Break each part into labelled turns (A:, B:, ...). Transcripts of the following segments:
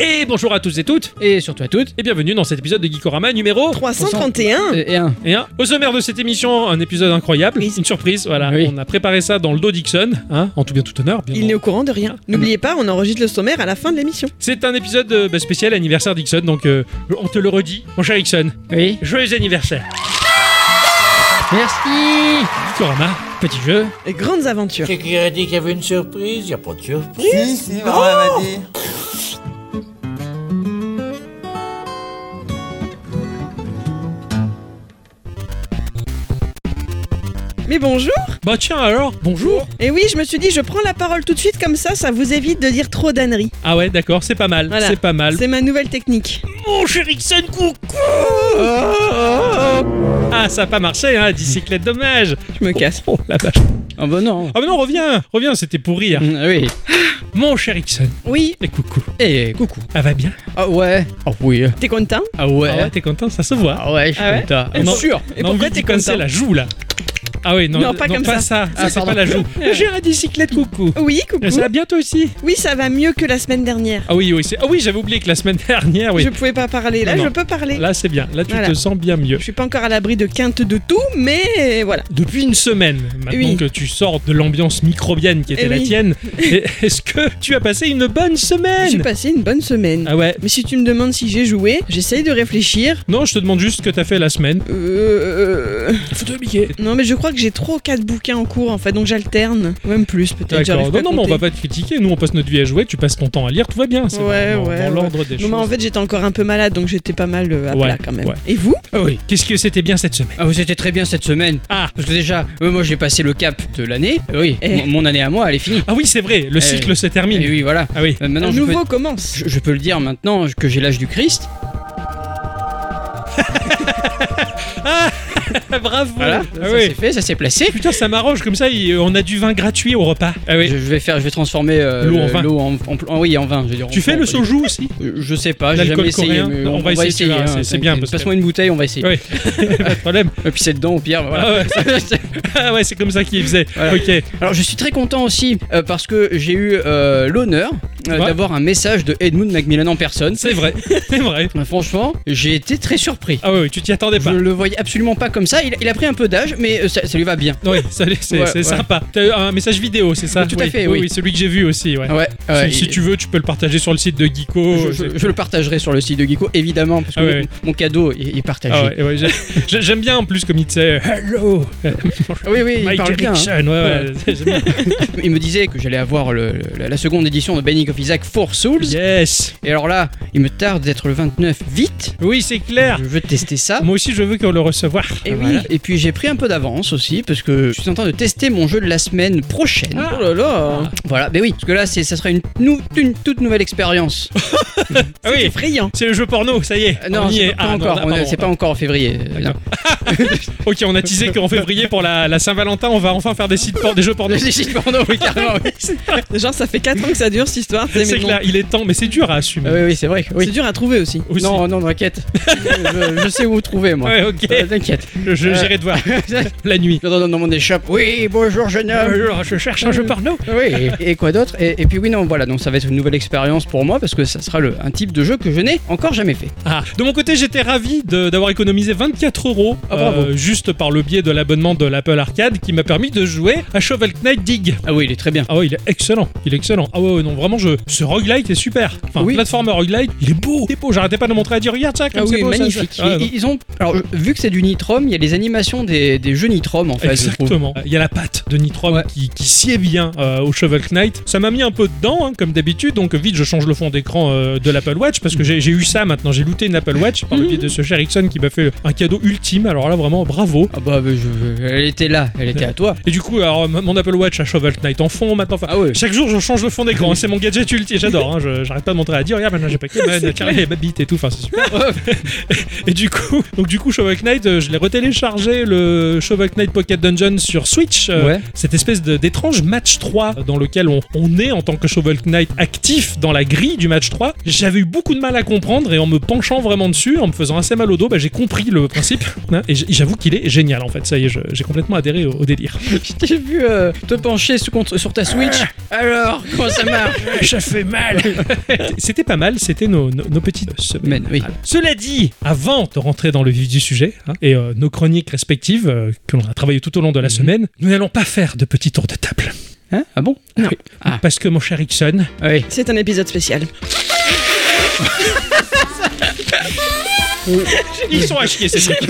A: Et bonjour à tous et toutes,
B: Et surtout à toutes.
A: et bienvenue dans cet épisode de Geekorama numéro
C: 331
B: Et, et un.
A: Et un, au sommaire de cette émission, un épisode incroyable,
C: Oui.
A: une surprise, voilà.
B: Oui.
A: On a préparé ça dans le dos Dixon, hein, en tout bien tout honneur. bien
C: Il
A: bon.
C: n'est au courant de rien. N'oubliez pas, on enregistre le sommaire à la fin de l'émission.
A: C'est un épisode euh, bah, spécial anniversaire Dixon, donc euh, on te le redit, mon cher Dixon.
B: Oui.
A: Joyeux anniversaire.
B: Merci.
A: Geekorama, petit jeu.
C: Et grandes aventures.
D: C'est qui a dit qu'il y avait une surprise Y a pas de surprise.
E: Si, si, maman m'a dit.
C: Mais bonjour
A: Bah tiens alors, bonjour.
C: Et oui, je me suis dit, je prends la parole tout de suite, comme ça, ça vous évite de dire trop d'âneries.
A: Ah ouais, d'accord, c'est pas mal,
C: Voilà.
A: c'est pas mal.
C: C'est ma nouvelle technique.
A: Mon cher Dixon, coucou Ah, ça a pas marché, hein, bicyclette, dommage.
C: Je me casse.
A: Oh la vache.
B: Ah bah non.
A: Ah mais non, reviens, reviens, c'était pour rire.
B: Mm, Oui.
A: Mon cher Ixon,
C: Oui,
A: et Eh, coucou,
B: Et coucou.
A: elle va bien
B: Ah ouais. Ah oui.
C: t'es content
B: Ah ouais.
A: Ah ouais, t'es content, ça se voit.
B: Ah ouais, je suis
C: Ah ouais
B: content.
A: Et non.
B: sûr.
C: Et
A: Non,
C: pourquoi
A: oui,
C: t'es
A: dis comme ça
C: content
A: la joue là Ah oui, non,
C: Non, pas comme
A: pas ça. Ah,
B: Ah,
A: c'est pas
B: pardon.
A: la joue. J'ai un bicyclette, coucou.
C: Oui, coucou.
A: Ça va bien toi aussi
C: Oui, ça va mieux que la semaine dernière.
A: Ah oui, oui, c'est- ah oui, j'avais oublié que la semaine dernière, oui.
C: Je pouvais pas parler, là
A: Non, non.
C: je peux parler.
A: Là, c'est bien. Là, tu
C: Voilà.
A: te sens bien mieux.
C: Je suis pas encore à l'abri de quinte de tout, mais voilà.
A: Depuis une semaine, maintenant
C: Oui.
A: que tu sors de l'ambiance microbienne qui était
C: Eh
A: la
C: oui.
A: tienne, et- est-ce que tu as passé une bonne
C: J'ai
A: semaine
C: passé une bonne semaine.
A: Ah ouais.
C: Mais si tu me demandes si j'ai joué, j'essaye de réfléchir.
A: Non, je te demande juste ce que t'as fait la semaine.
C: Euh...
A: Faut te piquer.
C: Non, mais je crois que j'ai trop quatre bouquins en cours en fait, donc j'alterne. Même plus peut-être.
A: D'accord.
C: j'arrive pas
A: Non, non,
C: à
A: mais on va
C: compter.
A: pas te critiquer. Nous, on passe notre vie à jouer. Tu passes ton temps à lire. Tout va bien. C'est
C: Ouais,
A: dans, dans
C: ouais,
A: l'ordre des
C: Non,
A: choses.
C: mais en fait, j'étais encore un peu malade, donc j'étais pas mal euh, à
A: Ouais,
C: plat quand même.
A: ouais.
C: Et vous
A: Ah oui. Qu'est-ce que c'était bien cette semaine
B: Ah vous étiez très bien cette semaine.
A: Ah.
B: Parce que déjà, euh, moi j'ai passé le cap de l'année. Euh, Oui.
C: Eh.
B: Mon- Mon année à moi, elle est finie.
A: Ah oui, c'est vrai. Le
B: Eh.
A: cycle se termine.
B: Et oui, voilà.
A: Ah oui.
B: Euh,
C: Un
B: Maintenant, je peux,
C: nouveau commence.
B: je- je peux le dire maintenant que j'ai l'âge du Christ.
A: Bravo.
B: Voilà.
A: Ah
B: ça
A: oui.
B: c'est fait, ça s'est placé.
A: Putain, ça m'arrange comme ça. il- euh, on a du vin gratuit au repas. Ah oui.
B: Je, je vais faire, je vais transformer euh,
A: L'eau en
B: le-
A: vin.
B: l'eau en, en, en- oui, en vin. Je veux dire,
A: Tu
B: en-
A: fais
B: en-
A: le soju aussi
B: Euh, Je sais pas, j'ai
A: L'alcool
B: jamais essayé.
A: coréen.
B: mais
A: Non, on va essayer celui-là, c'est- c'est bien, parce que-
B: Passe-moi hein, une bouteille, on va essayer.
A: Oui. Pas de problème.
B: Et puis c'est dedans, au pire. Voilà.
A: Ah ouais. Ah ouais, c'est comme ça qu'il faisait.
B: Voilà.
A: Ok.
B: Alors je suis très content aussi euh, parce que j'ai eu euh, l'honneur euh,
A: Ouais.
B: d'avoir un message de Edmund Macmillan en personne.
A: C'est vrai. C'est vrai.
B: Euh, Franchement, j'ai été très surpris.
A: Ah oui, tu t'y attendais
B: Je
A: pas.
B: le voyais absolument pas comme ça. Il, il a pris un peu d'âge, mais euh, ça, ça lui va bien.
A: Oui, ça- c'est
B: Ouais,
A: c'est
B: ouais.
A: sympa. T'as eu un message vidéo, c'est ça
B: Tout à fait, oui.
A: celui que j'ai vu aussi. Ouais.
B: Ouais.
A: si,
B: ouais,
A: si
B: il-
A: tu veux, tu peux le partager sur le site de Geeko.
B: je,
A: euh,
B: je-
A: c'est-
B: je le partagerai sur le site de Geeko, évidemment, parce que
A: Ah
B: mon,
A: ouais, ouais.
B: mon cadeau est, est partagé.
A: Ah ouais, ouais, j'ai- j'ai- j'aime bien en plus comme il disait euh, Hello,
B: Ah Oui, oui, il
A: Mike
B: parle bien. hein.
A: Erickson. Ouais, ouais, j'aime bien.
B: Il me disait que j'allais avoir le- le- la, la seconde édition de Binding of Isaac Four Souls.
A: Yes.
B: Et alors là, il me tarde d'être le 29 vite.
A: Oui, c'est clair.
B: Je veux tester ça.
A: Moi aussi, je veux qu'on le recevoir.
B: Et,
C: Eh
B: et puis j'ai pris un peu d'avance aussi parce que je suis en train de tester mon jeu de la semaine prochaine.
A: Ah.
C: Oh là là,
B: Voilà, mais oui, parce que là c'est, ça sera une, nou- une toute nouvelle expérience.
A: Ah oui,
C: effrayant.
A: c'est le jeu porno, ça y est.
B: Euh, non,
A: on y
B: c'est
A: est.
B: pas,
A: Ah, non,
B: encore,
A: non,
B: on est-
A: pardon.
B: c'est pas encore en février. euh,
A: D'accord. Ok, on a teasé qu'en février pour la, la Saint-Valentin, on va enfin faire des sites por- des jeux porno.
B: non. C'est- c'est porno, oui, carrément, oui.
C: Genre, ça fait 4 ans que ça dure cette histoire. tu sais,
A: C'est
C: mais bon.
A: clair, il est temps, mais c'est dur à assumer.
B: Ah oui, oui, c'est vrai.
C: C'est
B: Oui.
C: dur à trouver aussi.
A: Aussi.
B: Non, non, t'inquiète. je, je sais où vous trouver, moi.
A: Ouais, ok.
B: Euh, t'inquiète.
A: Je- je- J'irai te voir
B: Euh.
A: la nuit.
B: Dans, dans, dans mon échoppe. Oui, bonjour jeune homme.
A: Euh, je cherche un jeu porno.
B: Oui, et, et quoi d'autre et, et puis oui, non, voilà, donc ça va être une nouvelle expérience pour moi parce que ça sera le, un type de jeu que je n'ai encore jamais fait.
A: Ah, de mon côté, j'étais ravi de- d'avoir économisé 24 euros
B: Ah, bravo.
A: euh, juste par le biais de l'abonnement de l'Apple Arcade qui m'a permis de jouer à Shovel Knight Dig.
B: Ah oui, il est très bien.
A: Ah ouais, il est excellent, il est excellent. Ah ouais, ouais, non, vraiment, je... ce roguelite est super. Enfin,
B: Oui.
A: plateforme roguelite, il est beau, il est beau. J'arrêtais pas de le montrer à dire, regarde ça, comme
B: Ah
A: c'est
B: oui,
A: beau, ça,
B: magnifique.
A: ça. Ah,
B: Ils-
A: non.
B: ils ont, alors, vu que c'est du Nitrom, il y a les animations des, des jeux Nitrom en fait. je trouve.
A: Exactement. Il y a la patte de Nitro
B: Ouais.
A: qui, qui sied bien euh, au Shovel Knight. Ça m'a mis un peu dedans, hein, comme d'habitude. Donc vite, je change le fond d'écran euh, de l'Apple Watch parce que j'ai j'ai eu ça maintenant. J'ai looté une Apple Watch par le biais de ce cher Ericsson qui m'a fait un cadeau ultime. Alors là, vraiment, bravo.
B: Ah bah, mais je- elle était là, elle était à toi.
A: Et du coup, alors, m- mon Apple Watch à Shovel Knight en fond maintenant. Enfin,
B: Ah ouais.
A: chaque jour, je change le fond d'écran. hein, c'est mon gadget ultime. J'adore. hein, je- J'arrête pas de montrer à dire. Regarde, maintenant j'ai pas que carré, ma bite et tout. Enfin, c'est super. et du coup, donc du coup, Shovel Knight, euh, je l'ai retéléchargé le Shovel Knight Pocket Dungeon sur Switch. euh,
B: Ouais.
A: Cette espèce de- d'étrange match 3 dans lequel on, on est en tant que Shovel Knight actif dans la grille du match 3. J'avais eu beaucoup de mal à comprendre et en me penchant vraiment dessus, en me faisant assez mal au dos, bah, j'ai compris le principe. hein, et j- j'avoue qu'il est génial en fait. Ça y est, je- j'ai complètement adhéré au, au délire.
B: Je t'ai vu euh, te pencher sous- contre- sur ta Switch. Alors, comment ça marche
A: ça fait mal. c'était pas mal, c'était nos, nos- nos petites semaines.
B: Semaine, oui.
A: Voilà. Cela dit, avant de rentrer dans le vif du sujet hein, et euh, nos chroniques respectives euh, que l'on a travaillées tout au long de la semaine, nous n'allons pas faire de petits tours de table.
B: Hein ah bon Ah
A: Parce que mon cher Ixon,
B: Oui.
C: C'est un épisode spécial.
A: ils sont à chier ces trucs.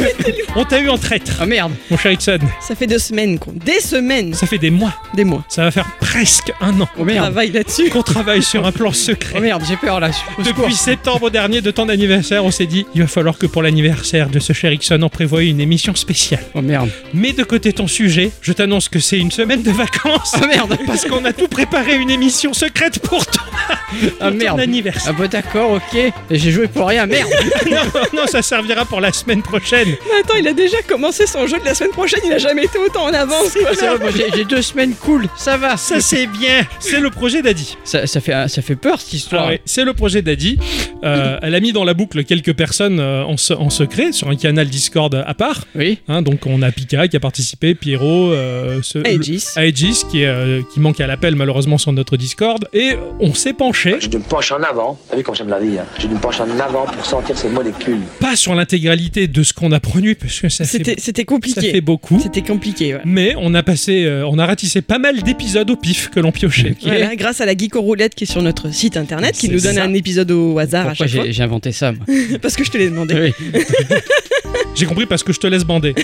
A: On t'a eu en traître,
B: Ah merde
A: mon cher Ixon.
C: Ça fait deux semaines qu'on. Des semaines
A: Ça fait des mois,
C: Des mois.
A: ça va faire presque un an
B: Oh
C: On
B: merde
C: travaille là-dessus.
A: qu'on travaille sur un plan
B: Oh
A: secret.
B: merde, j'ai peur là. Au secours.
A: Depuis septembre dernier de ton anniversaire, on s'est dit, il va falloir que pour l'anniversaire de ce cher Ixon, on prévoie une émission spéciale.
B: Oh merde.
A: Mets de côté ton sujet, je t'annonce que c'est une semaine de vacances.
B: Oh merde
A: Parce qu'on a tout préparé une émission secrète pour toi.
B: Ah
A: Pour
B: merde
A: Ton anniversaire.
B: Ah bah d'accord, ok. Et J'ai joué pour rien, merde
A: non, non, ça servira pour la semaine prochaine.
C: Mais attends, il a déjà commencé son jeu de la semaine prochaine, il a jamais été autant en avance. quoi.
B: Ça va, moi, j'ai j'ai deux semaines cool, ça va
A: Ça c'est bien. C'est le projet d'Adi.
B: Ça, ça fait, ça fait peur cette histoire.
A: Ah ouais, C'est le projet d'Adi. Euh, elle a mis dans la boucle quelques personnes euh, en, se- en secret sur un canal Discord à part.
B: Oui
A: Hein, donc on a Pika qui a participé, Pierrot, euh, ce- le-
C: Aegis.
A: Aegis qui, est, euh, qui manque à l'appel malheureusement sur notre Discord. Et on s'est penché,
E: J'ai une penche en avant. T'as vu comme j'aime la vie, hein J'ai une penche en avant pour sentir ces molécules.
A: pas sur l'intégralité de ce qu'on a produit parce que ça fait,
C: C'était c'était
A: ça fait
C: compliqué.
A: beaucoup.
C: C'était compliqué, ouais.
A: Mais on a passé, euh, on a ratissé pas mal d'épisodes au pif que l'on piochait.
C: Voilà, grâce à la Geeko Roulette qui est sur notre site internet, qui
A: C'est
C: nous donne
A: ça.
C: un épisode au hasard Ah, à
B: Pourquoi
C: chaque fois.
B: j'ai j'ai inventé ça moi
C: Parce que je te l'ai demandé.
B: Oui.
A: J'ai compris parce que je te laisse bander.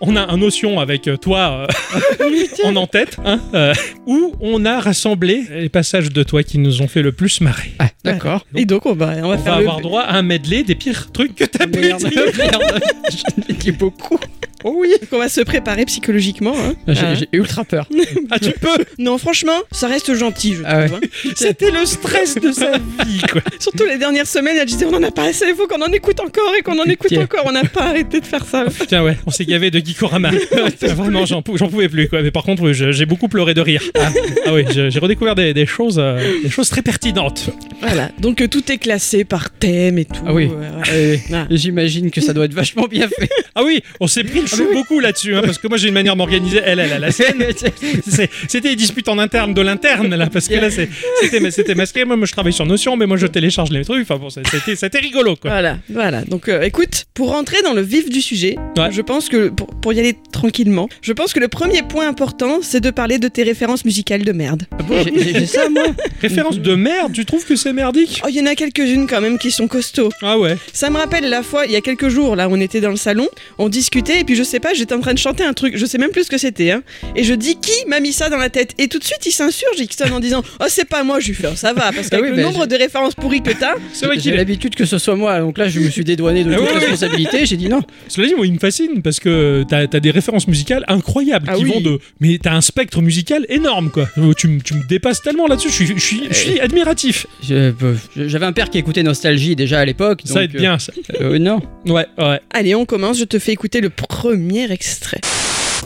A: on a un notion avec euh, toi euh, en en-tête, hein, euh, où on a rassemblé les passages de toi qui nous ont fait le plus marrer.
B: Ah, d'accord.
C: Et donc, on va, on va
A: On
C: faire
A: va
C: le-
A: avoir droit à un medley des pires trucs que t'as pu
B: Merde,
A: dire.
B: merde, j'en ai dit beaucoup.
C: Oh oui Donc, on va se préparer psychologiquement. hein.
B: J'ai
C: Ah.
B: j'ai ultra peur.
A: Ah, tu peux
C: Non, franchement, ça reste gentil, je
B: Ah
C: trouve.
A: C'était le stress de sa vie, quoi.
C: hein. Surtout les dernières semaines, elle disait on en a pas assez, il faut qu'on en écoute encore et qu'on en écoute
B: Ok.
C: encore. On n'a pas arrêté de faire ça.
A: Putain, ouais, on s'est gavé de Gikorama. Vraiment, j'en pou- j'en pouvais plus, quoi. Mais par contre, oui, je- j'ai beaucoup pleuré de rire. Ah, ah oui, je- j'ai redécouvert des, des choses, euh, des choses très pertinentes.
C: Voilà. Donc, euh, tout est classé par thème et tout.
B: Ah oui.
C: euh, voilà.
B: Euh,
C: Ah.
B: J'imagine que ça doit être vachement bien fait.
A: Ah oui, on s'est pris le chou beaucoup là-dessus, hein, parce que moi j'ai une manière d'organiser. Elle, elle a la sienne. C'est- C'était des disputes en interne de l'interne, là, parce que là c'est- c'était ma- c'était masqué. Moi, moi, je travaille sur Notion, mais moi je télécharge les trucs. Enfin bon, c'est- c'était c'était rigolo quoi.
C: Voilà, voilà. Donc euh, écoute, pour rentrer dans le vif du sujet,
A: Ouais.
C: je pense que pour, pour y aller tranquillement, je pense que le premier point important, c'est de parler de tes références musicales de merde.
B: Ah bon, j'ai- j'ai- j'ai ça moi
A: Référence de merde, tu trouves que c'est merdique
C: Oh, il y en a quelques-unes quand même qui sont costauds.
A: Ah ouais.
C: Ça me rappelle la fois, il y a quelques jours, là, on était dans le salon, on discutait, et puis je sais pas, j'étais en train de chanter un truc, je sais même plus ce que c'était, hein. Et je dis, qui m'a mis ça dans la tête Et tout de suite, il s'insurge, Ixon, en disant, oh, c'est pas moi, je lui fais, Oh, ça va, parce qu'avec
B: oui,
C: le
B: ben,
C: nombre
B: je-
C: de références pourries que t'as,
A: C'est vrai
B: J'ai
A: qu'il est.
B: l'habitude que ce soit moi, donc là je me suis dédouané de
A: Ah
B: toute
A: oui, oui.
B: responsabilité. J'ai dit non.
A: Cela dit, moi, il me fascine parce que t'as as des références musicales incroyables
C: Ah
A: qui
C: oui.
A: vont de. Mais t'as un spectre musical énorme quoi. Tu, me- tu me dépasses tellement là-dessus, je suis, je suis- je suis admiratif.
B: Je- peu- je- J'avais un père qui écoutait Nostalgie déjà à l'époque.
A: Ça va
B: donc,
A: être bien ça.
B: euh, euh, non.
A: Ouais, ouais.
C: allez, on commence, je te fais écouter le premier extrait.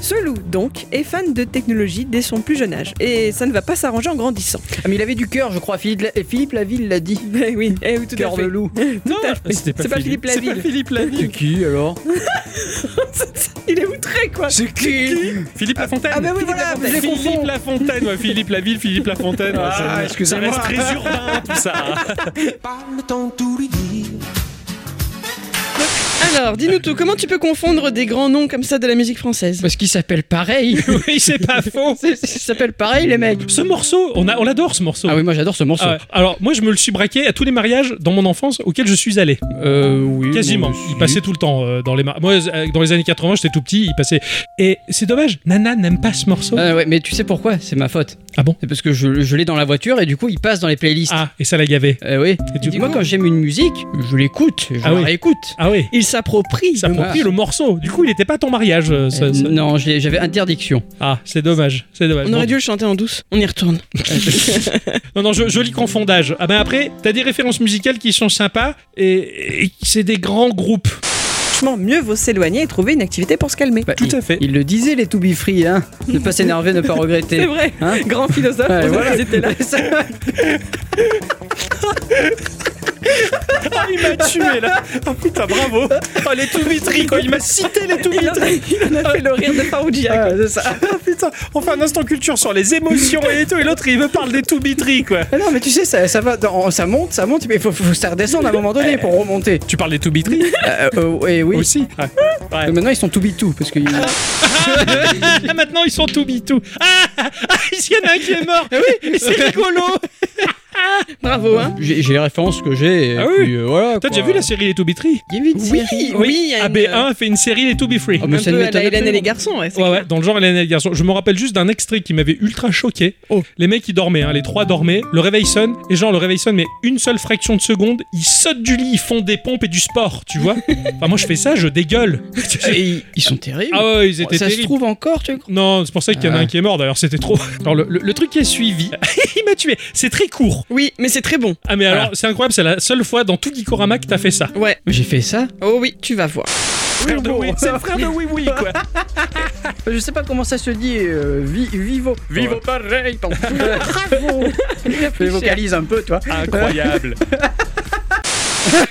F: Ce loup, donc, est fan de technologie dès son plus jeune âge, et ça ne va pas s'arranger en grandissant.
B: Ah, mais il avait du cœur, je crois. Philippe, La- Philippe Laville l'a dit.
F: Ben oui, eh oui, tout à
B: Cœur de
F: fait.
B: loup.
A: Non,
F: à fait.
A: c'était
F: C'est pas Philippe
A: C'est
F: Laville.
A: pas Philippe Laville.
B: qui alors
F: Il est outré, quoi.
B: C'est qui
A: Philippe Lafontaine.
F: Ah ben oui, voilà, je les
A: Philippe
F: confonds.
A: Lafontaine, ouais, Philippe Laville, Philippe Lafontaine. ouais,
B: Ah,
A: ça-
B: excusez-moi.
A: Ça reste très urbain tout ça. hein.
C: Alors, dis-nous tout, comment tu peux confondre des grands noms comme ça de la musique française
B: Parce qu'il s'appelle pareil.
A: oui, c'est pas faux.
B: C'est- c'est- Ils s'appellent pareil les mecs.
A: Ce morceau, on, a, on l'adore ce morceau.
B: Ah oui, moi j'adore ce morceau.
A: Ah ouais. Alors moi je me le suis braqué à tous les mariages dans mon enfance auxquels je suis allé
B: Euh, oui.
A: quasiment.
B: moi aussi.
A: Il passait tout le temps euh, dans les mariages. Moi euh, dans les années 80 j'étais tout petit, il passait. Et c'est dommage. Nana n'aime pas ce morceau.
B: Ah ouais, mais tu sais pourquoi C'est ma faute.
A: Ah bon
B: C'est parce que je, je l'ai dans la voiture et du coup il passe dans les playlists.
A: Ah et ça l'a gavé.
B: Euh, oui.
A: Et du
B: moi
A: coup-
B: quand j'aime une musique, je l'écoute, je
A: Ah
B: la
A: oui.
B: réécoute.
A: Ah oui.
C: Il s'approprie.
A: Il s'approprie le morceau. Du coup, il n'était pas à ton mariage. euh, ça-
B: Euh,
A: ça-
B: Non, j'ai- j'avais interdiction.
A: Ah, c'est dommage. C'est dommage.
C: On
A: Bon.
C: aurait dû le chanter en douce. On y retourne.
A: Non, non, je, joli confondage. Ah ben après, t'as des références musicales qui sont sympas et, et c'est des grands groupes.
F: Franchement, mieux vaut s'éloigner et trouver une activité pour se calmer.
B: Bah, il-
A: fait.
B: Il le disait les To Be Free, hein. Ne pas s'énerver, ne pas regretter.
F: C'est vrai,
B: Hein
F: grand philosophe,
B: Ouais,
F: on
B: voilà.
F: était là.
A: Ah, il m'a tué là Oh putain, bravo Oh, les tout vitri, quoi Il m'a cité les tout
F: Il en, a, il en a fait le rire de Faroudia. quoi.
A: Ah, putain, on fait un instant culture sur les émotions et tout, et l'autre il me parle des tout bitri quoi.
B: Ah non, mais tu sais, ça, ça va, dans- ça monte, ça monte, mais il faut, faut se redescendre à un moment donné pour remonter.
A: Tu parles des tout bitri
B: Euh, euh, et oui.
A: aussi Ah. Ouais.
B: Mais maintenant, ils sont tout tout parce que.
A: Ah, maintenant ils sont tout bitou. Ah, ah, il y en a un qui est mort. eh oui, c'est rigolo.
C: Bravo, hein.
B: J'ai j'ai les références que j'ai. et
A: Ah oui.
B: puis, euh, voilà,
A: T'as déjà
B: quoi.
A: vu la série Les To Be Three
B: Il y a eu une
C: Oui,
B: série.
C: oui, Ah, il y a une- euh,
A: AB1 fait une euh, série Les To Be Free.
B: Oh, mais
C: Un
B: ça ne
C: peu à
B: m'étonne
C: la Hélène et les
B: absolument
C: garçons, ouais. c'est
A: Ouais, ouais, dans le genre Hélène et les garçons. Je me rappelle juste d'un extrait qui m'avait ultra choqué. Les mecs, ils dormaient, hein, les trois dormaient. Le réveil sonne, et genre, le réveil sonne, mais une seule fraction de seconde, ils sautent du lit, ils font des pompes et du sport, tu vois. enfin, moi, je fais ça, je dégueule.
B: pas. Et ils- ils sont terribles.
A: ah ouais, ils étaient
B: ça se
A: terribles.
B: trouve encore, tu crois
A: Non, c'est pour ça qu'il y en a
B: Ah.
A: un qui est mort, d'ailleurs, c'était trop. Alors, le, le- le truc qui est suivi, il m'a tué. C'est très court.
C: Oui, mais c'est très bon.
A: Ah, mais alors, c'est incroyable, c'est la seule fois dans tout Gikorama que t'as fait ça.
C: Ouais.
B: J'ai fait ça.
C: Oh oui, tu vas voir.
A: Frère de oui, c'est le frère de oui, oui, quoi.
B: Je sais pas comment ça se dit. euh, vi- vivo.
A: Vivo
B: pareil. Bravo. Je vocalise un peu, toi.
A: Incroyable.
B: Ah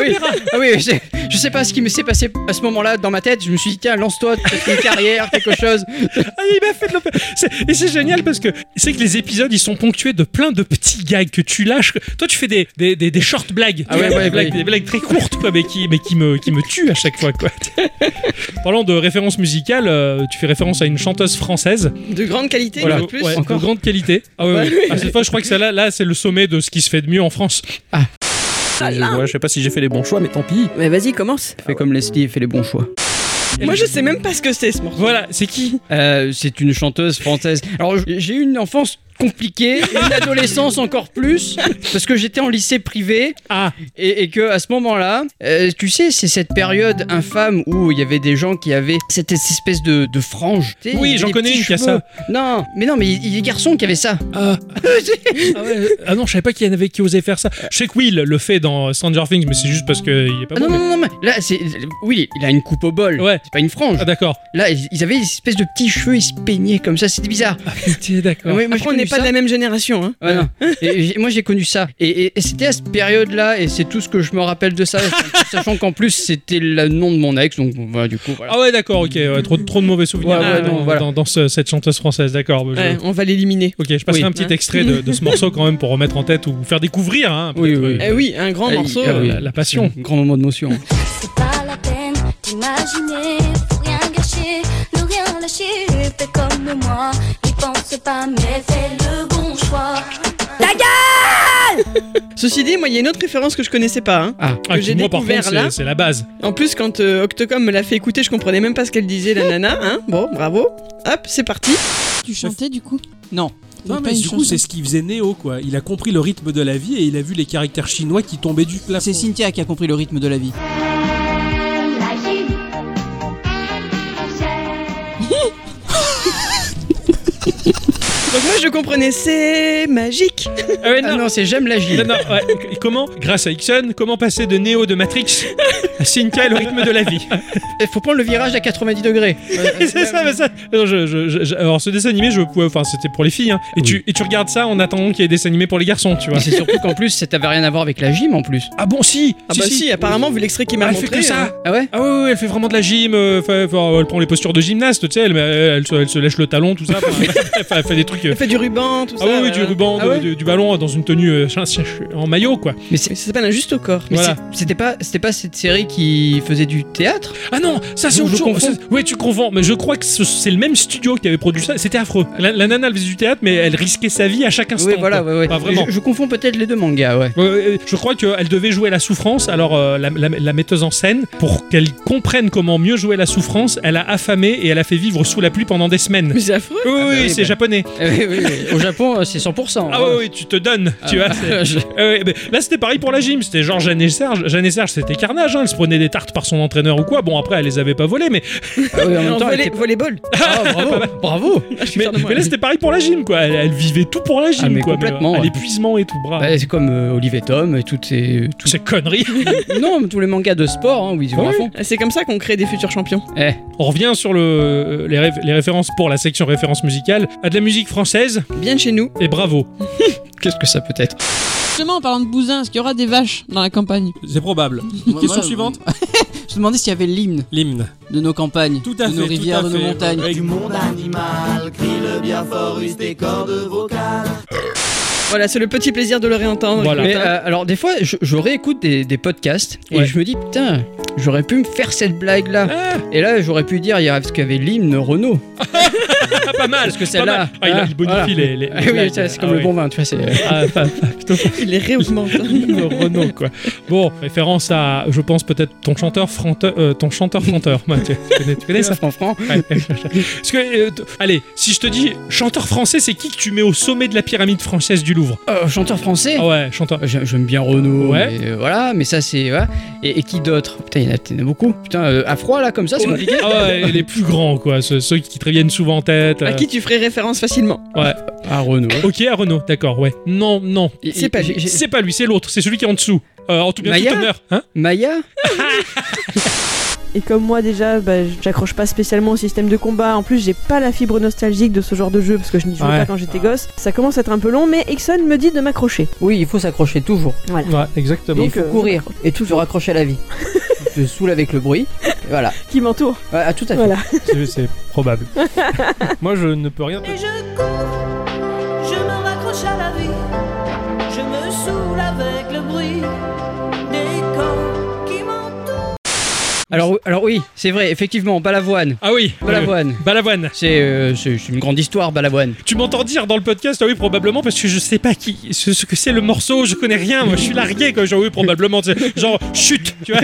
B: oui, ah oui, je sais, je sais pas ce qui me s'est passé à ce moment-là dans ma tête. Je me suis dit, tiens, lance-toi, peut-être une carrière, quelque chose.
A: Ah, il m'a fait de l'opé- C'est- Et c'est génial parce que c'est que les épisodes ils sont ponctués de plein de petits gags que tu lâches. Toi tu fais des, des, des, des short blagues,
B: Ah ouais,
A: des,
B: ouais,
A: blagues
B: ouais.
A: des blagues très courtes quoi, mais qui mais qui me qui me tuent à chaque fois quoi. Parlant de référence musicale, euh, tu fais référence à une chanteuse française,
C: De grande qualité,
A: Voilà,
C: une fois de plus.
A: ouais, de
B: Encore Bah
A: grande qualité. Ah ouais, ouais. Ah, cette fois je crois que celle-là là c'est le sommet de ce qui se fait de mieux en France.
B: Ah.
A: Je, ouais, je sais pas si j'ai fait les bons choix mais tant pis.
F: Mais vas-y, commence.
B: Fais comme Leslie et fais les bons choix.
C: Moi, je sais même pas ce que c'est ce morceau.
A: Voilà, c'est qui
B: Euh, c'est une chanteuse française. Alors j- j'ai eu une enfance compliquée, une adolescence encore plus, parce que j'étais en lycée privé
A: Ah,
B: et, et que à ce moment-là, euh, tu sais, c'est cette période infâme où il y avait des gens qui avaient cette espèce de, de frange. Tu sais,
A: Oui,
B: ils avaient
A: j'en
B: des
A: connais
B: petits
A: une qui a
B: cheveux.
A: ça.
B: Non, mais non, mais il il y a des garçons qui avaient ça.
A: Ah. ah, ouais. Ah non, je savais pas qu'il y en avait qui osait faire ça. Je sais que Will le fait dans Stranger Things, mais c'est juste parce qu'il est pas
B: Ah
A: bon.
B: non,
A: mais-
B: non, non, non, mais là, c'est. Oui, il a une coupe au bol.
A: Ouais.
B: C'est pas une frange.
A: Ah d'accord.
B: Là, ils ils avaient une espèce de petits cheveux, ils se peignaient comme ça, c'était bizarre.
A: Ah putain, d'accord.
B: Ouais, moi, j'ai
C: Après, on n'est
B: connu
C: pas
B: ça.
C: de la même génération, hein.
B: Ouais, non. Et j'ai- moi j'ai connu ça. Et, et- et c'était à cette période-là, et c'est tout ce que je me rappelle de ça, sachant qu'en plus c'était le nom de mon ex, donc bon, voilà, du coup, voilà.
A: Ah ouais, d'accord, ok. ouais, trop, trop de mauvais souvenirs
B: Ouais,
C: ouais,
A: dans,
B: non, voilà.
A: dans- dans ce- cette chanteuse française, d'accord. bah, je-
C: Ouais, on va l'éliminer.
A: Ok, je passerai
B: Oui.
A: un petit
C: Ouais.
A: extrait de, de ce morceau quand même pour remettre en tête ou vous faire découvrir. Hein,
B: Oui,
A: peut-être,
B: oui.
A: euh,
C: Eh oui, un grand
B: Ah,
C: morceau.
B: il- ah oui.
A: la, la passion.
B: Un grand moment de motion.
G: C'est pas la peine d'imaginer, faut rien gâcher, ne rien lâcher. Fais comme moi, n'y pense pas, mais fais le bon choix.
C: Ceci dit, moi, il y a une autre référence que je connaissais pas. hein.
B: Ah,
A: Ah,
C: que
A: qui,
C: j'ai
A: moi, par
C: découvert,
A: contre, c'est-
C: là.
A: c'est la base.
C: En plus, quand euh, Octocom me l'a fait écouter, je comprenais même pas ce qu'elle disait, la nana. Hein. Bon, bravo. Hop, c'est parti.
H: Tu chantais du coup
B: Non.
H: T'avais
I: Non,
H: pas
I: mais
H: une
I: du coup,
H: chanson
I: c'est ce qu'il faisait Néo, quoi. Il a compris le rythme de la vie et il a vu les caractères chinois qui tombaient du plafond.
H: C'est Cynthia qui a compris le rythme de la vie.
G: La vie.
C: Donc, moi, je comprenais, c'est magique.
A: Ah ouais,
B: Ah
A: non.
B: non, c'est J'aime la
A: non,
B: gile.
A: non, ouais. Et Comment, grâce à Ixon, comment passer de Neo de Matrix à Cynthia et le rythme de la vie
B: Il Eh, faut prendre le virage à 90 degrés.
A: C'est ça, mais ça. non, je- je- je- alors, ce dessin animé, je pouvais. Enfin, c'était pour les filles. hein. et,
B: Oui.
A: tu, et tu regardes ça en attendant qu'il y ait des dessins animés pour les garçons, tu vois.
B: Mais c'est surtout qu'en plus, ça t'avait rien à voir avec la gym en plus.
A: Ah bon, si
C: Ah bah si, apparemment, vu l'extrait qu'il m'a
A: Ah, elle fait
C: montré.
A: que ça
C: hein.
B: Ah ouais
A: Ah ouais, ouais, ouais, elle fait vraiment de la gym, euh, enfin, enfin, elle prend les postures de gymnaste, tu sais, elle, elle, elle se, elle se lèche le talon, tout ça, enfin, elle, fait- elle fait des trucs... euh,
C: Elle fait du ruban, tout
A: ah
C: ça.
A: oui, oui,
C: ouais,
A: du
C: ouais.
A: ruban,
B: Ah
A: de-
B: ouais
A: du, du ballon euh, dans une tenue euh, ch- ch- en maillot, quoi.
B: Mais c'est.
C: Mais ça s'appelle un juste au corps.
B: mais
A: Voilà.
B: c'est- C'était pas, c'était pas cette série qui faisait du théâtre
A: Ah non, ça c'est
B: Je-
A: autre
B: je
A: chose.
B: confonds.
A: Ça- Ouais, tu confonds, mais je crois que ce- c'est le même studio qui avait produit ça, c'était affreux. La, la nana, elle faisait du théâtre, mais elle risquait sa vie à chaque instant.
B: Oui, voilà,
A: quoi.
B: ouais, ouais.
A: Enfin, vraiment.
B: Je, je confonds peut-être les deux mangas, ouais.
A: Euh, Je crois qu'elle devait jouer la souffrance. Alors, euh, la, la- la metteuse en scène, pour qu'elle comprenne comment mieux jouer la souffrance, elle a affamé et elle a fait vivre sous la pluie pendant des semaines.
C: Mais c'est affreux.
A: Oui, oui,
B: oui,
A: c'est
B: bah.
A: japonais.
B: Eh oui, oui, oui. Au Japon, euh, c'est 100%.
A: Ah oui, oui, tu te donnes, tu vois. c'est-
B: Je-
A: Ah ouais, mais là, c'était pareil pour la gym. C'était genre Jeanne et Serge. Jeanne et Serge, c'était carnage. hein. Elle se prenait des tartes par son entraîneur ou quoi. Bon, après, elle les avait pas volées, mais,
B: Ah oui, en même
C: En
B: temps, elle
C: volé-
B: était-
C: volleyball.
B: Ah, bravo, bravo.
A: mais,
C: fier de moi,
A: mais là,
C: là.
A: c'était pareil pour la gym, quoi. Elle, elle vivait tout pour la gym,
B: Ah, mais
A: quoi.
B: complètement,
A: à
B: ouais.
A: l'épuisement et tout, bravo.
B: Bah, c'est comme euh, Olive et Tom et toutes ces.
A: Toutes ces conneries.
B: tout- non, mais tous les mangas de sport hein, où ils y vont
A: Ouais.
B: à fond.
C: Ah, C'est comme ça qu'on crée des futurs champions.
B: Eh,
A: On revient sur le, euh, les, réf- les références pour la section références musicales à de la musique française
C: Bien de chez nous.
A: et bravo.
B: qu'est-ce que ça peut être
J: justement, en parlant de bousin, est-ce qu'il y aura des vaches dans la campagne
I: C'est probable.
H: Moi,
I: Question
H: moi,
I: suivante
H: Je me demandais s'il y avait l'hymne
I: L'hymne.
H: de nos campagnes,
I: Tout à
H: de
I: fait.
H: nos
I: tout
H: rivières,
I: à
H: de nos
I: fait.
H: montagnes.
I: Avec-
C: Voilà, c'est le petit plaisir de le réentendre.
A: Voilà.
C: Mais,
B: Mais
C: euh,
B: euh, alors des fois, je, je réécoute des, des podcasts et
A: Ouais.
B: je me dis putain, j'aurais pu me faire cette blague là.
A: Ah,
B: Et là, j'aurais pu dire il y a parce qu'il y avait l'hymne Renault.
A: pas mal
B: Parce
A: pas
B: que
A: mal.
B: celle-là.
A: Ah, il, a-
B: hein,
A: il bonifie
B: voilà.
A: les. les-
B: Ah
A: les
B: oui,
A: blagues.
B: c'est
A: Ah
B: comme le
A: oui.
B: bon vin, tu vois. c'est- euh,
A: Ah, pas-
C: il les réaugmente.
A: Le Renault quoi. Bon, référence à, je pense peut-être ton chanteur franteur, euh, ton chanteur franteur. Ouais, tu, tu connais, tu connais ça
B: en franc.
A: Ouais. Parce que, euh, t- allez, si je te dis chanteur français, c'est qui que tu mets au sommet de la pyramide française du Louvre
B: Euh, chanteur français.
A: Ah ouais, chanteur.
B: J'ai- J'aime bien Renault,
A: Ouais.
B: mais, euh, voilà, mais ça c'est. voilà. Et, et qui d'autre Putain, il y, en a- il y en a beaucoup. Putain, euh, à froid là, comme ça, c'est compliqué.
A: Ah ouais, les plus grands quoi, ceux, ceux qui te reviennent souvent en tête.
C: À
A: euh.
C: qui tu ferais référence facilement
B: Ah, Renault.
A: Ok, à Renault, d'accord, ouais. Non, non,
C: C'est pas lui.
B: j'ai- j'ai-
A: c'est pas lui, c'est l'autre, c'est celui qui est en dessous. Euh, en tout bien tout
B: Maya
A: honneur, hein
B: Maya
F: Et comme moi déjà, bah, j'accroche pas spécialement au système de combat. En plus, j'ai pas la fibre nostalgique de ce genre de jeu parce que je n'y jouais
A: Ouais.
F: pas quand j'étais gosse. Ça commence à être un peu long, mais Ixon me dit de m'accrocher.
K: Oui, il faut s'accrocher toujours.
A: Ouais, exactement.
K: il faut
F: euh,
K: courir et toujours accrocher à la vie. Tu te saoules avec le bruit. et voilà.
F: Qui m'entoure.
K: Ouais, ah, tout à fait.
F: Voilà.
A: C'est c'est probable. Moi, je ne peux rien. te-
G: Je me raccroche à la vie, je me saoule avec le bruit des corps qui m'entourent.
B: alors, alors oui, c'est vrai, effectivement, Balavoine.
A: Ah oui, euh,
B: Balavoine.
A: Balavoine.
B: C'est euh, c'est- c'est une grande histoire, Balavoine.
A: Tu m'entends dire dans le podcast, ah oui, probablement, parce que je sais pas qui, ce, ce que c'est le morceau, je connais rien, moi je suis largué, quoi, genre oui, probablement, tu sais, genre chute, tu vois,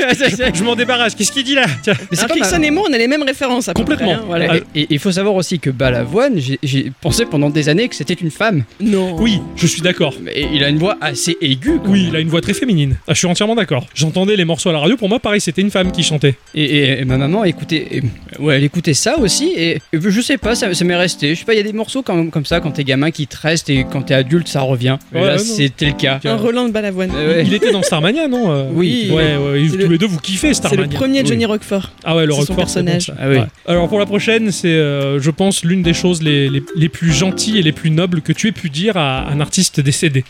A: je m'en débarrasse, qu'est-ce qu'il dit là Tiens.
B: Mais c'est
C: Alors,
B: pas mal.
C: Rickson et moi, on a les mêmes références. à peu
A: Complètement.
C: près, hein, voilà.
A: Ah,
B: Et il faut savoir aussi que Balavoine, j'ai- j'ai pensé pendant des années que c'était une femme.
C: Non.
A: Oui, je suis d'accord.
B: Mais il a une voix assez aiguë. quand
A: Oui,
B: même.
A: il a une voix très féminine. Ah, je suis entièrement d'accord. J'entendais les morceaux à la radio, pour moi, pareil, c'était une femme qui chantait.
B: Et, et- et ma maman écoutait, et- ouais, elle écoutait ça aussi. Et, et je sais pas, ça, ça m'est resté. Je sais pas, il y a des morceaux comme, comme ça quand t'es gamin qui te restent et quand t'es adulte ça revient. Et
A: Ouais,
B: là,
A: non.
B: c'était le cas.
C: Un Roland de Balavoine.
B: Euh, ouais.
A: Il était dans Starmania, non euh,
B: Oui.
A: Ouais, ouais, tous
C: C'est le-
A: les deux, vous kiffez
C: C'est le
A: Starmania.
C: premier de
A: Oui.
C: Johnny Roquefort.
A: Ah ouais, le
C: C'est son
A: Roquefort, c'est bon,
C: personnage.
A: ça.
B: Ah oui.
A: Ouais. Alors pour la prochaine, c'est, euh, je pense, l'une des choses les, les- les plus gentilles et les plus nobles que tu aies pu dire à un artiste décédé.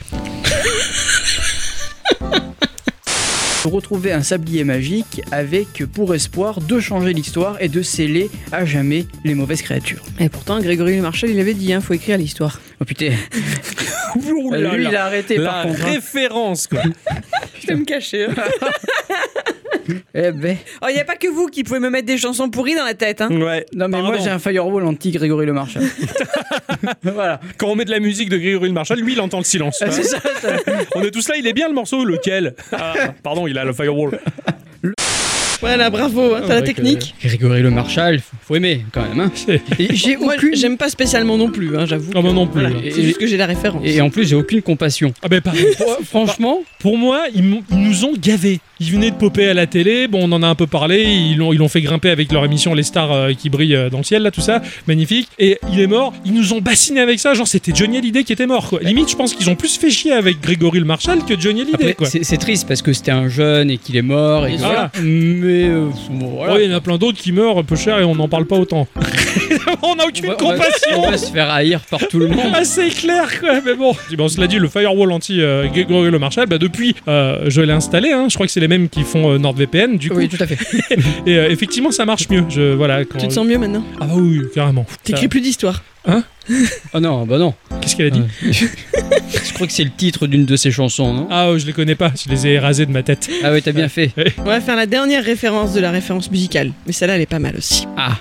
K: Retrouver un sablier magique avec pour espoir de changer l'histoire et de sceller à jamais les mauvaises créatures.
F: Et pourtant, Grégory Le Marchal, il avait dit, hein, faut écrire l'histoire.
K: Oh putain.
B: Oh
A: là
K: Lui,
A: là.
K: il a arrêté par
A: La
K: contre. hein.
A: référence, quoi.
F: Je vais me cacher. hein.
K: Eh ben.
F: Oh, il n'y a pas que vous qui pouvez me mettre des chansons pourries dans la tête. Hein.
A: Ouais.
K: Non, mais moi
A: Pardon.
K: j'ai un firewall anti-Grégory Le Marchal.
B: Ah,
K: voilà.
A: Quand on met de la musique de Grégory le Marshall, lui, il entend le silence.
K: Ah, C'est ça, ça.
A: on est tous là, il est bien le morceau, lequel Ah, Pardon, il a le firewall.
C: Voilà, bravo,
B: Ah,
C: hein, t'as la
A: ouais,
C: technique.
B: Grégory Le Marchal, faut, faut aimer quand même. hein. Et J'ai
C: Moi,
B: aucune.
C: j'aime pas spécialement non plus, hein, j'avoue.
A: Ah, moi non plus.
B: Et-
C: C'est juste que j'ai la référence.
B: Et en plus, j'ai aucune compassion.
A: Ah, ben pareil.
B: Franchement,
A: Pour moi, ils, m'ont- ils nous ont gavés. Ils venaient de popper à la télé, bon, on en a un peu parlé, ils l'ont, ils l'ont fait grimper avec leur émission Les Stars euh, qui brillent euh, dans le ciel, là, tout ça, magnifique. Et il est mort, ils nous ont bassinés avec ça, genre c'était Johnny Hallyday qui était mort, quoi. Limite, je pense qu'ils ont plus fait chier avec Grégory le Marshall que Johnny Hallyday,
B: après,
A: quoi.
B: c'est c'est triste parce que c'était un jeune et qu'il est mort. Et
A: Bien
B: que-
A: sûr.
B: voilà. Mais euh, bon, voilà.
A: Ouais, il y en a plein d'autres qui meurent peu cher et on n'en parle pas autant. on n'a
B: On
A: aucune
B: va- on va-
A: compassion
B: on va se faire haïr par tout le monde.
A: Ah, c'est clair quoi, mais bon. Bon, cela dit, le firewall anti euh, Grégory Le Marshall, bah depuis, euh, je l'ai installé. Hein, je crois que c'est les mêmes qui font euh, NordVPN, du coup.
B: Oui, tout à fait.
A: Et euh, effectivement, ça marche mieux. Je voilà. Quand...
C: Tu te sens mieux maintenant
A: Ah bah oui, carrément.
C: T'écris plus d'histoire.
B: Oh non, bah non.
A: Ça, Qu'est-ce qu'elle a dit
B: Je crois que c'est le titre d'une de ses chansons, non
A: Ah, euh, je les connais pas. Je les ai rasés de ma tête.
B: Ah ouais, t'as bien fait.
C: On va faire la dernière référence de la référence musicale. Mais celle-là, elle est pas mal aussi.
B: Ah,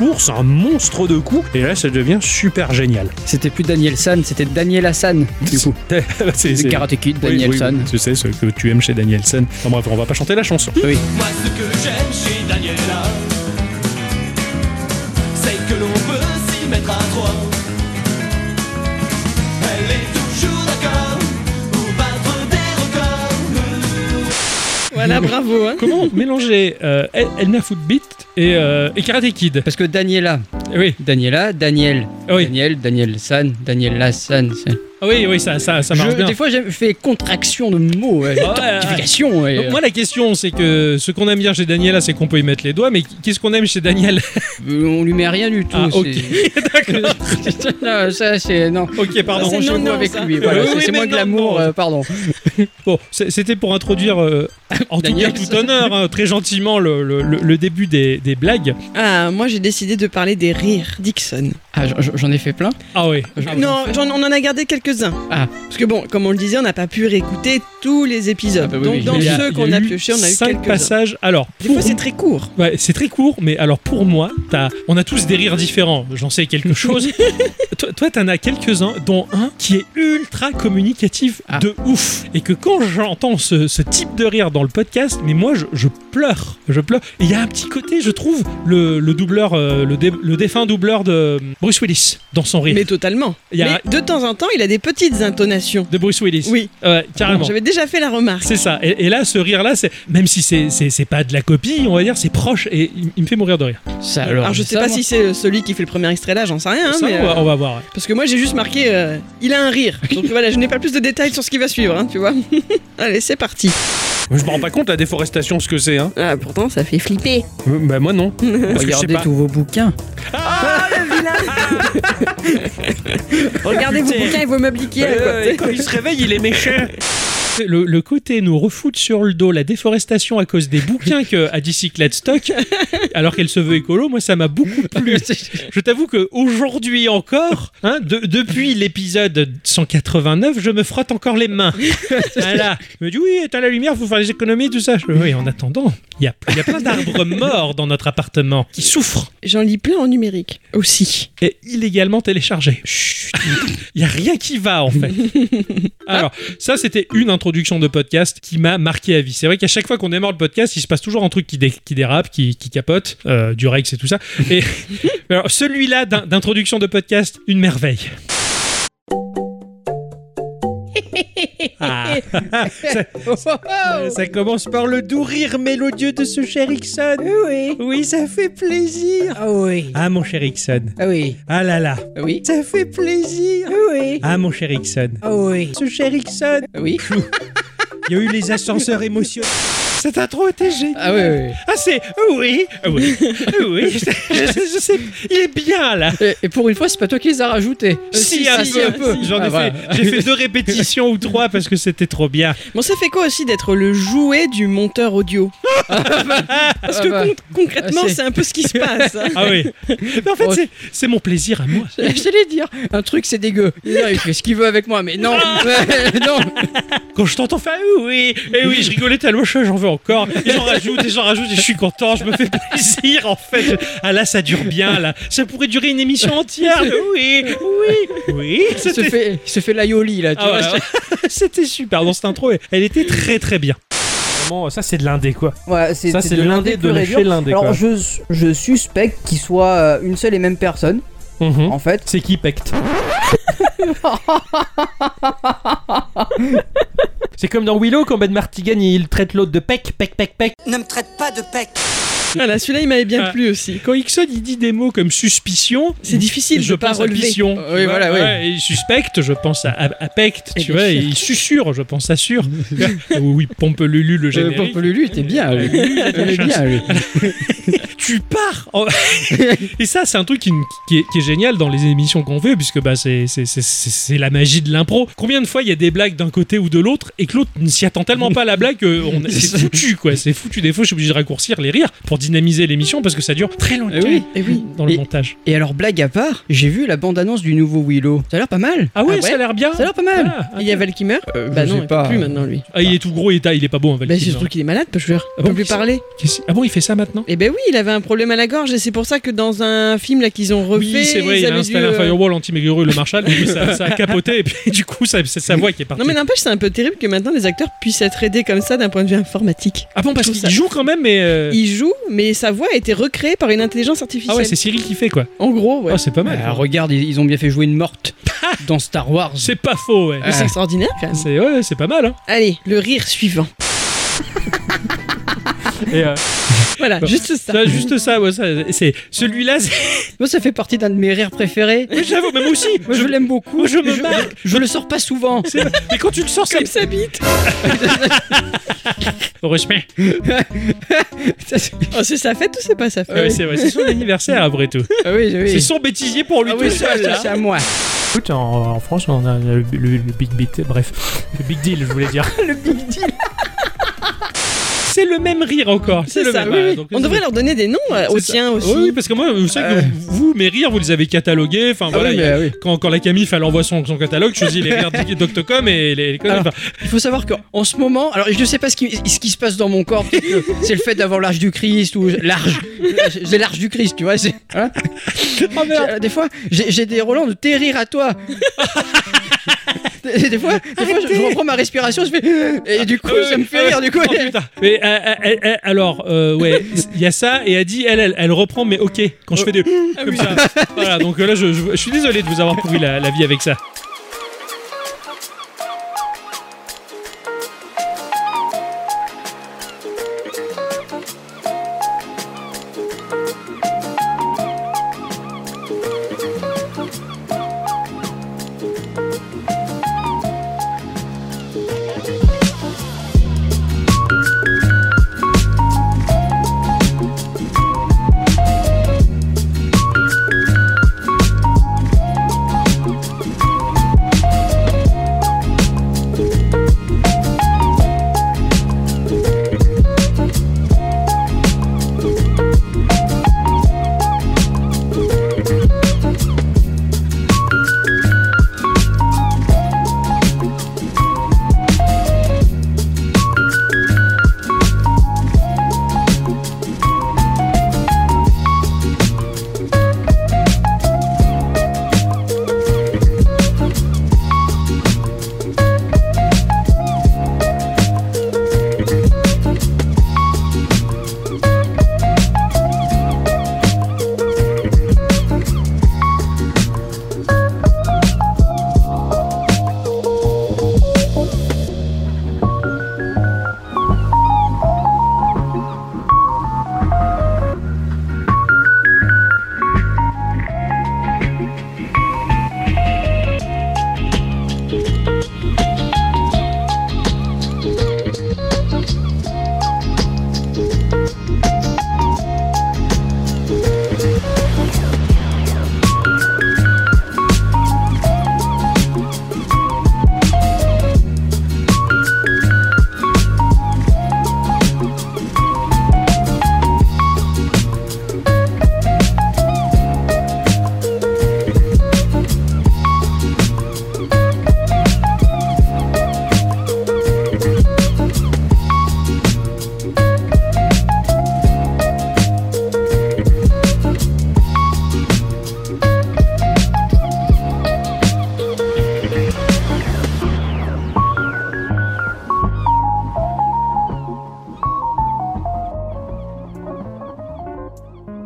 I: Ours, un monstre de coups. Et là, ça devient super génial.
B: c'était plus Daniel San, c'était Daniel Hassan, du coup.
I: Bah, c'est
B: Le Karate Kid, Daniel San.
I: Tu sais ce que tu aimes chez Danielson. Enfin bref, on va pas chanter la chanson.
B: Oui.
D: Moi ce que j'aime chez Daniela, c'est que l'on peut s'y mettre à trois. Elle est toujours d'accord pour battre des records.
C: Voilà, bravo. Hein.
A: Comment mélanger euh, El- Elna Footbeat et, euh, et Karate Kid
B: Parce que Daniela,
A: Oui.
B: Daniela, Daniel. Daniel, Daniel San, Daniel Lassan.
A: Ah oui, oui, ça, ça, ça marche bien.
B: Des fois, j'ai fait contraction de mots, ouais,
A: Ah ouais, ouais.
B: tortification, ouais.
A: Donc moi la question c'est que ce qu'on aime bien chez Daniela c'est qu'on peut y mettre les doigts mais qu'est-ce qu'on aime chez Daniel
B: Euh, On lui met rien du tout.
A: Ah ok
B: c'est-
A: d'accord.
B: Non, ça, c'est. Non.
A: Ok pardon.
B: C'est non, non, avec lui. Voilà,
A: Oui,
B: c'est-
A: oui,
B: c'est
A: mais
B: moins de
A: non,
B: l'amour, euh, pardon.
A: Bon, c'est- c'était pour introduire, euh, en tout cas,
B: Daniel.
A: tout honneur, hein, très gentiment, le, le- le- le début des, des blagues.
C: Ah, moi j'ai décidé de parler des rires, Dixon.
B: Ah, j'en- j'en ai fait plein.
A: Ah oui.
C: non, j'en- on en a gardé quelques-uns.
B: Ah.
C: Parce que bon, comme on le disait, on n'a pas pu réécouter tous les épisodes.
B: bah oui,
C: Donc
B: oui,
C: dans
B: mais il y a-
C: ceux
A: Il y
C: qu'on a
A: eu
C: piochés, on a eu
A: cinq
C: quelques-uns.
A: passages. Alors,
C: Des fois
A: pour-
C: c'est très court.
A: Ouais, c'est très court, mais alors pour moi, t'as- on a tous des rires différents. J'en sais quelque chose. toi, toi, t'en as quelques-uns, dont un qui est ultra communicatif
B: Ah.
A: de ouf. Et que quand j'entends ce, ce type de rire dans le podcast, mais moi, je, je pleure. Je pleure. Et il y a un petit côté, je trouve, le, le doubleur, euh, le, dé- le défunt doubleur de Bruce Willis dans son rire.
C: Mais totalement.
A: Il y a- Ah
C: Mais de temps en temps, il a des petites intonations.
A: De Bruce Willis.
C: Oui,
A: Ouais, carrément.
C: j'avais déjà fait la remarque.
A: C'est ça. Et, et là, ce rire-là, c'est même si c'est- c'est c'est pas de la copie, on va dire, c'est proche et il, il me fait mourir de rire.
B: Ça, alors,
C: Alors, je sais
B: Ah, ça,
C: pas
B: moi-
C: si c'est euh, celui qui fait le premier extrait là, j'en sais rien. hein,
A: Ça,
C: mais,
A: on, va,
C: euh,
A: on va voir. ouais.
C: Parce que moi j'ai juste marqué euh, il a un rire. Donc voilà, je n'ai pas plus de détails sur ce qui va suivre, hein, tu vois. Allez, c'est parti.
L: Je me rends pas compte la déforestation, ce que c'est, hein.
C: Ah, pourtant ça fait flipper.
L: Euh, Bah, moi non. Parce que je sais
K: Regardez
L: pas.
K: tous vos bouquins.
C: Regardez vos
L: Putain.
C: bouquins et vos
M: Bah,
C: meubles Ikea, Bah, quoi.
L: Euh, et quand il se réveille, il est méchant.
A: Le, le côté nous refoute sur le dos la déforestation à cause des bouquins que Adicyclette stock, alors qu'elle se veut écolo, moi ça m'a beaucoup plu. Je t'avoue que aujourd'hui encore, hein, de- depuis l'épisode 189, je me frotte encore les mains. Voilà. Je me dis oui, éteins la lumière, faut faire les économies, tout ça. Je fais, oui, en attendant, il y a, il y a plein d'arbres morts dans notre appartement qui souffrent.
C: J'en lis plein en numérique aussi.
A: est illégalement téléchargé. Il y a rien qui va en fait. Alors, ça c'était une introduction de podcast qui m'a marqué à vie. C'est vrai qu'à chaque fois qu'on démarre le podcast, il se passe toujours un truc qui, dé- qui dérape, qui, qui capote, euh, du Rex et tout ça. Et alors, celui-là d'in- d'introduction de podcast, une merveille. Ah, ça, ça commence par le doux rire mélodieux de ce cher Ixon.
K: Oui,
A: Oui, ça fait plaisir.
K: ah oui,
A: Ah, mon cher Ixon.
K: ah oui,
A: Ah là là.
K: ah oui,
A: Ça fait plaisir
K: oui,
A: Ah mon cher Ixon,
K: ah oui,
A: ce cher Ixon,
K: ah oui,
A: il y a eu les ascenseurs émotionnels. Cette intro était géniale.
B: Ah oui, oui, oui.
A: Ah c'est oh oui, oh oui, oh oui. Je, je- je sais, il est bien là.
B: Et, et pour une fois, c'est pas toi qui les as rajoutés. Euh,
A: un peu, J'en ai
B: Ah,
A: fait,
B: voilà.
A: j'ai fait deux répétitions ou trois parce que c'était trop bien.
C: Bon, ça fait quoi aussi d'être le jouet du monteur audio Parce que
B: bah.
C: con- concrètement,
B: Ah, c'est-
C: c'est un peu ce qui se passe. hein.
A: Ah oui. Mais en fait, c'est, c'est mon plaisir à moi.
B: J'allais dire, un truc c'est dégueu. Il il fait ce qu'il veut avec moi, mais non, ouais, non.
A: Quand je t'entends faire oh oui, et oui, je rigolais tellement chaud, j'en veux encore. Et j'en rajoute, et j'en rajoute, et je suis content, je me fais plaisir en fait. Ah là, ça dure bien là. Ça pourrait durer une émission entière. Oui, oui, oui.
B: Il se
A: C'était
B: fait, il se fait l'aioli là, tu
A: Ah
B: vois.
A: ouais,
B: c'est-
A: ouais. C'était super dans cette intro, elle était très très bien. Vraiment, ça c'est de l'indé quoi.
K: Ouais, c'est
L: Ça,
K: c'est
L: c'est
K: de
L: l'indé de
K: pur et
L: chez
K: dur.
L: l'indé, quoi.
K: Alors je, je suspecte qu'il soit euh, une seule et même personne,
A: Mhm.
K: en fait.
L: C'est qui pecte C'est comme dans Willow quand Ben Martigan il traite l'autre de pec, pec, pec, pec.
D: Ne me traite pas de pec.
C: Voilà, celui-là, il m'avait bien
A: Ah.
C: plu aussi.
A: Quand Ixon il dit des mots comme suspicion,
C: C'est difficile
A: je
C: de pas
A: pense à
C: relever.
A: pission.
B: Oui, voilà, oui.
A: ouais, et suspecte, je pense à, à, à pecte,
B: Et
A: tu
B: bien
A: vois, et
B: sûr.
A: il susurre, je pense à sûr. Euh, oui, pompe Lulu le
B: Euh,
A: générique.
B: Pompelulu, t'es bien, lui. Il est bien, lui.
A: tu pars en- Et ça, c'est un truc qui, qui est, qui est génial dans les émissions qu'on fait, puisque bah, c'est c'est- c'est- c'est- c'est la magie de l'impro. Combien de fois il y a des blagues d'un côté ou de l'autre, et que l'autre ne s'y attend tellement pas à la blague que on- c'est foutu, quoi. C'est foutu. Des fois, je suis obligé de raccourcir les rires pour dynamiser l'émission, parce que ça dure très longtemps
B: Eh oui, eh oui.
A: dans le
B: Et-
A: montage.
B: Et alors, blague à part, j'ai vu la bande-annonce du nouveau Willow. Ça a l'air pas mal.
A: Ah ouais,
C: Ah ouais
A: ça a l'air bien.
B: Ça a l'air pas mal.
A: Ah,
C: Et Il y a Val qui meurt
B: Euh,
C: Bah
B: je
C: non,
B: sais
C: il peut
B: pas.
C: plus maintenant, lui.
A: ah, il est tout gros et taille, il est pas beau en
C: Bah, c'est surtout qu'il est malade, parce que je veux dire,
A: Ah
C: on
A: bon,
C: peut plus
A: il s'est-
C: parler.
A: Ah bon, il fait ça maintenant
C: Et ben oui, il avait un problème à la gorge, et c'est pour ça que dans un film là qu'ils ont refait.
A: oui, c'est vrai,
C: ils
A: il a
C: avaient
A: installé
C: dû,
A: un
C: euh,
A: firewall anti-Meguru, le Marshall, du coup, ça, ça a capoté, et puis du coup, ça- c'est sa voix qui est partie.
C: Non, mais n'empêche, c'est un peu terrible que maintenant les acteurs puissent être aidés comme ça d'un point de vue informatique.
A: Ah bon, parce
C: Je trouve
A: qu'il
C: ça-
A: joue quand même, mais. euh,
C: Il joue, mais sa voix a été recréée par une intelligence artificielle.
A: Ah ouais, c'est Cyril qui fait quoi.
C: En gros, ouais.
A: Ah, c'est pas mal.
B: Ah, regarde, ils, ils ont bien fait jouer une morte dans Star Wars.
A: C'est pas faux, ouais. Ah,
C: Mais Ah, c'est extraordinaire quand même.
A: C'est ouais, c'est pas mal. Hein.
C: Allez, le rire suivant.
L: Et, euh,
B: Voilà,
A: Bon.
B: juste ça.
A: Ça, bah, juste ça, ouais, ça c'est celui-là.
B: Moi, ça fait partie d'un de mes rires préférés.
A: Mais j'avoue, même aussi.
B: Moi, je, l'aime beaucoup.
A: Moi, je me
B: je,
A: marre.
B: je le sors pas souvent.
A: C'est- Mais quand tu le sors,
B: Comme
A: ça
C: bite.
A: Heureusement.
C: Oh, c'est sa fête ou c'est pas sa fête
A: Ah ouais, c'est vrai, c'est son anniversaire après tout.
B: Ah oui, oui.
A: C'est son bêtisier pour lui
B: Ah
A: tout
B: oui,
A: seul. hein.
B: ça,
A: là.
B: c'est à moi.
N: Écoute, en, en France, on a le, le- le big beat, bref, le big deal, je voulais dire.
A: C'est le même rire encore.
C: C'est
A: le
C: ça,
A: même.
C: oui,
A: Ah,
C: oui.
A: donc,
C: On devrait leur donner des noms euh, aux
A: ça.
C: tiens aussi.
A: Oui, oui, parce que moi, vous savez que vous, mes rires, vous les avez catalogués. Enfin, voilà,
B: Ah oui,
A: il y a-
B: mais, oui.
A: quand, quand la Camif, elle envoie son, son catalogue, je choisis les rires d'Octocom et les, les conneries.
B: Alors,
A: Enfin,
B: il faut savoir qu'en ce moment, alors je ne sais pas ce qui, ce qui se passe dans mon corps, peut-être que c'est le fait d'avoir l'arche du Christ ou l'arche, j'ai l'arche du Christ, tu vois. C'est, hein
A: Oh,
B: J'ai- euh, Des fois, j'ai, j'ai des Roland de tes rires à toi. Des des fois, des fois, je, je reprends ma respiration, je fais et du coup,
A: Ah,
B: ça me
A: oui,
B: fait
A: ah,
B: rire. Du coup,
A: oh, putain. Mais, euh, euh, euh, euh, alors, euh, ouais, il y a ça, et elle dit, elle, elle, elle reprend, mais ok, quand je fais des. Comme ça. Voilà, donc euh, là, je, je- je suis désolé de vous avoir pourri la, la vie avec ça.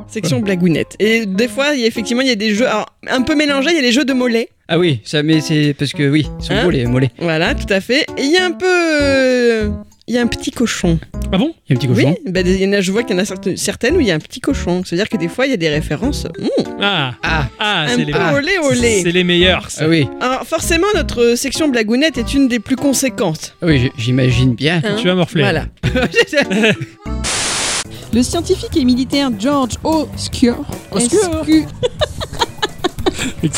C: Section blagounette. Et des fois, il y a, effectivement, il y a des jeux alors, un peu mélangés, il y a les jeux de mollets.
B: Ah oui, ça, mais c'est parce que oui, ils sont
C: Hein
B: beaux les mollets.
C: Voilà, tout à fait. Et il y a un peu. euh, Il y a un petit cochon.
A: Ah bon
B: Il y a un petit
C: Oui,
B: cochon.
C: bah, des- il y en a, je vois qu'il y en a certaines- certaines où il y a un petit cochon. C'est-à-dire que des fois, il y a des références. hmm.
A: Ah, ah,
C: Un
A: c'est les
C: peu olé, olé.
A: C'est les meilleurs. ça.
B: Ah oui,
C: Alors, forcément, notre section blagounette est une des plus conséquentes.
B: ah oui, j- j'imagine bien.
C: Hein
A: Tu vas morfler.
C: Voilà.
A: Ah.
J: Le scientifique et militaire George Oscure.
D: Oscure.
A: Ah, c'est-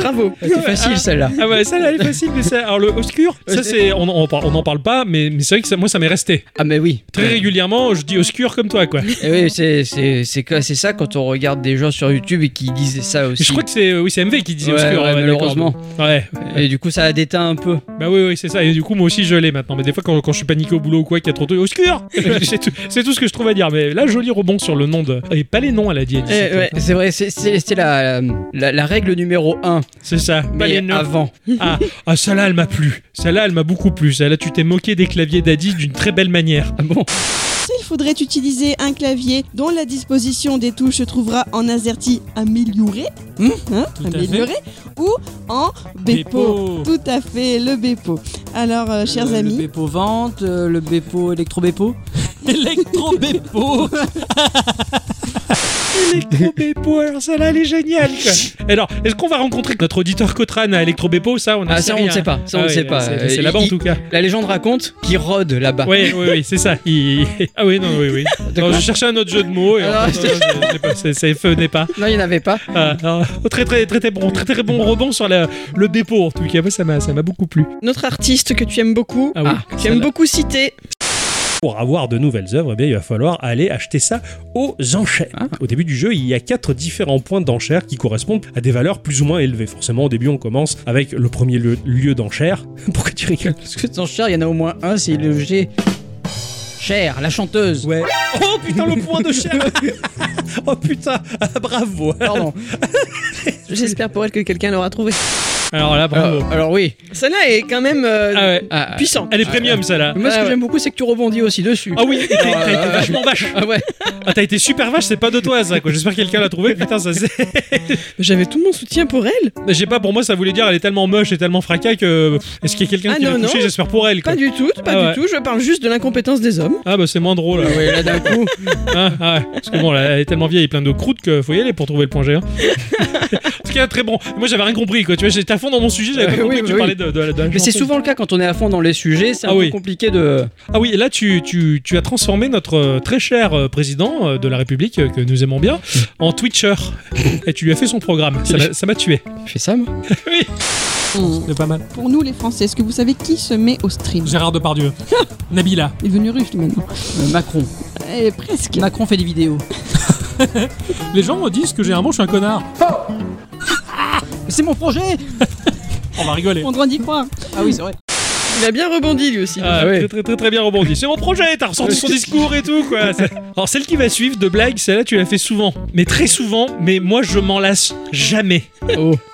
B: Bravo. C'est facile
A: Ah,
B: celle-là.
A: Ah ouais, celle-là elle est facile, mais ça, alors le obscur, ça c'est, on n'en on, en parle pas, mais, mais c'est vrai que ça- moi ça m'est resté.
B: Ah mais oui.
A: Très régulièrement, je dis obscur comme toi quoi.
B: Et Eh oui, c'est, c'est, c'est, que- c'est ça quand on regarde des gens sur YouTube et qui disaient ça aussi.
A: Je crois que c'est euh, oui, c'est MV qui disait
B: Ouais,
A: obscur.
B: ouais,
A: d'accord.
B: malheureusement.
A: Ouais.
B: Et du coup, ça a déteint un peu.
A: Bah oui, oui, c'est ça. Et du coup, moi aussi, je l'ai maintenant. Mais des fois, quand, quand je suis paniqué au boulot ou quoi, qu'il y a trop de trucs, obscur C'est tout, c'est tout ce que je trouve à dire. Mais là, joli rebond sur le nom de. Et pas les noms, elle a dit. elle dit,
B: Eh,
A: c'est
B: ouais,
A: tout.
B: c'est vrai, c'est, c'est, c'est la, la, la règle numéro 1.
A: C'est ça, pas
B: Mais
A: les noms.
B: avant.
A: Ah, ah, celle-là, elle m'a plu. Celle-là, elle m'a beaucoup plu. Celle-là, tu t'es moqué des claviers d'Adi d'une très belle manière.
B: Ah bon
J: Il faudrait utiliser un clavier dont la disposition des touches se trouvera en AZERTY amélioré,
C: Hmm
J: hein,
D: à fait.
J: amélioré ou en BEPO.
H: Bepo.
J: Tout à fait, le BEPO. Alors, euh, chers
H: le,
J: amis,
H: Le Bepo vente, euh, le Bepo électro Bepo.
A: Electro-Bepo Electro-Bepo, alors celle-là, elle est géniale quoi. Alors, est-ce qu'on va rencontrer notre auditeur Cotran à Electro-Bepo Ça, on
B: Ah, ça, on ne sait pas. Ça, on
A: Ah
B: ne
A: oui,
B: sait pas.
A: c'est-
B: Euh,
A: C'est là-bas en
B: il-
A: tout cas.
B: La légende raconte qu'il rôde là-bas.
A: Oui, oui, oui, c'est ça. Il- Ah oui, non, oui, oui. Non, je cherchais un autre jeu de mots et en fait, non, non, je- je l'ai pas- c'est- c'est feu n'est pas.
B: Non, il n'y en avait pas.
A: Ah, non. très, très, très, très bon, très, très bon rebond sur la- le Bepo en tout cas. Moi, ça m'a ça m'a beaucoup plu.
C: Notre artiste que tu aimes beaucoup,
A: Ah oui,
C: que tu
A: celle-là.
C: aimes beaucoup citer.
O: Pour avoir de nouvelles œuvres, eh bien, il va falloir aller acheter ça aux enchères.
A: Ah.
O: Au début du jeu, il y a quatre différents points d'enchères qui correspondent à des valeurs plus ou moins élevées. Forcément, au début, on commence avec le premier lieu, lieu d'enchères. Pourquoi tu rigoles
B: Parce que dans Cher, il y en a au moins un, c'est le G. Cher, la chanteuse.
O: Ouais. Oh putain, le point de Cher Oh putain, bravo
B: Pardon.
C: J'espère pour elle que quelqu'un l'aura trouvé.
A: Alors là, bravo.
B: Euh, alors oui.
C: Celle-là est quand même euh,
A: Ah ouais.
C: puissante.
A: Elle est premium, celle-là.
B: Moi, ce
A: Ah
B: que
A: ouais.
B: j'aime beaucoup, c'est que tu rebondis aussi dessus.
A: Ah oui, et t'as
B: Ah,
A: t'as été
B: ouais.
A: vachement vache.
B: Ah ouais.
A: Ah, t'as été super vache, c'est pas de toi ça quoi. J'espère que quelqu'un l'a trouvé. Putain, ça c'est.
C: J'avais tout mon soutien pour elle.
A: Mais J'ai pas, pour moi, ça voulait dire elle est tellement moche et tellement fracas que. pff, Est-ce qu'il y a quelqu'un
C: Ah
A: qui l'a
C: non,
A: touché
C: non.
A: J'espère pour elle.
C: Pas du tout, pas
A: Ah ouais.
C: du tout. Je parle juste de l'incompétence des hommes.
A: Ah bah c'est moins drôle.
B: Ah ouais, là, d'un coup.
A: Ah, ah, parce que bon, là, elle est tellement vieille et pleine de croûtes que faut y aller pour trouver le point G. hein. en tout cas, très bon. Moi j'avais rien compris quoi. Tu vois, j'étais à fond dans mon sujet, j'avais
B: Euh,
A: pas compris
B: oui,
A: que tu
B: oui.
A: parlais de, de, de la
B: Mais c'est
A: chanteuse.
B: souvent le cas quand on est à fond dans les sujets, c'est un
A: Ah
B: peu
A: oui.
B: compliqué de.
A: Ah oui, et là tu, tu, tu as transformé notre euh, très cher euh, président euh, de la République, euh, que nous aimons bien, en Twitcher. Et tu lui as fait son programme. Ça m'a- Ça m'a tué.
B: Je fais ça moi
A: Oui
I: C'est pas mal.
J: Pour nous les Français, est-ce que vous savez qui se met au stream
I: Gérard Depardieu. Nabila.
J: Il est devenu russe lui, maintenant.
I: Macron.
J: Eh, presque.
H: Euh, Macron fait des vidéos.
I: Les gens me disent que généralement je suis un connard.
H: C'est mon projet
I: On va rigoler.
J: On doit y croire.
H: Ah oui, c'est vrai.
C: Il a bien rebondi lui aussi.
A: Ah, très, très très très bien rebondi. C'est mon projet, t'as ressorti son discours et tout quoi. C'est- Alors celle qui va suivre de blague, celle-là tu l'as fait souvent, mais très souvent, mais moi je m'en lasse jamais.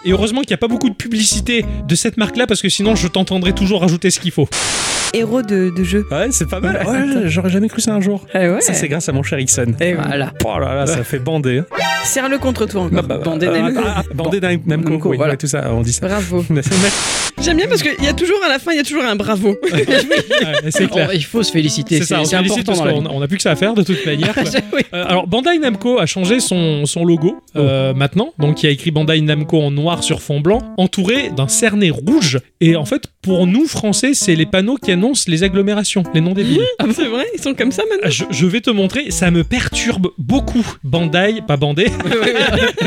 A: Et heureusement qu'il n'y a pas beaucoup de publicité de cette marque-là parce que sinon je t'entendrai toujours rajouter ce qu'il faut.
M: Héros de, de jeu.
O: Ouais, c'est pas mal. Ouais, j'aurais jamais cru ça un jour.
C: Ah
O: Ça, c'est grâce à mon cher Ixon.
B: Et voilà.
O: Oh là là, ça fait bander. hein.
M: Serre-le contre toi encore.
A: bah,
B: Bandé
A: euh,
O: Ah,
B: Namco.
O: ah, ah, Bandé Nam- Namco, oui, ouais, tout ça, on dit ça.
M: Bravo.
C: J'aime bien parce qu'il y a toujours à la fin, il y a toujours un bravo.
A: c'est clair.
B: On- Il faut se féliciter,
A: ça,
B: c'est
A: on
B: c'est
A: félicite
B: important
A: parce
B: dans la
A: qu'on-
B: vie.
A: on a plus que ça à faire de toute manière. quoi.
B: C'est- oui.
A: Euh, alors Bandai Namco a changé son, son logo euh,
B: Oh.
A: maintenant, donc il y a écrit Bandai Namco en noir sur fond blanc, entouré d'un cerné rouge. Et en fait, pour nous Français, c'est les panneaux qui annoncent les agglomérations, les noms des villes.
B: Mmh.
A: Ah,
C: C'est vrai, ils sont comme ça maintenant.
A: Je, je vais te montrer, ça me perturbe beaucoup. Bandai, pas Bandai.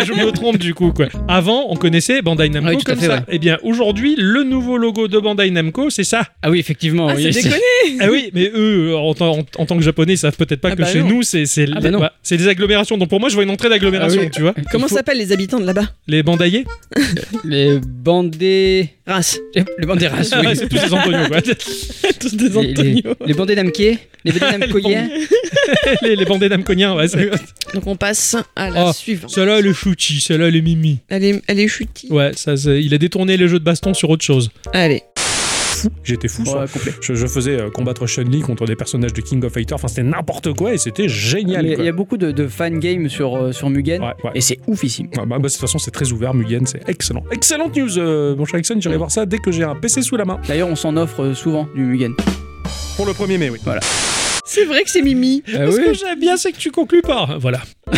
A: je me trompe du coup quoi. Avant, on connaissait Bandai Namco
B: Oui, tout à
A: comme
B: fait,
A: ça.
B: ouais.
A: Eh bien, aujourd'hui, le nouveau logo de Bandai Namco, c'est ça.
B: Ah oui, effectivement.
A: Ah,
B: oui,
A: c'est déconné. Ah oui, mais eux, en, tant- en- en tant que japonais, ils savent peut-être pas
C: Ah
A: que
C: bah
A: chez
C: non.
A: nous, c'est c'est
C: Ah
A: les-
C: bah non.
A: bah, c'est des agglomérations. Donc pour moi, je vois une entrée d'agglomération,
B: Ah oui.
A: tu vois.
C: Comment
A: Il faut-
C: s'appellent les habitants de là-bas
A: Les bandaiers
B: Les bandés.
C: Races.
B: Les bandés races,
A: Ah
B: oui.
A: ouais, c'est tous des Antonio, quoi.
C: Tous des
B: Les, les, les bandés d'Amké, les bandés d'Amkoyen.
A: les, les bandais namconiens, ouais. c'est-
C: Donc on passe à la
A: Oh,
C: suivante.
A: Celle-là, elle est chouti, celle-là, elle est mimi.
C: Elle est, elle est chutie.
A: Ouais, ça, c'est- il a détourné les jeux de baston sur autre chose.
C: Allez.
O: Fou, j'étais fou. ça. je, je faisais euh, combattre Chun-Li contre des personnages de King of Fighters. Enfin, c'était n'importe quoi et c'était génial.
B: Ah,
K: Il y a-
O: quoi.
K: il y a beaucoup de, de fan games sur, euh, sur Mugen et c'est oufissime.
O: Ah bah, bah, de toute façon, c'est très ouvert, Mugen, c'est excellent. Excellente news, euh, mon cher Ixon, j'irai voir ça dès que j'ai un PC sous la main.
K: D'ailleurs, on s'en offre euh, souvent du Mugen.
O: Pour le 1er mai, oui.
K: Voilà.
C: C'est vrai que c'est Mimi.
K: Ah
A: Ce
K: oui.
A: que j'aime bien, c'est que tu conclus par. Voilà.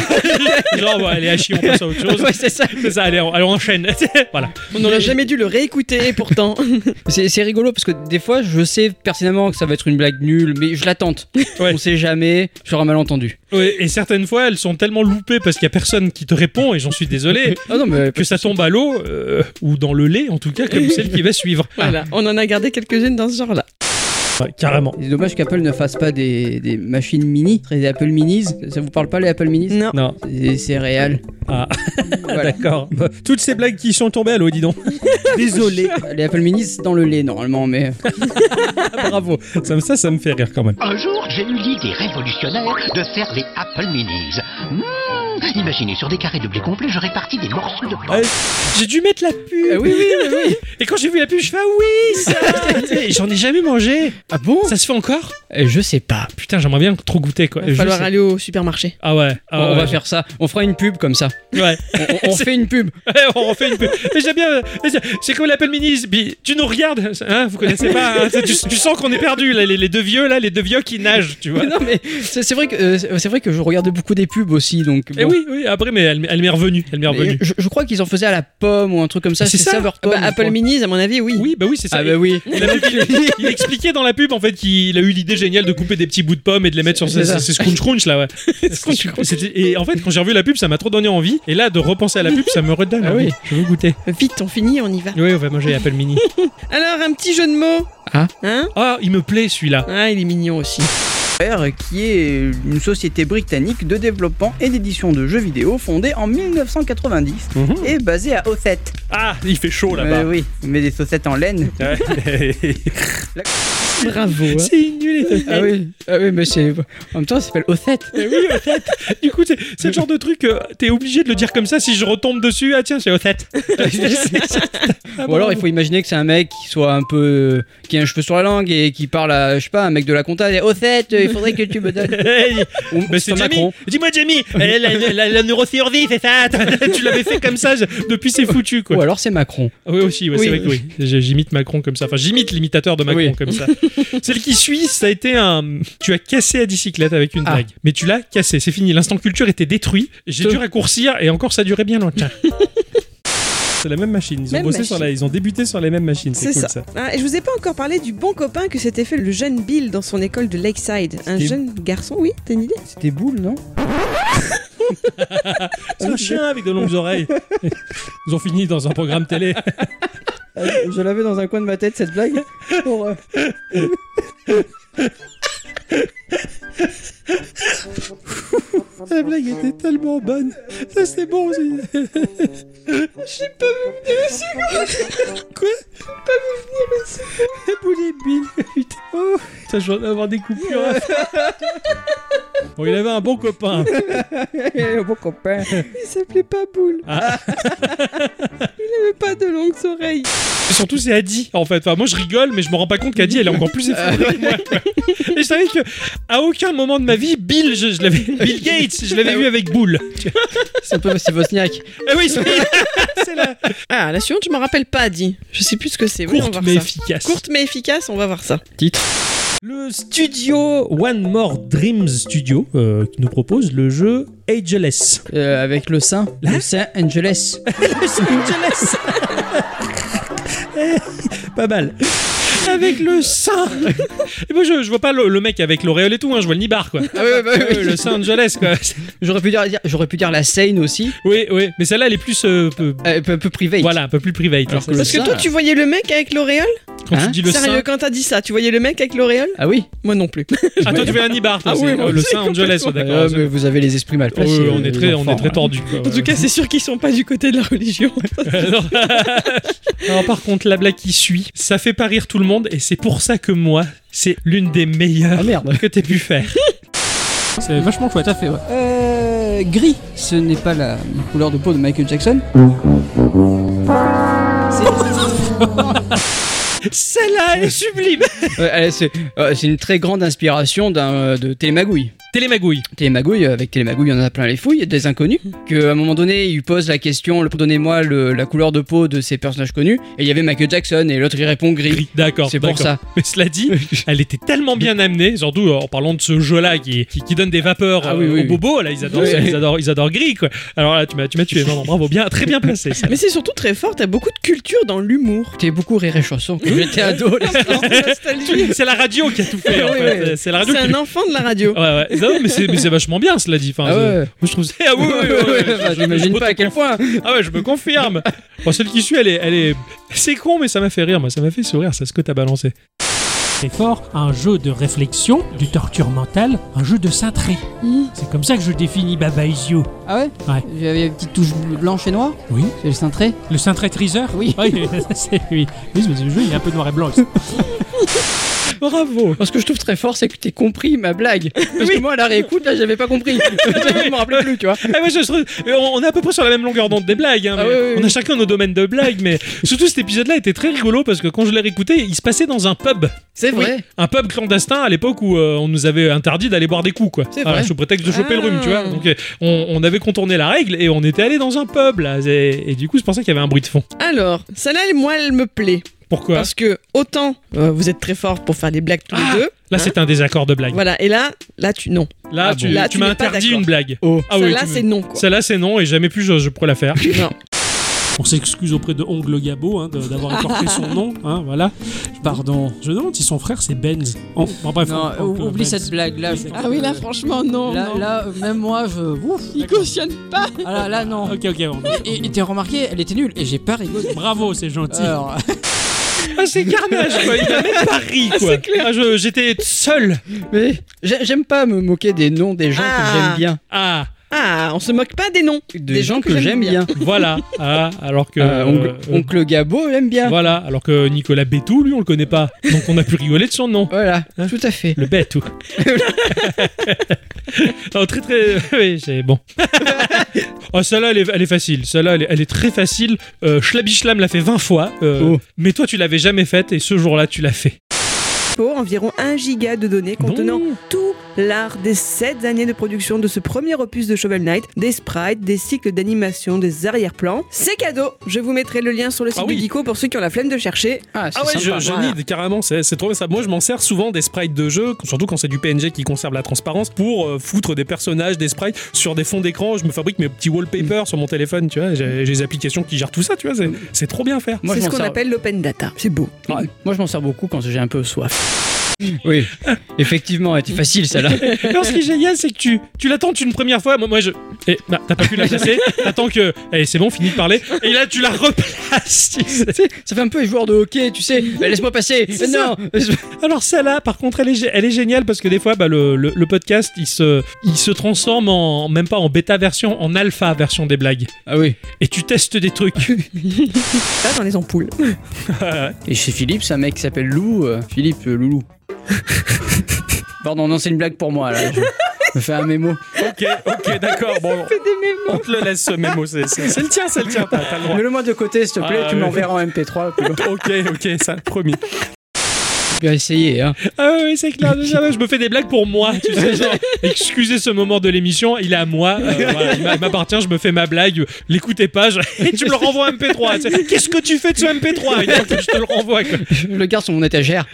A: Genre, bon, allez, à chier, on passe à autre chose.
B: Ouais, c'est ça.
A: C'est ça, allez, on, allez, on enchaîne. voilà.
C: On n'aurait jamais dû le réécouter pourtant.
B: C'est c'est rigolo parce que des fois, je sais pertinemment que ça va être une blague nulle, mais je la tente. On sait jamais sur un malentendu.
A: Ouais, et certaines fois, elles sont tellement loupées parce qu'il y a personne qui te répond, et j'en suis désolé,
B: Ah non, mais-
A: que ça tombe à l'eau, euh, ou dans le lait en tout cas, comme celle qui va suivre.
C: voilà, on en a gardé quelques-unes dans ce genre-là.
A: carrément.
K: C'est dommage qu'Apple ne fasse pas des, des machines mini, des Apple Minis. Ça vous parle pas les Apple Minis
C: Non.
A: Non.
K: C'est céréales.
A: Ah, d'accord. Toutes ces blagues qui sont tombées à l'eau, dis donc.
K: Désolé. Les Apple Minis c'est dans le lait normalement, mais
B: euh,
A: bravo. Ça, ça, ça me fait rire quand même.
P: Un jour, j'ai eu l'idée révolutionnaire de faire les Apple Minis. Mmh, Imaginez, sur des carrés de blé complet, je répartis des morceaux de
A: Ouais, Ah, j'ai dû mettre la pub.
B: oui, oui, oui, oui.
A: Et quand j'ai vu la pub, je fais ah oui, ça. J'en ai jamais mangé.
B: Ah bon
A: Ça se fait encore
B: Je sais pas.
A: Ah, Putain, j'aimerais bien trop goûter quoi.
C: Il va
A: Je
C: falloir
A: sais-
C: aller au supermarché.
A: Ah ouais. ah
B: on
A: ouais.
B: va faire ça. On fera une pub comme ça.
A: Ouais.
B: On, on- on fait une pub.
A: Ouais, on refait une pub. Mais j'aime bien. euh, c'est- C'est comme l'appel ministre. Puis, tu nous regardes. Hein, vous connaissez pas. hein, c'est- tu, tu sens qu'on est perdu là. Les, les deux vieux là, les deux vieux qui nagent, tu vois.
B: Mais non, mais c'est c'est vrai que euh, c'est vrai que je regarde beaucoup des pubs aussi, donc.
A: Et
B: bon.
A: Eh oui, oui. Après, mais elle, m'est- elle m'est revenue. Elle m'est
B: Mais
A: revenue.
B: Je, je crois qu'ils en faisaient à la pomme ou un truc comme ça.
A: C'est
B: chez
A: ça
B: Saveur
A: Ah bah,
B: Pomme, je
A: Apple
B: crois.
C: Minis, à mon avis, oui.
A: Oui, bah oui, c'est ça.
B: Ah bah oui.
A: Il, avait- il- il expliquait dans la pub en fait qu'il a eu l'idée géniale de couper des petits bouts de pommes et de les mettre sur
B: C'est
A: ses,
B: ça.
A: ses scrunch crunch là ouais. C'était- et en fait quand j'ai revu la pub ça m'a trop donné envie et là de repenser à la pub ça me redonne
B: Ah
A: envie.
B: oui.
A: Je veux goûter.
C: Vite, on finit, on y va.
A: Oui on va manger Apple Mini.
C: Alors, un petit jeu de mots.
A: Ah.
C: Hein
A: Ah il me plaît celui-là.
C: Ah, il est mignon aussi.
K: Rare, qui est une société britannique de développement et d'édition de jeux vidéo fondée en 1990
B: Mhm.
K: et basée à Ossette.
A: Ah il fait chaud là-bas.
K: Euh, oui, mais des saucettes en laine.
B: Bravo. hein.
A: C'est nul les
B: Ah oui, ah oui, mais c'est. En même temps, ça s'appelle Othette.
A: Eh oui, au fait. Du coup, c'est c'est le genre de truc, euh, t'es obligé de le dire comme ça si je retombe dessus. Ah tiens, c'est au fait. Ah,
B: Ou alors, il faut imaginer que c'est un mec qui soit un peu. qui a un cheveu sur la langue et qui parle à, je sais pas, un mec de la compta. Et, Au fait, il faudrait que tu me donnes.
A: Hey,
B: Ou
A: bah, c'est
B: c'est
A: Jamie.
B: Macron.
A: Dis-moi, Jamie, euh, la, la- la neurochirurgie, c'est ça Tu l'avais fait comme ça, je- depuis c'est foutu quoi.
B: Ou alors, c'est Macron.
A: Ah Oui, aussi, ouais,
B: Oui.
A: c'est vrai que oui. J'ai- J'imite Macron comme ça. Enfin, j'imite l'imitateur de Macron
B: Oui.
A: comme ça. Celle qui suit, ça a été un. Tu as cassé la bicyclette avec une
B: Ah.
A: blague. Mais tu l'as cassé, c'est fini. L'instant culture était détruit. J'ai dû raccourcir et encore, ça durait bien longtemps.
O: C'est la même machine. Ils ont
C: Même
O: bossé sur
C: machine.
O: la, ils ont débuté sur les mêmes machines. C'est
C: C'est
O: cool ça.
C: ça. Ah, et je vous ai pas encore parlé du bon copain que s'était fait le jeune Bill dans son école de Lakeside. Un
K: C'était-
C: jeune garçon, oui, t'as une idée
K: C'était boule, non
O: C'est un chien avec de longues oreilles.
A: Ils ont fini dans un programme télé.
K: Euh, Je l'avais dans un coin de ma tête cette blague. Pour, euh,
O: La blague était tellement bonne. Ça c'est bon.
D: J'ai pas vu venir le second.
O: Quoi
D: J'ai pas vu venir le second.
O: Boulet Bill. Putain. Oh. Ça je vais en avoir des coupures. bon, il avait un bon copain.
K: Le bon copain.
C: Il s'appelait pas Boule.
A: Ah.
C: Il avait pas de longues oreilles.
A: Et surtout, c'est Adi, en fait. Enfin, moi, je rigole, mais je me rends pas compte qu'Adi, elle est encore plus effondrée que moi. quoi. Et je savais que, à aucun moment de ma vie, Bill, je, je l'avais, Bill Gates, je
C: Ah
A: l'avais vu avec Boule.
B: C'est un peu c'est Bosniak.
A: Ah oui, c'est
C: Ah, la suivante, je m'en rappelle pas, dit. Je sais plus ce que c'est. Oui, on
A: courte
C: va voir
A: mais
C: ça.
A: efficace.
C: Courte mais efficace, on va voir ça.
B: Titre.
O: Le studio One More Dreams Studio euh, qui nous propose le jeu Ageless.
B: Euh, avec le sein.
K: Hein
B: Le sein Angeles.
O: Pas mal.
A: Avec le sein. Et moi, je, je vois pas le, le mec avec l'auréole et tout, hein, je vois le nibar, quoi.
B: Ah ouais, bah oui.
A: Euh, le Saint Angeles, quoi.
B: J'aurais pu dire, j'aurais pu dire la Seine aussi.
A: Oui, oui, mais celle-là, elle est plus. euh, peu-
B: Un peu, peu privée.
A: Voilà, un peu plus private. hein.
B: Alors que le
C: Parce que
B: sein,
C: toi, tu voyais le mec avec l'auréole
A: Quand
B: Hein
A: tu dis le
C: Sérieux,
A: sein.
C: quand t'as dit ça, tu voyais le mec avec l'auréole
B: Ah oui.
C: Moi non plus.
A: Ah, toi, tu veux un nibar, toi,
C: Ah
A: c'est,
C: oui, moi
A: euh, le
C: aussi,
A: Saint Angeles, ouais,
B: Euh,
A: d'accord.
B: mais vous avez les esprits mal
A: Oh,
B: placés.
A: oui, on est
B: les
A: très, on
B: enfants,
A: est très
B: là.
A: tordus, quoi.
C: En tout cas, c'est sûr qu'ils sont pas du côté de la religion.
A: Euh, non. Alors, par contre, la blague qui suit, ça fait pas rire tout le monde et c'est pour ça que moi, c'est l'une des meilleures
B: Ah merde.
A: que t'aies pu faire.
H: C'est vachement chouette à fait, ouais. Euh, gris, ce n'est pas la couleur de peau de Michael Jackson.
A: Celle-là, elle est sublime.
B: Ouais, allez, c'est euh, c'est une très grande inspiration d'un euh, de Télémagouille.
A: Télémagouille.
B: Télémagouille, euh, avec Télémagouille, il y en a plein les fouilles, des inconnus. Que à un moment donné, il pose la question le- donnez-moi le- la couleur de peau de ces personnages connus. Et il y avait Michael Jackson, et l'autre il répond gris.
A: Gris, D'accord.
B: C'est pour
A: d'accord.
B: ça.
A: Mais cela dit, elle était tellement bien amenée, surtout en parlant de ce jeu-là qui, qui, qui donne des vapeurs
B: Ah
A: euh,
B: oui, oui,
A: aux
B: oui.
A: bobos. Là, ils adorent,
B: Oui.
A: ça, ils adorent, ils adorent gris, quoi. Alors là, tu m'as, tu m'as tué. Non, non, bravo, bien, très bien placé. ça.
C: Mais c'est surtout très fort, t'as beaucoup de culture dans l'humour.
B: T'es beaucoup rire et chanson quand j'étais ado. là.
A: C'est la radio qui a tout fait. en
C: Oui,
A: fait.
C: oui.
A: C'est la radio.
C: C'est
A: qui-
C: un enfant de la radio.
A: Ouais, ouais. Non, mais c'est, mais c'est vachement bien, cela dit. Enfin,
B: Ah
A: je-
B: ouais.
A: moi, je trouve. ça- Ah oui, oui, oui, oui, je-
B: Bah,
A: je-
B: J'imagine
A: je-
B: pas à quel point.
A: Ah ouais, je me confirme. Bon, celle qui suit, elle est, elle est, c'est con, mais ça m'a fait rire, moi, ça m'a fait sourire, c'est ce que t'as balancé.
I: C'est fort, un jeu de réflexion, du torture mentale, un jeu de cintré. C'est comme ça que je définis Baba Is You.
H: Ah ouais
I: Ouais.
H: J'avais une petite touche blanche et noire.
I: Oui.
H: C'est le cintré.
I: Le cintré triseur
H: Oui.
I: Oui, c'est- oui. Oui, mais le jeu il est un peu noir et blanc. aussi.
A: Bravo.
B: Ce que je trouve très fort, c'est que t'aies compris ma blague. Parce que moi, à la réécoute, là, j'avais pas compris. je m'en rappelais plus, tu vois.
A: Ah ouais, je- je- on on est à peu près sur la même longueur d'onde des blagues. hein,
B: Ah
A: mais
B: oui, oui,
A: on a
B: oui.
A: chacun nos domaines de blagues, mais surtout cet épisode-là était très rigolo parce que quand je l'ai réécouté, il se passait dans un pub.
B: C'est vrai.
A: Un pub clandestin à l'époque où euh, on nous avait interdit d'aller boire des coups, quoi.
B: C'est
A: Voilà,
B: vrai.
A: sous prétexte de choper le rhume, tu vois.
B: Ah.
A: Donc euh, on, on avait contourné la règle et on était allé dans un pub là. Et, et du coup, c'est pour ça qu'il y avait un bruit de fond.
C: Alors, celle-là, elle- moi, elle me plaît.
A: Pourquoi
C: Parce que autant euh, vous êtes très forts pour faire des blagues tous les deux.
A: Là, c'est un désaccord de blague.
C: Voilà, et là, là tu non.
A: Là, tu, tu m'as
C: n'es pas
A: interdit
C: d'accord.
A: une blague.
C: Celle-là,
A: Oh. Ah tu me-
C: c'est non, quoi.
A: Celle-là, c'est non, et jamais plus je, je pourrais la faire.
I: On s'excuse auprès de Ongle Gabo hein, de- d'avoir écorché son nom, hein, voilà. Pardon. Je me demande si son frère c'est Benz. Oh, bon, bref,
H: Non,
I: on- on-
H: ou- oublie cette blague là. je-
J: Ah oui, là, franchement, non.
H: Là,
J: non.
H: là, euh, même moi, je. Ouf,
J: il cautionne pas.
H: Ah là, là, non.
I: Ok, ok, bon.
H: Et et t'as remarqué, elle était nulle et j'ai pas rigolé.
I: Bravo, c'est gentil.
H: Alors,
A: Ah, c'est carnage, quoi. Il a même pas ri, quoi. Ah, je- J'étais seul.
B: Mais j'ai- j'aime pas me moquer des noms des gens
C: Ah.
B: que j'aime bien.
A: Ah.
C: Ah, on se moque pas des noms. Des, gens que, j'aime bien.
A: Voilà. Ah, alors que.
B: Euh, oncle-
A: oncle
B: Gabo aime bien.
A: Voilà, alors que Nicolas Bétou, lui, on le connaît pas. Donc on a pu rigoler de son nom.
B: Voilà, tout à fait.
A: Le Bétou. Non, très très. Oui, c'est bon. oh, celle-là, elle est, elle est facile. Celle-là, elle, est- elle est très facile. Euh, Schlabishlam l'a fait 20 fois. euh, Mais toi, tu l'avais jamais faite et ce jour-là, tu l'as fait.
M: Pour environ 1 giga de données contenant tout l'art des 7 années de production de ce premier opus de Shovel Knight, des sprites, des cycles d'animation, des arrière-plans. C'est cadeau Je vous mettrai le lien sur le site du Geeko pour ceux qui ont la flemme de chercher.
O: Ah ouais, je, je nid, carrément, c'est c'est trop ça. Moi, je m'en sers souvent des sprites de jeu, surtout quand c'est du PNG qui conserve la transparence, pour euh, foutre des personnages, des sprites sur des fonds d'écran. Je me fabrique mes petits wallpapers sur mon téléphone, tu vois. J'ai j'ai des applications qui gèrent tout ça, tu vois. c'est- C'est trop bien à faire.
B: Moi, je
M: C'est ce qu'on
B: m'en sers-
M: appelle l'open data. C'est beau.
B: Moi, je m'en sers beaucoup quand j'ai un peu soif. Oui, effectivement, elle était facile celle-là.
A: Alors, ce qui est génial, c'est que tu, tu l'attends une première fois. Moi, moi je. Eh, bah, t'as pas pu la placer. T'attends que. Allez, c'est bon, fini de parler. Et là, tu la replaces. tu sais.
B: Ça fait un peu les joueurs de hockey, tu sais. Mais Laisse-moi passer.
A: C'est
B: Non.
A: ça. Alors celle-là, par contre, elle est, gé- elle est géniale parce que des fois, bah, le, le- le podcast, il se, il se transforme en même pas en bêta version, en alpha version des blagues.
B: Ah oui.
A: Et tu testes des trucs.
M: Là, dans les ampoules.
B: Et chez Philippe, c'est un mec qui s'appelle Lou. euh, Philippe euh, Loulou. Pardon, non, c'est une blague pour moi là. Je me fais un mémo.
O: Ok, ok, d'accord. Bon, on te le laisse ce mémo. C'est c'est- c'est le tien, c'est le tien. T'as t'as le droit.
B: Mets-le moi de côté, s'il te plaît,
O: Ah,
B: tu
O: oui.
B: m'enverras en MP3. plus loin.
O: Ok, ok, ça, promis.
B: Bien essayé, hein.
A: Ah oui, c'est clair. déjà, là, je me fais des blagues pour moi. Tu sais, genre, excusez ce moment de l'émission, il est à moi. euh, voilà, il m'a- il m'appartient, je me fais ma blague. L'écoutez pas, je- et tu me le renvoies un MP3. tu sais. Qu'est-ce que tu fais de ce MP3 Il faut que Je te le renvoie. quoi.
B: Je le garde sur mon étagère.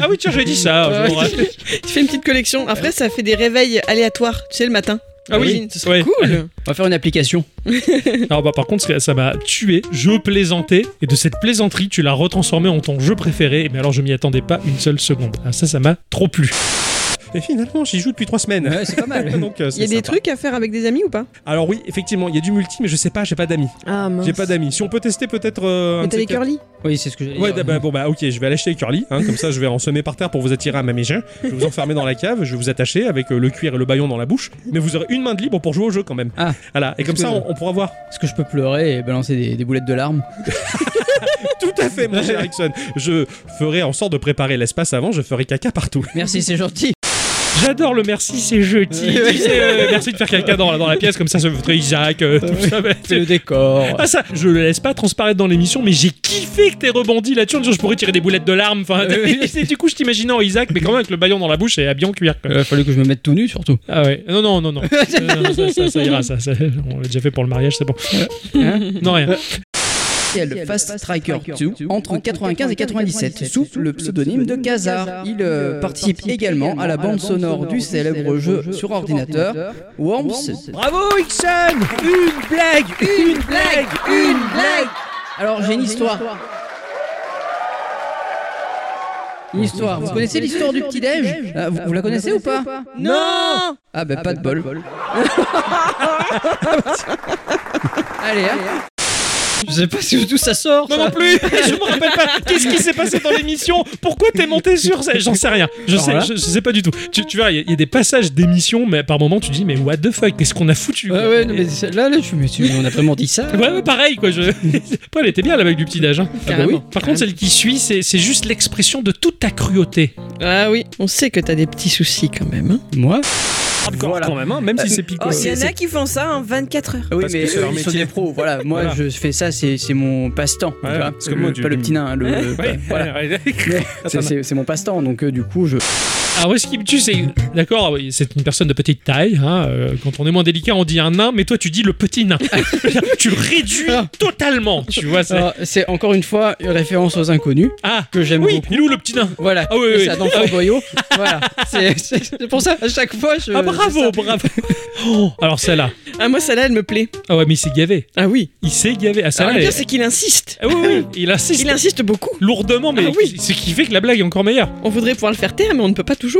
A: ah oui, tiens, j'ai dit ça. je me rappelle.
C: tu fais une petite collection. Après, ça fait des réveils aléatoires, tu sais, le matin.
A: Ah oui,
C: Imagine, ce
A: ouais.
C: serait cool.
B: On va faire une application.
A: Alors bah par contre ça- ça m'a tué, je plaisantais et de cette plaisanterie tu l'as retransformée en ton jeu préféré mais alors je m'y attendais pas une seule seconde. Ah, ça ça m'a trop plu. Et finalement j'y joue depuis trois semaines.
B: Ouais, c'est pas mal.
O: Donc, euh,
C: Il y
O: c'est
C: a des
O: sympa.
C: trucs à faire avec des amis ou pas
O: Alors oui, effectivement, il y a du multi, mais je sais pas, j'ai pas d'amis.
C: Ah mince.
O: J'ai pas d'amis. Si on peut tester peut-être. euh, un
C: Mais
O: de
C: t'as
O: ces
C: des
O: quatre-
C: curly
B: Oui, c'est ce que j'ai
O: Ouais, bah, bon, bah ok, je vais aller acheter les curly, hein, comme ça je vais en semer par terre pour vous attirer à ma méchère. Je vais vous enfermer dans la cave, je vais vous attacher avec euh, le cuir et le baillon dans la bouche, mais vous aurez une main de libre pour jouer au jeu quand même.
B: Ah.
O: Voilà, et comme ça on, on pourra voir.
B: Est-ce que je peux pleurer et balancer des, des boulettes de larmes
O: Tout à fait, mon cher Ericsson. Je ferai en sorte de préparer l'espace avant, je ferai caca partout.
B: Merci, c'est gentil.
A: J'adore le merci c'est jeudi. Tu sais, euh, merci de faire quelqu'un dans, dans la pièce comme ça ça voudrait Isaac euh, tout ça. mais-
B: C'est le décor.
A: Ah ça, je le laisse pas transparaître dans l'émission, mais j'ai kiffé que t'aies rebondi là-dessus. en disant, Je pourrais tirer des boulettes de larmes. Enfin, et du coup, je t'imaginais en Isaac, mais quand même avec le baillon dans la bouche et habillé en cuir. quoi.
B: Il fallu que je me mette tout nu surtout.
A: Ah ouais. Non, non, non, non. Euh, non, ça, ça- ça ira, ça, ça- On l'a déjà fait pour le mariage, c'est bon. Hein non, rien.
B: officiel Fast Striker 2 entre 95 et 97 sous le pseudonyme de Kazar. Il euh, participe également à la bande sonore du célèbre jeu sur ordinateur Worms. Bravo Ixon Une blague, une blague, une blague Alors j'ai une histoire. Une histoire. Vous connaissez l'histoire du petit-déj Ah, vous, vous la connaissez ou pas Non Ah bah pas de bol. Allez, hein. Je sais pas si tout ça sort.
A: Non, non plus. Je me rappelle pas. Qu'est-ce qui s'est passé dans l'émission Pourquoi t'es monté sur ça J'en sais rien. Je
B: Alors
A: sais,
B: là.
A: je, je sais pas du tout. Tu, tu vois, il y, a- il y a des passages d'émissions, mais par moment, tu dis, mais what the fuck Qu'est-ce qu'on a foutu
B: Ouais, Ah ouais, non, mais c'est- là, là, je me suis on a vraiment dit ça. Bah
A: Ouais, ouais, pareil quoi. Je... Après, elle était bien la vague du petit d'âge. Hein.
B: Carrément.
A: Par contre, celle qui suit, c'est c'est juste l'expression de toute ta cruauté.
C: Ah oui, on sait que t'as des petits soucis quand même. hein.
B: Moi
A: Voilà. Quand même, hein, même si c'est
C: piquant.
A: piquant.
M: oh, Il y en a qui font ça en 24 heures.
K: Ah Oui,
A: Parce
K: mais
A: que c'est leur
K: eux, ils sont
A: métier.
K: des pros. Voilà, moi
A: Voilà.
K: je fais ça, c'est c'est mon passe-temps. tu vois.
A: parce que moi,
K: Le-
A: tu-
K: pas le petit nain, le-
A: Ouais.
K: le-
A: Ouais.
K: voilà.
A: Ouais.
K: Mais c'est- C'est c'est mon passe-temps, donc euh, du coup je.
A: Alors, ce qui me tue, c'est. D'accord, ah oui, c'est une personne de petite taille. hein, euh, Quand on est moins délicat, on dit un nain, mais toi, tu dis le petit nain. tu le réduis totalement, tu vois. c'est-
B: Alors, C'est encore une fois une référence aux inconnus que j'aime
A: Ah, Oui,
B: beaucoup.
A: il
B: Euh,
A: est où le petit nain
B: Voilà,
A: Ah oui, oui,
B: c'est ça
A: oui.
B: dans
A: Ah
B: le
A: oui.
B: boyau. voilà, c'est c'est- c'est pour ça à chaque fois je.
A: Ah, bravo, bravo. Oh, alors, celle-là.
C: Ah, moi, celle-là, elle me plaît.
A: Ah, ouais, mais il s'est gavé.
C: Ah oui.
A: Il s'est gavé. Ah,
C: Alors,
A: celle-là.
C: le
A: elle-
C: pire, c'est qu'il insiste.
A: Ah oui, oui, il insiste.
C: Il insiste beaucoup.
A: Lourdement, mais
C: Ah oui.
A: ce qui fait que la blague est encore meilleure.
C: On voudrait pouvoir le faire taire, mais on ne peut pas toujours.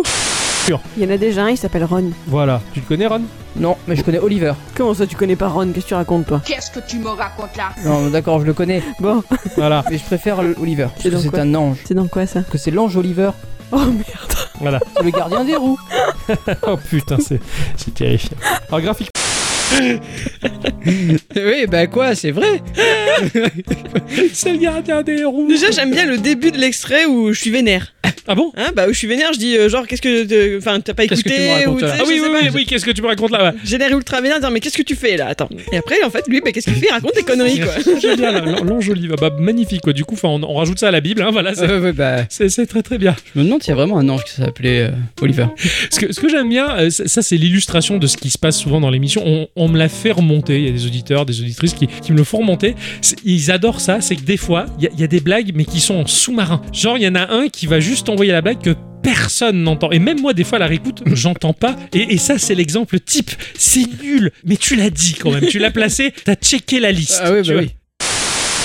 F: Il y en a déjà un, il s'appelle Ron.
L: Voilà. Tu le connais, Ron
H: Non, mais je connais Oliver.
F: Comment ça, tu connais pas Ron Qu'est-ce que tu racontes, toi
Q: Qu'est-ce que tu me racontes là
H: Non, d'accord, je le connais.
F: Bon,
L: Voilà.
H: Mais je préfère l- Oliver. Parce
F: C'est
H: que
F: dans
H: c'est
F: quoi
H: un ange.
F: c'est dans quoi ça
H: Que c'est l'ange Oliver.
F: Oh merde.
L: Voilà.
H: C'est le gardien des roues.
L: oh putain, c'est c'est terrifiant. Alors, graphique.
B: Oui, bah quoi, c'est vrai.
A: C'est le gardien des roues.
C: Déjà, j'aime bien le début de l'extrait où je suis vénère.
A: Ah bon
C: Hein, bah, où je suis vénère, je dis euh, genre, qu'est-ce que. te- Enfin, t'as pas
B: Qu'est-ce que
C: écouté
B: tu me racontes,
C: ou, tu
B: là
C: sais,
A: Ah oui,
C: je
A: oui,
C: sais
A: oui, oui, qu'est-ce que tu me racontes là ouais.
C: pas. J'ai l'air ultra vénère, dire, mais qu'est-ce que tu fais là Attends. Et après, en fait, lui, bah, qu'est-ce qu'il fait Il raconte des conneries, quoi.
A: J'aime bien là, l'ange Olive. Ah Bah, magnifique, quoi. Du coup, enfin, on, on rajoute ça à la Bible. Hein, voilà, c'est
B: Ouais, ouais, bah,
A: c'est- c'est très très bien.
B: je me demande s'il y a vraiment un ange qui s'appelait euh, Oliver.
A: Ce que, ce que j'aime bien, euh, ça, ça, c'est l'illustration de ce qui se passe souvent dans l'émission. On, on me la fait remonter. Il y a des auditeurs, des auditrices qui, qui me le font remonter. C'est- Ils adorent ça. C'est que des fois, il y a- il y, a des blagues, mais qui sont en sous-marin. Genre, il y en a un qui va juste envoyer la blague que personne n'entend. Et même moi, des fois, à la réécoute, j'entends pas. Et, et ça, c'est l'exemple type. C'est nul, mais tu l'as dit quand même. Tu l'as placé, t'as checké la liste.
B: Ah oui,
A: tu
B: bah
A: vois.
B: oui.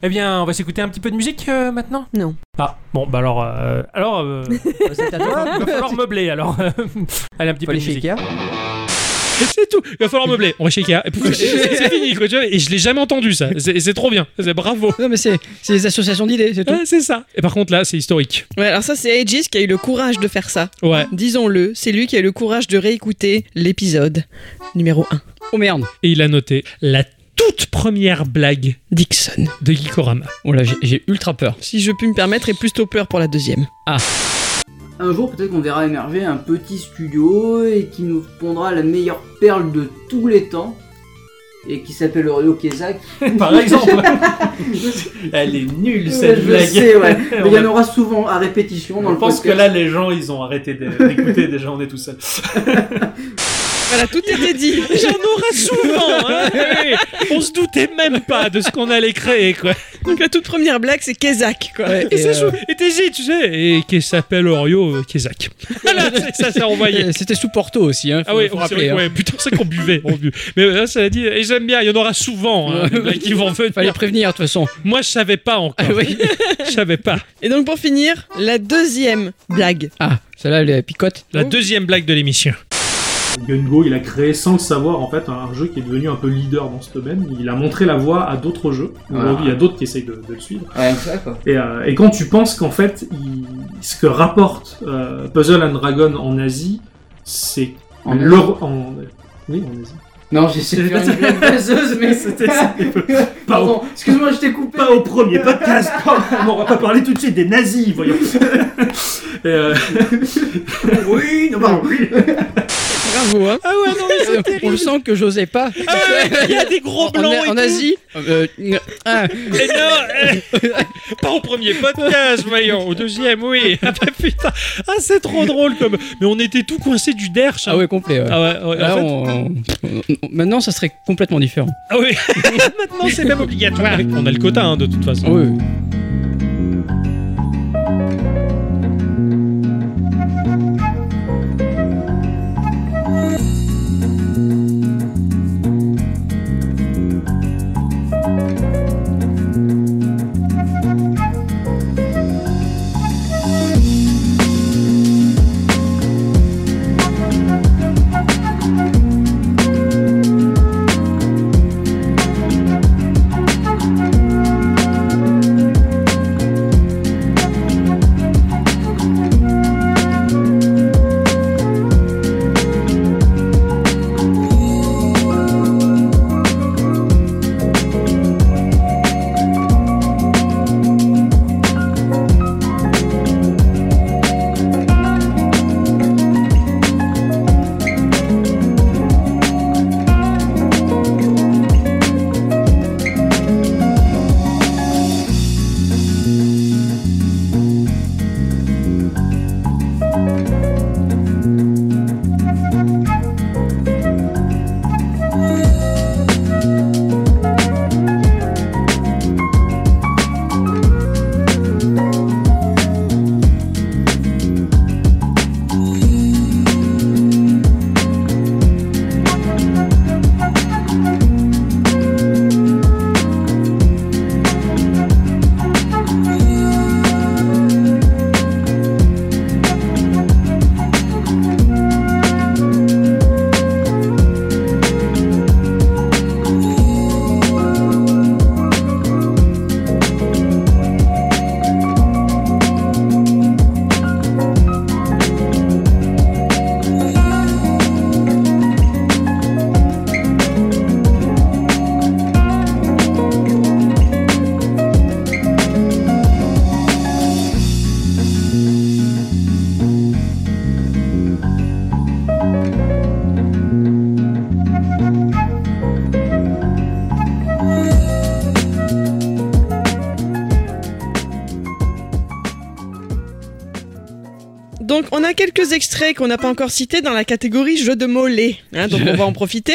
L: Eh bien, on va s'écouter un petit peu de musique euh, maintenant
F: Non.
L: Ah, bon, bah alors. euh, alors. euh,
H: Bah, C'est à toi.
L: il va falloir meubler alors. Allez, un petit peu de
H: les
L: musique.
H: shaker.
A: C'est tout. Il va falloir meubler. On va chez Ikea. Et pouf, C'est c'est fini. quoi, tu vois. Et je l'ai jamais entendu ça. C'est c'est trop bien. C'est bravo.
B: Non, mais c'est c'est les associations d'idées, c'est tout.
A: Ouais, c'est ça. Et par contre là, c'est historique.
C: Ouais, alors ça, c'est Aegis qui a eu le courage de faire ça.
A: Ouais.
C: Disons-le, c'est lui qui a eu le courage de réécouter l'épisode numéro 1.
B: Oh merde.
A: Et il a noté la toute première blague
C: Dixon
A: de Gikorama.
B: Oh là, j'ai- j'ai ultra peur.
C: Si je puis me permettre, et plutôt peur pour la deuxième.
B: Ah.
K: Un jour, peut-être qu'on verra émerger un petit studio et qui nous pondra la meilleure perle de tous les temps et qui s'appelle Ryo Kezak.
L: Par exemple. Elle est nulle cette
K: je
L: blague.
K: sais, ouais. Mais il y en
L: On-
K: aura souvent à répétition dans
L: Je
K: le
L: pense que
K: podcast.
L: là, les gens, ils ont arrêté de- d'écouter. Déjà, on est tout seul.
C: Voilà, tout était dit.
A: J'en aurai souvent. hein. Oui. On se doutait même pas de ce qu'on allait créer quoi.
C: Donc la toute première blague, c'est Kezak,
B: Ah
C: quoi.
A: Et, c'est
B: euh,
A: chou- et t'es J, tu sais, et qui s'appelle Orio euh, Kezak. Voilà, c'est- ça, ça envoyé.
B: Euh, C'était sous Porto aussi, hein. faut-
A: Ah ouais,
B: faut
A: on- c'est
B: rappeler,
A: vrai,
B: hein.
A: ouais, putain, c'est qu'on buvait, on buvait. Mais euh, ça a dit, et j'aime bien, il y en aura souvent hein, des blagues qui vont venir.
B: Fallait prévenir de toute façon.
A: Moi, je savais pas encore.
B: Ah oui.
A: Je savais pas.
C: Et donc pour finir, la deuxième blague.
B: Ah, celle-là, elle est picote.
A: La deuxième blague de l'émission.
I: Gungo, il a créé sans le savoir en fait un jeu qui est devenu un peu leader dans ce domaine. Il a montré la voie à d'autres jeux. Aujourd'hui, il y a d'autres qui essayent de, de le suivre.
K: Ouais, Ah. c'est ça, quoi.
I: Et, euh, et quand tu penses qu'en fait, il- ce que rapporte euh, Puzzle and Dragon en Asie, c'est
K: En
I: l'Euro- en- Oui, en Asie.
K: Non, j'essaie de faire une blague vaseuse, mais c'était ça. Pardon, excuse-moi, je t'ai coupé.
I: Pas au premier podcast. pardon, on va pas parler tout de suite des nazis, voyons. Et, euh,
K: Oui, non, pardon.
B: Bravo, hein.
A: Ah ouais, non, mais c'est
B: On le
A: terrible.
B: sent que j'osais pas.
A: Ah ouais, il y a des gros
B: En,
A: blancs. et
B: en
A: tout.
B: Asie, euh, euh, ah,
A: Eh non, eh, pas au premier podcast, voyons, au deuxième, oui. Ah bah putain, ah, c'est trop drôle comme. Mais on était tout coincé du derche. hein.
B: ah ouais, complet. ouais.
A: Ah ouais, ouais, en
B: Là,
A: fait-
B: on- on- on- maintenant, ça serait complètement différent.
A: Ah oui, maintenant c'est même obligatoire. On a le quota hein, de toute façon.
B: Oui.
D: Thank
C: Donc, on a quelques extraits qu'on n'a pas encore cités dans la catégorie jeux de mollets. hein, donc, on va en profiter.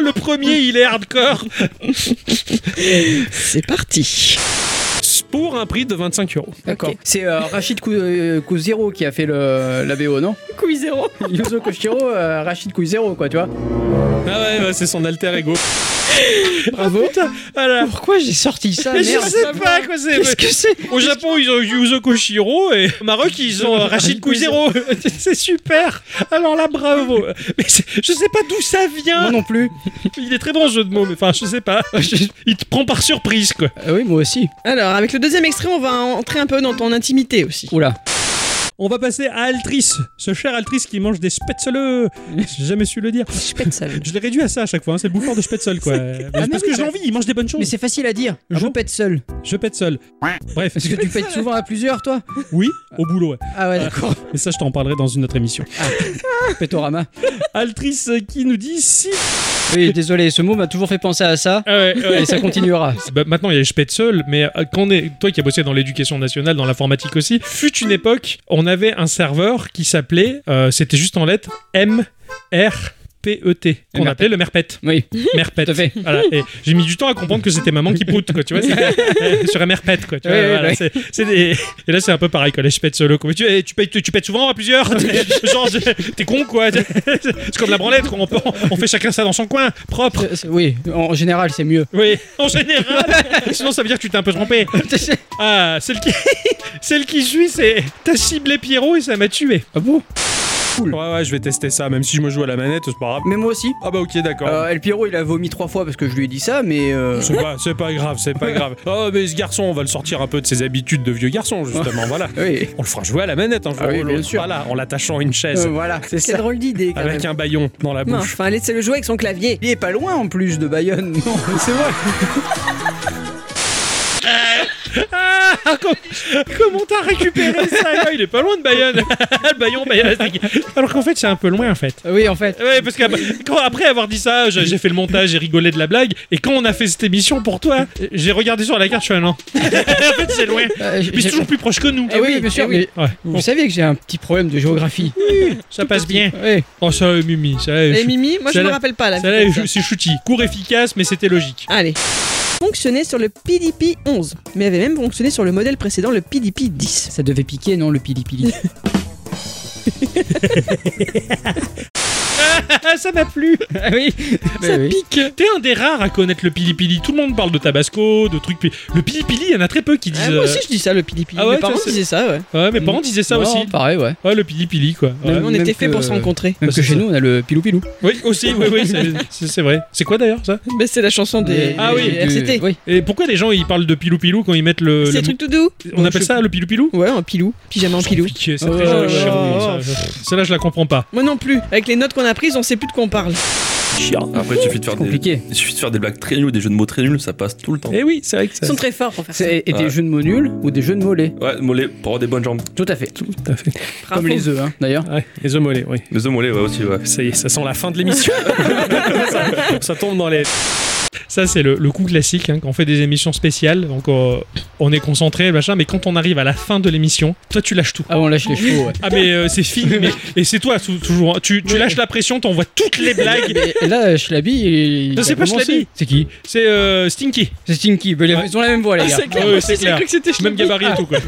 A: le premier, il est hardcore.
C: C'est parti.
A: Pour un prix de 25 euros.
B: D'accord. C'est euh, Rachid Kou- euh, Kouzero qui a fait le, la BO, non
C: Kouzero
B: Yuzo Koshiro, euh, Rachid Kouzero, quoi, tu vois
A: Ah ouais, bah, c'est son alter ego.
B: Bravo.
A: Pourquoi
B: j'ai sorti ça
A: Ah Mais
B: Ah, merde,
A: je sais
B: ça
A: pas quoi c'est.
B: Qu'est-ce que c'est
A: Au Japon, ils ont Yuzo Koshiro et au Maroc, ils ont euh, Rachid Kouzero. c'est super. Alors là, bravo. Mais c'est- je sais pas d'où ça vient. Moi
B: non plus.
A: Il est très bon ce jeu de mots, mais enfin, je sais pas. Il te prend par surprise, quoi.
B: Euh, oui, moi aussi.
C: Alors, avec le deuxième extrait, on va entrer un peu dans ton intimité aussi.
B: Oula.
O: On va passer à Altrice, ce cher Altrice qui mange des spätzle. J'ai jamais su le dire.
B: Spätzle.
O: Je l'ai réduit à ça à chaque fois, hein, c'est le bouffeur de spätzle quoi. Mais
B: Ah, mais
O: parce
B: oui,
O: que j'ai
B: ça-
O: envie, il mange des bonnes choses.
B: Mais c'est facile à dire. je pète seul.
O: Je pète seul. Bref.
B: Est-ce que tu pètes souvent à plusieurs, toi
O: Oui, au boulot. Ouais.
B: Ah ouais, d'accord.
O: Mais ça, je t'en parlerai dans une autre émission.
B: Pétorama.
O: Altrice qui nous dit si.
B: Oui, désolé, ce mot m'a toujours fait penser à ça.
A: Ah ouais.
B: Et ça continuera.
A: Bah, maintenant, il y a Spätzle, mais euh, quand on est, toi qui as bossé dans l'éducation nationale, dans l'informatique aussi, fut une époque, on avait un serveur qui s'appelait, euh, c'était juste en lettres, M, R, P, E, T,
B: Le
A: qu'on
B: merpet.
A: appelait le merpet.
B: Oui.
A: Merpet. Voilà. Et j'ai mis du temps à comprendre que c'était maman qui proute, quoi, tu vois, c'était- sur un merpet, quoi. tu vois,
B: Oui, oui,
A: voilà,
B: oui.
A: c'est- c'est des- Et là, c'est un peu pareil, quoi, les Spätzle, quoi. Tu, eh, tu, pètes- tu pètes souvent à plusieurs, genre, je- t'es con, quoi. C'est comme la branlette, quoi. On, peut- on fait chacun ça dans son coin, propre.
B: C'est- c'est- Oui, en général, c'est mieux.
A: Oui, en général. Sinon, ça veut dire que tu t'es un peu trompé. Ah, celle qui, celle qui suit, c'est t'as ciblé Pierrot et ça m'a tué.
B: Ah bon
O: Ouais, ouais, je vais tester ça, même si je me joue à la manette, c'est pas grave.
B: Mais moi aussi.
O: Ah bah ok, d'accord.
B: Euh, El Pierrot, il a vomi trois fois parce que je lui ai dit ça, mais. euh,
O: C'est pas, c'est pas grave, c'est pas grave. Oh, mais ce garçon, on va le sortir un peu de ses habitudes de vieux garçon, justement, voilà.
B: Oui.
O: On le fera jouer à la manette un jour
B: Ah oui,
O: ou l'autre,
B: bien sûr.
O: Voilà, en l'attachant à une chaise.
B: Euh, voilà, c'est
O: ça.
B: ça. Ah
M: drôle d'idée quand
O: Avec
M: même.
O: un baillon dans la
M: Non,
O: bouche.
M: enfin, laissez-le jouer avec son clavier.
B: Il est pas loin en plus de Bayonne. Non, c'est vrai.
A: Ah, com- comment t'as récupéré ça là Il est pas loin de Bayonne. Le Bayon, Bayonne. Alors qu'en fait, c'est un peu loin, en fait.
B: Oui, en fait.
A: Ouais, parce qu'après avoir dit ça, j'ai j'ai fait le montage, j'ai rigolé de la blague. Et quand on a fait cette émission pour toi, j'ai regardé sur la carte, je suis un non. en fait, c'est loin.
B: Euh, j'ai-
A: Mais c'est toujours plus proche que nous.
B: Eh oui, bien sûr,
A: Eh oui.
B: mais-
A: Ouais.
B: Vous saviez que j'ai un petit problème de géographie.
A: Ça passe bien.
B: Oui.
A: Oh, ça, euh, Mimi. Ça, euh,
C: Et
A: chou-
C: Eh, Mimi, moi, je
A: ça,
C: me
A: là-
C: rappelle pas, la
A: Ça, là,
C: vidéo, ça.
A: c'est shooty. Court efficace, mais c'était logique.
C: Allez.
M: Fonctionnait sur le PDP 11, mais avait même fonctionné sur le modèle précédent, le PDP 10.
B: Ça devait piquer, non, le pili pili.
A: ça m'a plu.
B: oui.
A: Ah Ça
B: oui.
A: pique. T'es un des rares à connaître le pili pili. Tout le monde parle de Tabasco, de trucs. pi- Le pili pili, il y en a très peu qui disent.
C: Ah, moi aussi,
A: euh,
C: je dis ça, le pili-pili.
A: Ah ouais,
C: Mes parents
A: toi, c'est-
C: disaient ça, ouais.
A: Ouais, mes parents disaient ça
B: Non,
A: aussi.
B: Pareil, ouais.
A: Ouais, le pili pili quoi. Ouais.
B: Même-
C: on
B: même
C: était
B: que-
C: faits pour se rencontrer.
B: Même
A: Bah,
B: que
A: c'est
B: chez
A: ça.
B: nous, on a le pilou pilou.
A: Oui, aussi, oui, oui, c'est- c'est c'est vrai. C'est quoi d'ailleurs ça
C: Mais Bah, c'est la chanson des
A: Ah oui.
C: des RCT.
B: Oui.
A: Et pourquoi les gens ils parlent de pilou pilou quand ils mettent le.
C: C'est
A: le-
C: des trucs tout doux.
A: On appelle ça le pilou pilou
C: Ouais, un pilou. Pyjama en pilou.
A: C'est
C: Oh là là.
A: Celle-là, je la comprends pas.
C: Moi non plus. Avec les notes qu'on a prises, on sait plus de quoi on parle.
Q: Chiant. Après, il suffit, de faire
B: compliqué.
Q: des, il suffit de faire des blagues très nulles, des jeux de mots très nuls, ça passe tout le temps.
A: Eh oui, c'est vrai que
M: Ils
A: ça.
M: sont très forts pour faire ça.
B: C'est- Et des
Q: Ouais.
B: jeux de mots nuls ou des jeux de mollets.
Q: Ouais, mollet, pour avoir des bonnes jambes.
B: Tout à fait.
A: Tout à fait.
B: Comme les œufs, hein, d'ailleurs.
A: Ouais, les œufs mollets, oui.
Q: Les œufs mollets, ouais, aussi, ouais.
A: Ça y est, ça sent la fin de l'émission. ça, ça tombe dans les. Ça, c'est le, le coup classique hein, quand on fait des émissions spéciales. Donc, euh, on est concentré, machin. Mais quand on arrive à la fin de l'émission, toi, tu lâches tout.
B: Ah, on lâche les chevaux, ouais.
A: Ah, mais euh, c'est fini. mais- et c'est toi, sou- toujours. hein. Tu, tu lâches la pression, t'envoies toutes les blagues.
B: Et- Et là, Schlabi, il. il
A: Non,
B: a
A: c'est pas
B: commencé.
A: Schlabi.
B: C'est qui
A: C'est euh, Stinky.
B: C'est Stinky. Bah, ils ont la même voix, les
A: Ah
B: gars.
A: ouais, c'est clair. Même gabarit et tout, quoi.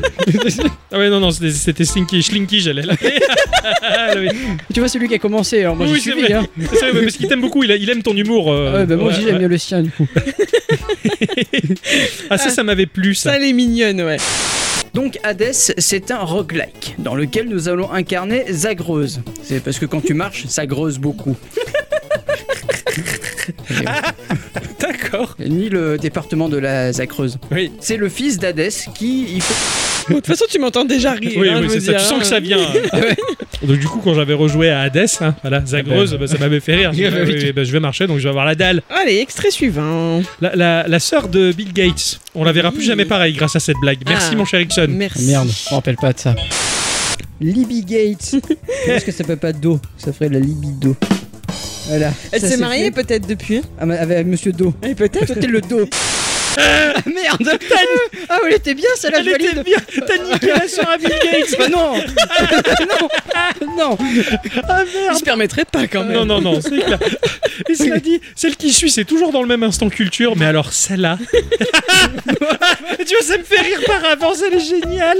A: ah, ouais, non, non, c'était- c'était Stinky. Schlinky, j'allais là. Ah, oui.
B: Tu vois, c'est lui qui a commencé. Alors, moi, j'ai
A: Oui, c'est
B: suivi,
A: vrai.
B: hein.
A: C'est vrai, parce qu'il t'aime beaucoup, il, a- il aime ton humour. euh,
B: Ouais, bah, moi
A: ouais,
B: aussi, j'aime
A: ouais.
B: bien le sien, du coup.
A: Ah, ça, ça m'avait plu, ça.
C: Ça, elle est mignonne, ouais.
B: Donc Hades, c'est un roguelike dans lequel nous allons incarner Zagreuse. C'est parce que quand tu marches, ça greuse beaucoup. Ah,
A: D'accord.
B: Ni le département de la Zagreuse.
A: Oui.
B: C'est le fils d'Hades qui... il faut-
C: Bon, De toute façon, tu m'entends déjà rire.
A: Oui,
C: hein,
A: oui,
C: je
A: c'est
C: veux
A: ça.
C: dire,
A: Tu sens
C: hein.
A: que ça vient. Donc, du coup, quand j'avais rejoué à Hades, hein, voilà, Zagreuse, bah, ça m'avait fait rire. J'ai dit,
B: Oui,
A: ah,
B: oui.
A: oui, oui, bah, je vais marcher, donc je vais avoir la dalle.
C: Allez, extrait suivant.
A: La, la- la sœur de Bill Gates, on la verra plus jamais pareil grâce à cette blague. Merci,
C: Ah.
A: mon cher Ixon.
C: Merci.
B: Merde, je me rappelle pas de ça. Libby Gates. Je pense que ça peut pas Do. Ça ferait la libido. Voilà.
C: Elle s'est mariée peut-être depuis. hein.
B: Ah, Avec Monsieur Do.
C: Et peut-être.
B: Toi, t'es le Do. Ah, merde Ah, elle était bien celle-là, je valide
A: T'as niqué la sœur à Bill Gates
B: Bah non Non Non
A: Ah merde
B: Il se permettrait pas quand même
A: Non, non, non, c'est clair. Et cela dit, celle qui suit, c'est toujours dans le même instant culture, mais alors celle-là. tu vois, ça me fait rire par avance, elle est géniale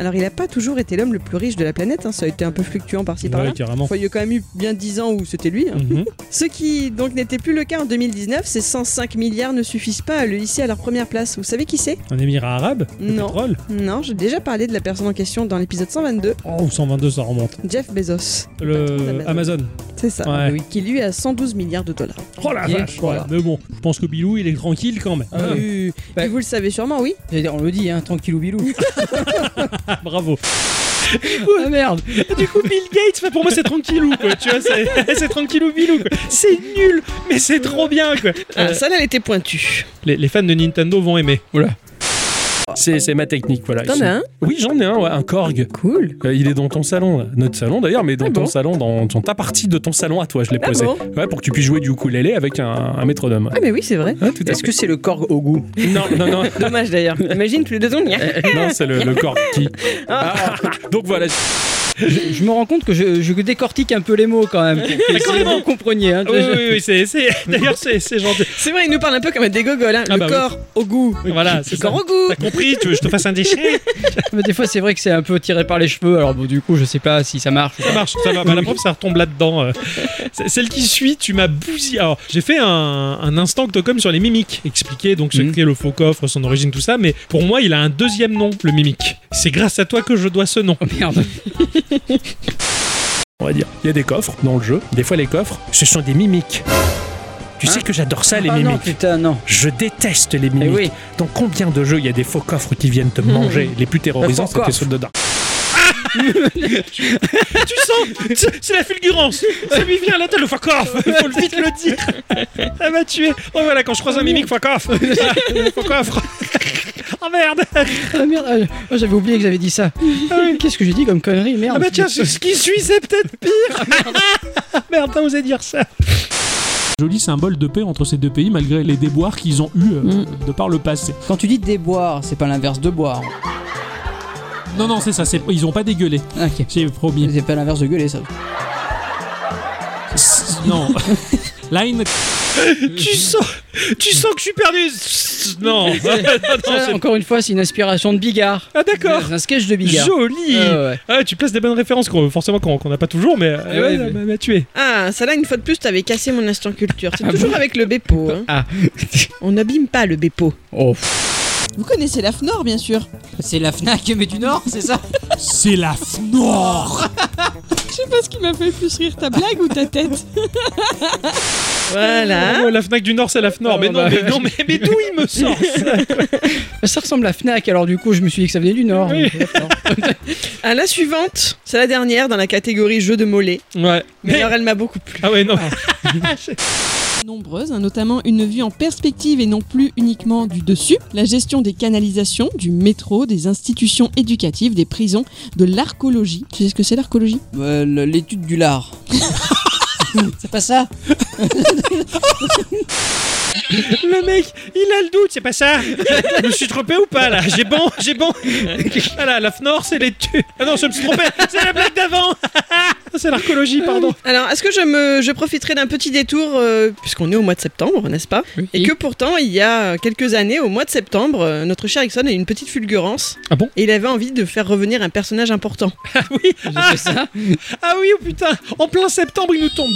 J: Alors, il n'a pas toujours été l'homme le plus riche de la planète, hein, ça a été un peu fluctuant par-ci
A: Ouais,
J: par-là.
A: carrément. Mhm.
J: Enfin, il y a quand même eu bien 10 ans où c'était lui. hein. Ce qui donc n'était plus le cas en 2019, ces 105 milliards ne suffisent pas à le hisser à leur première place. Vous savez qui c'est
A: Un émirat arabe Le
J: Non.
A: pétrole
J: Non, j'ai déjà parlé de la personne en question dans l'épisode 122,
A: Oh, 122, ça remonte.
J: Jeff Bezos.
C: Bah,
A: Le Amazon.
J: C'est ça,
A: Ouais.
J: oui, qui lui a 112 milliards de dollars.
A: Oh la
J: Et
A: vache
J: voilà.
A: ouais, Mais bon, je pense que Bilou, il est tranquille quand même.
J: Ah oui, Et vous le savez sûrement, oui.
B: On le dit, hein, tranquillou bilou.
A: Ah, bravo.
B: ah merde
A: Du coup, Bill Gates, enfin, pour moi, c'est tranquillou, quoi. Tu vois, c'est c'est tranquillou, Bilou, quoi. C'est nul, mais c'est trop bien, quoi.
C: Ah, celle-là, elle était pointue.
A: les, les fans de Nintendo vont aimer.
O: C'est c'est ma technique, voilà.
C: T'en
O: Ils sont-
C: as un
O: Oui, j'en ai un, ouais, un Korg. Euh,
J: Cool.
O: il est dans ton salon, là. notre salon d'ailleurs, mais dans ton
C: Ah bon
O: salon, dans, dans ta partie de ton salon à toi, je l'ai
C: Ah
O: posé.
C: bon
O: ouais, pour que tu puisses jouer du ukulélé avec un, un métronome.
C: Ah, mais oui, c'est vrai.
O: Ouais, tout à
H: Est-ce
O: fait.
H: que c'est le Korg au goût
O: Non, non, non.
C: Dommage d'ailleurs. Imagine tous les deux ans,
O: non, c'est le, le Korg qui. Donc voilà.
B: Je, je me rends compte que je, je décortique un peu les mots quand même. pour que si
A: carrément.
B: vous compreniez. hein.
A: Ah oui, oui, oui, c'est. c'est- D'ailleurs, c'est c'est gentil.
C: C'est vrai, il nous parle un peu comme des gogoles. hein.
A: Ah
C: le
A: bah oui.
C: corps au goût.
A: Voilà, c'est
C: Le corps
A: ça.
C: au goût.
A: T'as compris Tu veux que je te fasse un déchet
B: Mais des fois, c'est vrai que c'est un peu tiré par les cheveux. Alors bon, du coup, je sais pas si ça marche.
A: Ça marche, ça va. Bah, la preuve, ça retombe là-dedans. euh. C'est- Celle qui suit, tu m'as bousillé. Alors, j'ai fait un, un instant Octocom sur les mimiques, expliquer donc ce
O: Mm.
A: qu'est le faux coffre, son origine, tout ça. Mais pour moi, il a un deuxième nom, le mimique. C'est grâce à toi que je dois ce nom.
B: merde.
O: On va dire. Il y a des coffres dans le jeu. Des fois, les coffres, ce sont des mimiques.
A: Hein
O: Tu sais que j'adore ça, les
H: Ah
O: mimiques.
H: non, putain, non.
O: Je déteste
A: Eh
O: les mimiques. Dans combien de jeux il y a des faux coffres qui viennent te
A: Hmm.
O: manger Les
A: Bah,
O: plus terrorisants,
H: Un faux
O: c'était
H: coffre.
O: ceux de Dark.
A: tu sens c'est- C'est la fulgurance Ça lui vient à la tête, le fuck off Il faut le- vite le dire Elle m'a tué Oh voilà, quand je croise un mimique, fuck off Le Fuck off Oh merde
B: Ah merde, ah, oh, j'avais oublié que j'avais dit ça. Ah oui, Qu'est-ce que j'ai dit comme connerie, merde.
A: Ah bah tiens, ce ce qui suit, c'est peut-être pire Merde, t'as osé dire ça
I: Joli symbole de paix entre ces deux pays malgré les déboires qu'ils ont eus euh,
A: Hmm.
I: de par le passé.
H: Quand tu dis déboire, c'est pas l'inverse de boire.
I: Non, non, c'est ça, c'est- ils ont pas dégueulé.
B: Ah,
H: Ok.
I: J'ai promis.
H: C'est pas l'inverse de gueuler, ça.
I: C'est- Non. Line.
A: Tu sens, tu sens que je suis perdu Non, non, non,
B: Ça,
A: Ah, c'est-
B: encore une fois, c'est une inspiration de Bigard.
A: Ah d'accord
B: C'est un sketch de Bigard.
A: Joli
B: Ah ouais.
A: Ah, Tu places des bonnes références, qu'on- forcément, qu'on qu'on n'a pas toujours, mais...
B: Eh
A: Ah ouais,
B: ouais,
A: ça
B: mais-
A: m'a- m'a tué
C: Ah, ça là, une fois de plus, t'avais cassé mon instant culture. C'est toujours avec le Bepo. hein.
B: Ah.
C: On n'abîme pas le Bepo.
B: Oh.
J: Vous connaissez la FNOR, bien sûr.
H: C'est la Fnac mais du Nord, c'est ça
I: C'est la FNOR
J: Je sais pas ce qui m'a fait plus rire, ta blague ou ta tête
A: Bravo, Ah, La FNAC du Nord, c'est la FNOR Mais Hein non,
B: bah,
A: mais non, mais mais d'où il me sort ça
B: Ça ressemble à Fnac, alors du coup, je me suis dit que ça venait du Nord.
A: Oui.
C: Ah, la suivante, c'est la dernière dans la catégorie jeu de mollet.
A: Ouais.
C: Mais, alors, elle m'a beaucoup plu.
A: Ah ouais, non.
J: Nombreuses, hein, notamment une vue en perspective et non plus uniquement du dessus, la gestion des canalisations, du métro, des institutions éducatives, des prisons, de l'arcologie. Tu sais ce que c'est l'arcologie
H: Euh, le- L'étude du lard. c'est pas ça
A: Le mec, il a le doute, c'est pas ça Je me suis trompé ou pas là J'ai bon, j'ai bon. Ah là, la FNOR, c'est les tu. Ah non, je me suis trompé, c'est la blague d'avant Ah, C'est l'archéologie, pardon.
C: Alors, est-ce que je, me, je profiterai d'un petit détour, euh, puisqu'on est au mois de septembre, n'est-ce pas Et que pourtant, il y a quelques années, au mois de septembre, euh, notre cher Ixon a eu une petite fulgurance.
A: Ah bon
C: Et il avait envie de faire revenir un personnage important.
A: Ah, ah oui, oh putain En plein septembre, il nous tombe.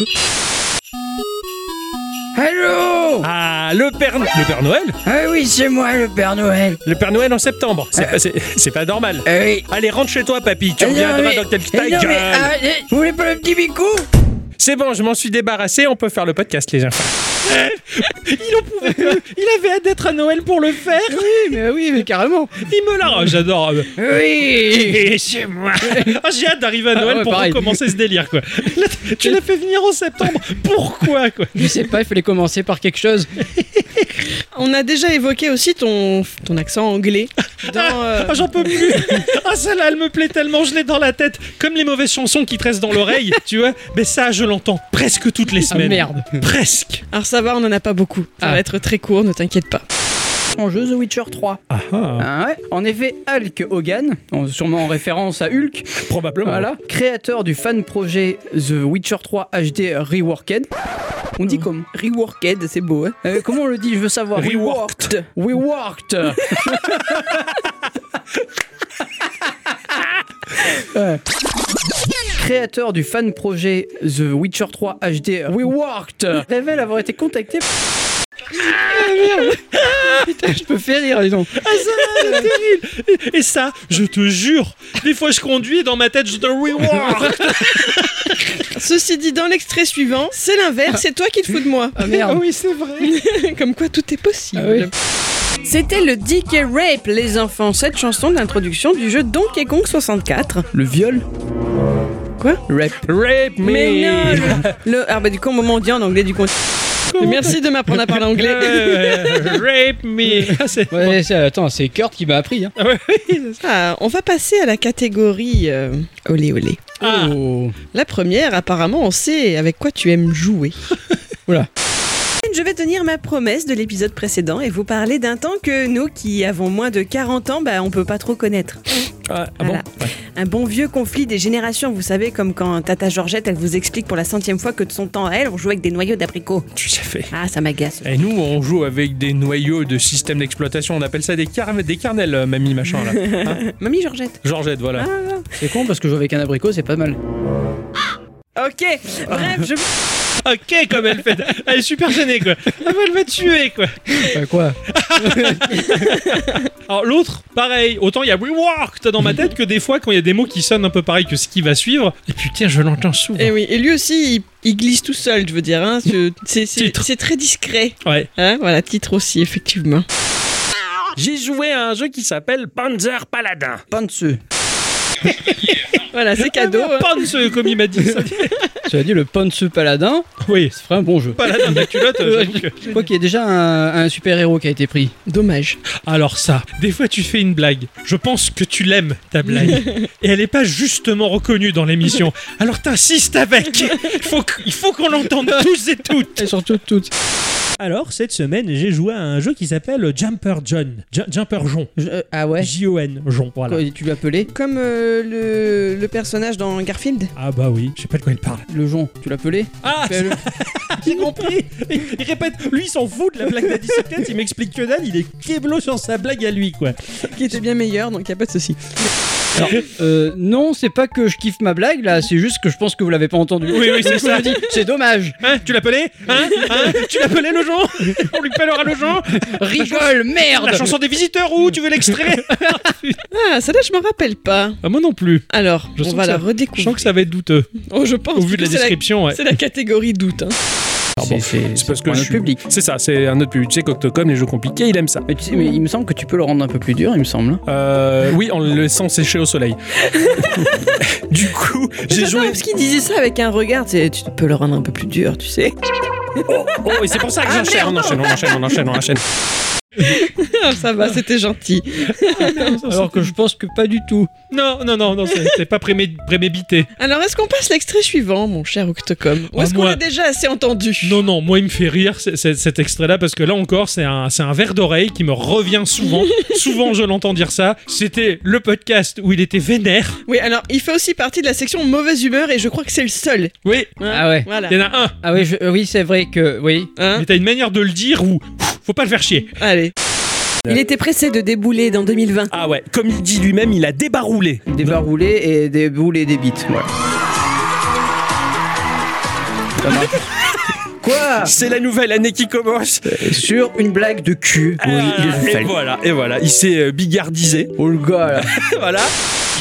O: Allô Ah, le Père, le Père Noël
R: Ah oui, c'est moi le Père Noël. Euh.
O: Le Père Noël en septembre C'est pas, c'est- c'est pas normal. Allez, rentre chez toi, papy. Tu
R: Eh
O: reviens
R: non,
O: demain
R: mais-
O: dans quelques
R: eh
O: ta
R: non, mais
O: gueule.
B: ah, eh.
R: arrêtez, Vous voulez pas le petit bicou
O: C'est bon, je m'en suis débarrassé. On peut faire le podcast, les enfants.
A: Eh, Il en pouvait plus. Il avait hâte d'être à Noël pour le faire.
B: Oui, mais oui, mais carrément.
A: Il me l'a. Oh, J'adore.
R: Oui,
A: c'est moi. Ah, J'ai hâte d'arriver à Noël
B: Ah ouais,
A: pour
B: pareil.
A: recommencer ce délire, quoi. Là, tu l'as fait venir en septembre. Pourquoi, quoi
B: Je sais pas, il fallait commencer par quelque chose.
C: On a déjà évoqué aussi ton, ton accent anglais. Dans, euh,
A: Ah, j'en peux plus. Ah, celle-là, elle me plaît tellement, je l'ai dans la tête. Comme les mauvaises chansons qui te restent dans l'oreille, tu vois. Mais ça, je l'entends presque toutes les
C: Ah,
A: semaines.
C: merde.
A: Presque.
C: Alors ça va, on en a pas beaucoup. Ça
A: Ah.
C: va être très court, ne t'inquiète pas.
B: En jeu The Witcher 3.
A: Ah,
B: Ah ouais. En effet, Hulk Hogan, en- sûrement en référence à Hulk,
A: probablement.
B: Voilà, créateur du fan projet The Witcher 3 HD Reworked. On dit comme reworked, c'est beau. Hein Euh, comment on le dit Je veux savoir.
A: Reworked.
B: Reworked. Ouais. Créateur du fan projet The Witcher 3 HD Reworked révèle avoir été contacté. Putain, je peux faire rire, dis donc.
A: Ah, ça, là, c'est terrible. Et ça, je te jure, des fois je conduis et dans ma tête, je te reward.
C: Ceci dit, dans l'extrait suivant, c'est l'inverse, c'est toi qui te fous de moi.
B: Ah, merde. Ah
C: oui, c'est vrai. Comme quoi tout est possible.
M: Ah C'était le DK Rape, les enfants, cette chanson d'introduction du jeu Donkey Kong 64.
B: Le viol
M: Quoi
B: Rap.
L: Rape me
M: Mais non le, le- Ah bah du coup, au moment où on dit en anglais, du coup... on-
C: Merci de m'apprendre à parler anglais.
A: Euh, Rape me. Ah, c'est...
B: Ouais, c'est- attends, c'est Kurt qui m'a appris. Hein.
C: Ah, on va passer à la catégorie euh, olé olé.
B: Oh.
C: La première, apparemment, on sait avec quoi tu aimes jouer.
B: Oula.
M: Je vais tenir ma promesse de l'épisode précédent et vous parler d'un temps que nous qui avons moins de 40 ans, bah, on peut pas trop connaître.
L: Ah, ah
M: Voilà.
L: bon Ouais.
M: Un bon vieux conflit des générations, vous savez, comme quand Tata Georgette, elle vous explique pour la centième fois que de son temps à elle, on jouait avec des noyaux d'abricots.
L: Tu sais fait.
M: Ah, ça m'agace.
L: Et nous, on joue avec des noyaux de système d'exploitation. On appelle ça des, car- des carnels, euh, mamie machin là. Hein
M: Mamie Georgette.
L: Georgette, voilà.
B: C'est con parce que jouer avec un abricot, c'est pas mal.
M: Ok, bref, je...
A: Ah. Ok, comme elle fait. Elle est super gênée, quoi. Ah, bah, Elle va me tuer, quoi.
B: Bah, quoi
A: Alors l'autre, pareil, autant il y a reworked dans ma tête que des fois quand il y a des mots qui sonnent un peu pareil que ce qui va suivre, et putain je l'entends souvent.
C: Et Eh oui, et lui aussi, il, il glisse tout seul, je veux dire. hein, ce- c'est- C'est c'est très discret.
A: Ouais.
C: Hein, voilà, titre aussi, effectivement.
L: J'ai joué à un jeu qui s'appelle Panzer Paladin.
B: Panzer.
C: voilà, c'est cadeau. hein.
A: Panzer, comme il m'a dit ça.
B: Cela dit, le Panzer Paladin,
A: oui.
B: ce ferait un bon jeu.
A: Paladin de la culotte, euh, j'avoue que-
B: Quoi qu'il y ait déjà un, un super-héros qui a été pris.
C: Dommage.
A: Alors ça, des fois tu fais une blague. Je pense que tu l'aimes ta blague. Et elle n'est pas justement reconnue dans l'émission. Alors t'insistes avec. Il faut que- il faut qu'on l'entende tous et toutes.
B: Et surtout toutes.
O: Alors, cette semaine, j'ai joué à un jeu qui s'appelle Jumper John. Ju- Jumper Jon.
B: ah ouais
O: J-O-N, Jon, voilà.
B: Quoi, tu l'appelais
M: Comme euh, le, le personnage dans Garfield.
O: Ah bah oui, je sais pas de quoi il parle.
B: Le Jon, tu l'appelais
O: Ah
B: Tu l'appelais-
O: J'ai compris il, il répète, lui il s'en fout de la blague d'Addy Sapkins, il m'explique que dalle, il est keblo sur sa blague à lui quoi.
C: Qui était bien meilleur, donc il n'y a pas de souci.
B: Alors, euh, non, c'est pas que je kiffe ma blague là, c'est juste que je pense que vous l'avez pas entendu.
A: Oui, oui, c'est
B: Du coup,
A: ça.
B: je me dis, C'est dommage.
A: Hein, tu l'appelais Hein Hein Tu l'appelais le Jean On lui parlera le Jean
B: Rigole, merde
A: La chanson des visiteurs où tu veux l'extrait
C: Ah, celle-là, je m'en rappelle pas.
A: Ah, Moi non plus.
C: Alors,
A: Je
C: on
A: sens
C: va
A: que
C: la
A: ça- Je
C: redécouvrir.
A: sens que ça va être douteux.
C: Oh, je pense.
A: Au vu
C: que
A: de la
C: c'est
A: description, ouais.
C: C'est la catégorie doute. hein.
L: C'est parce que
B: pour un
L: je
B: autre
L: suis-
B: public.
L: C'est ça, c'est un autre public. C'est Coctocom, les jeux compliqués, il aime ça.
B: Mais, tu sais, mais il me semble que tu peux le rendre un peu plus dur, il me semble.
L: Euh, oui, en le laissant sécher au soleil. du coup, j'ai
M: J'adore
L: joué.
M: parce qu'il disait ça avec un regard, tu sais, tu peux le rendre un peu plus dur, tu sais.
L: Oh, et c'est pour ça que
M: Ah,
L: j'enchaîne, on enchaîne, on enchaîne, on enchaîne, on enchaîne.
C: Ah, ça va, c'était gentil.
B: Alors que je pense que pas du tout.
A: Non, non, non, non, c'est c'est pas prémé- prémédité.
C: Alors, est-ce qu'on passe l'extrait suivant, mon cher Octocom Ou
A: Ah,
C: est-ce qu'on
A: moi-
C: l'a déjà assez entendu
A: Non, non, moi il me fait rire c- c- cet extrait-là parce que là encore, c'est un, c'est un verre d'oreille qui me revient souvent. souvent, je l'entends dire ça. C'était le podcast où il était vénère.
C: Oui, alors, il fait aussi partie de la section mauvaise humeur et je crois que c'est le seul.
A: Oui,
C: Hein,
B: Ah ouais.
C: Voilà.
A: il y en a un.
B: Ah oui, je- euh, oui c'est vrai que. Oui.
C: Hein
A: Mais t'as une manière de le dire où pff, faut pas le faire chier.
C: Allez.
M: Il était pressé de débouler dans 2020.
L: Ah ouais, comme il dit lui-même, il a débaroulé.
B: Des barres roulées et des boules et des bites. Voilà. Ça marche. Quoi
L: C'est la nouvelle année qui commence.
B: Sur une blague de cul. Oui, il est
L: et
B: fait.
L: voilà, et voilà, il s'est euh, bigardisé.
B: Oh le gars là.
L: voilà.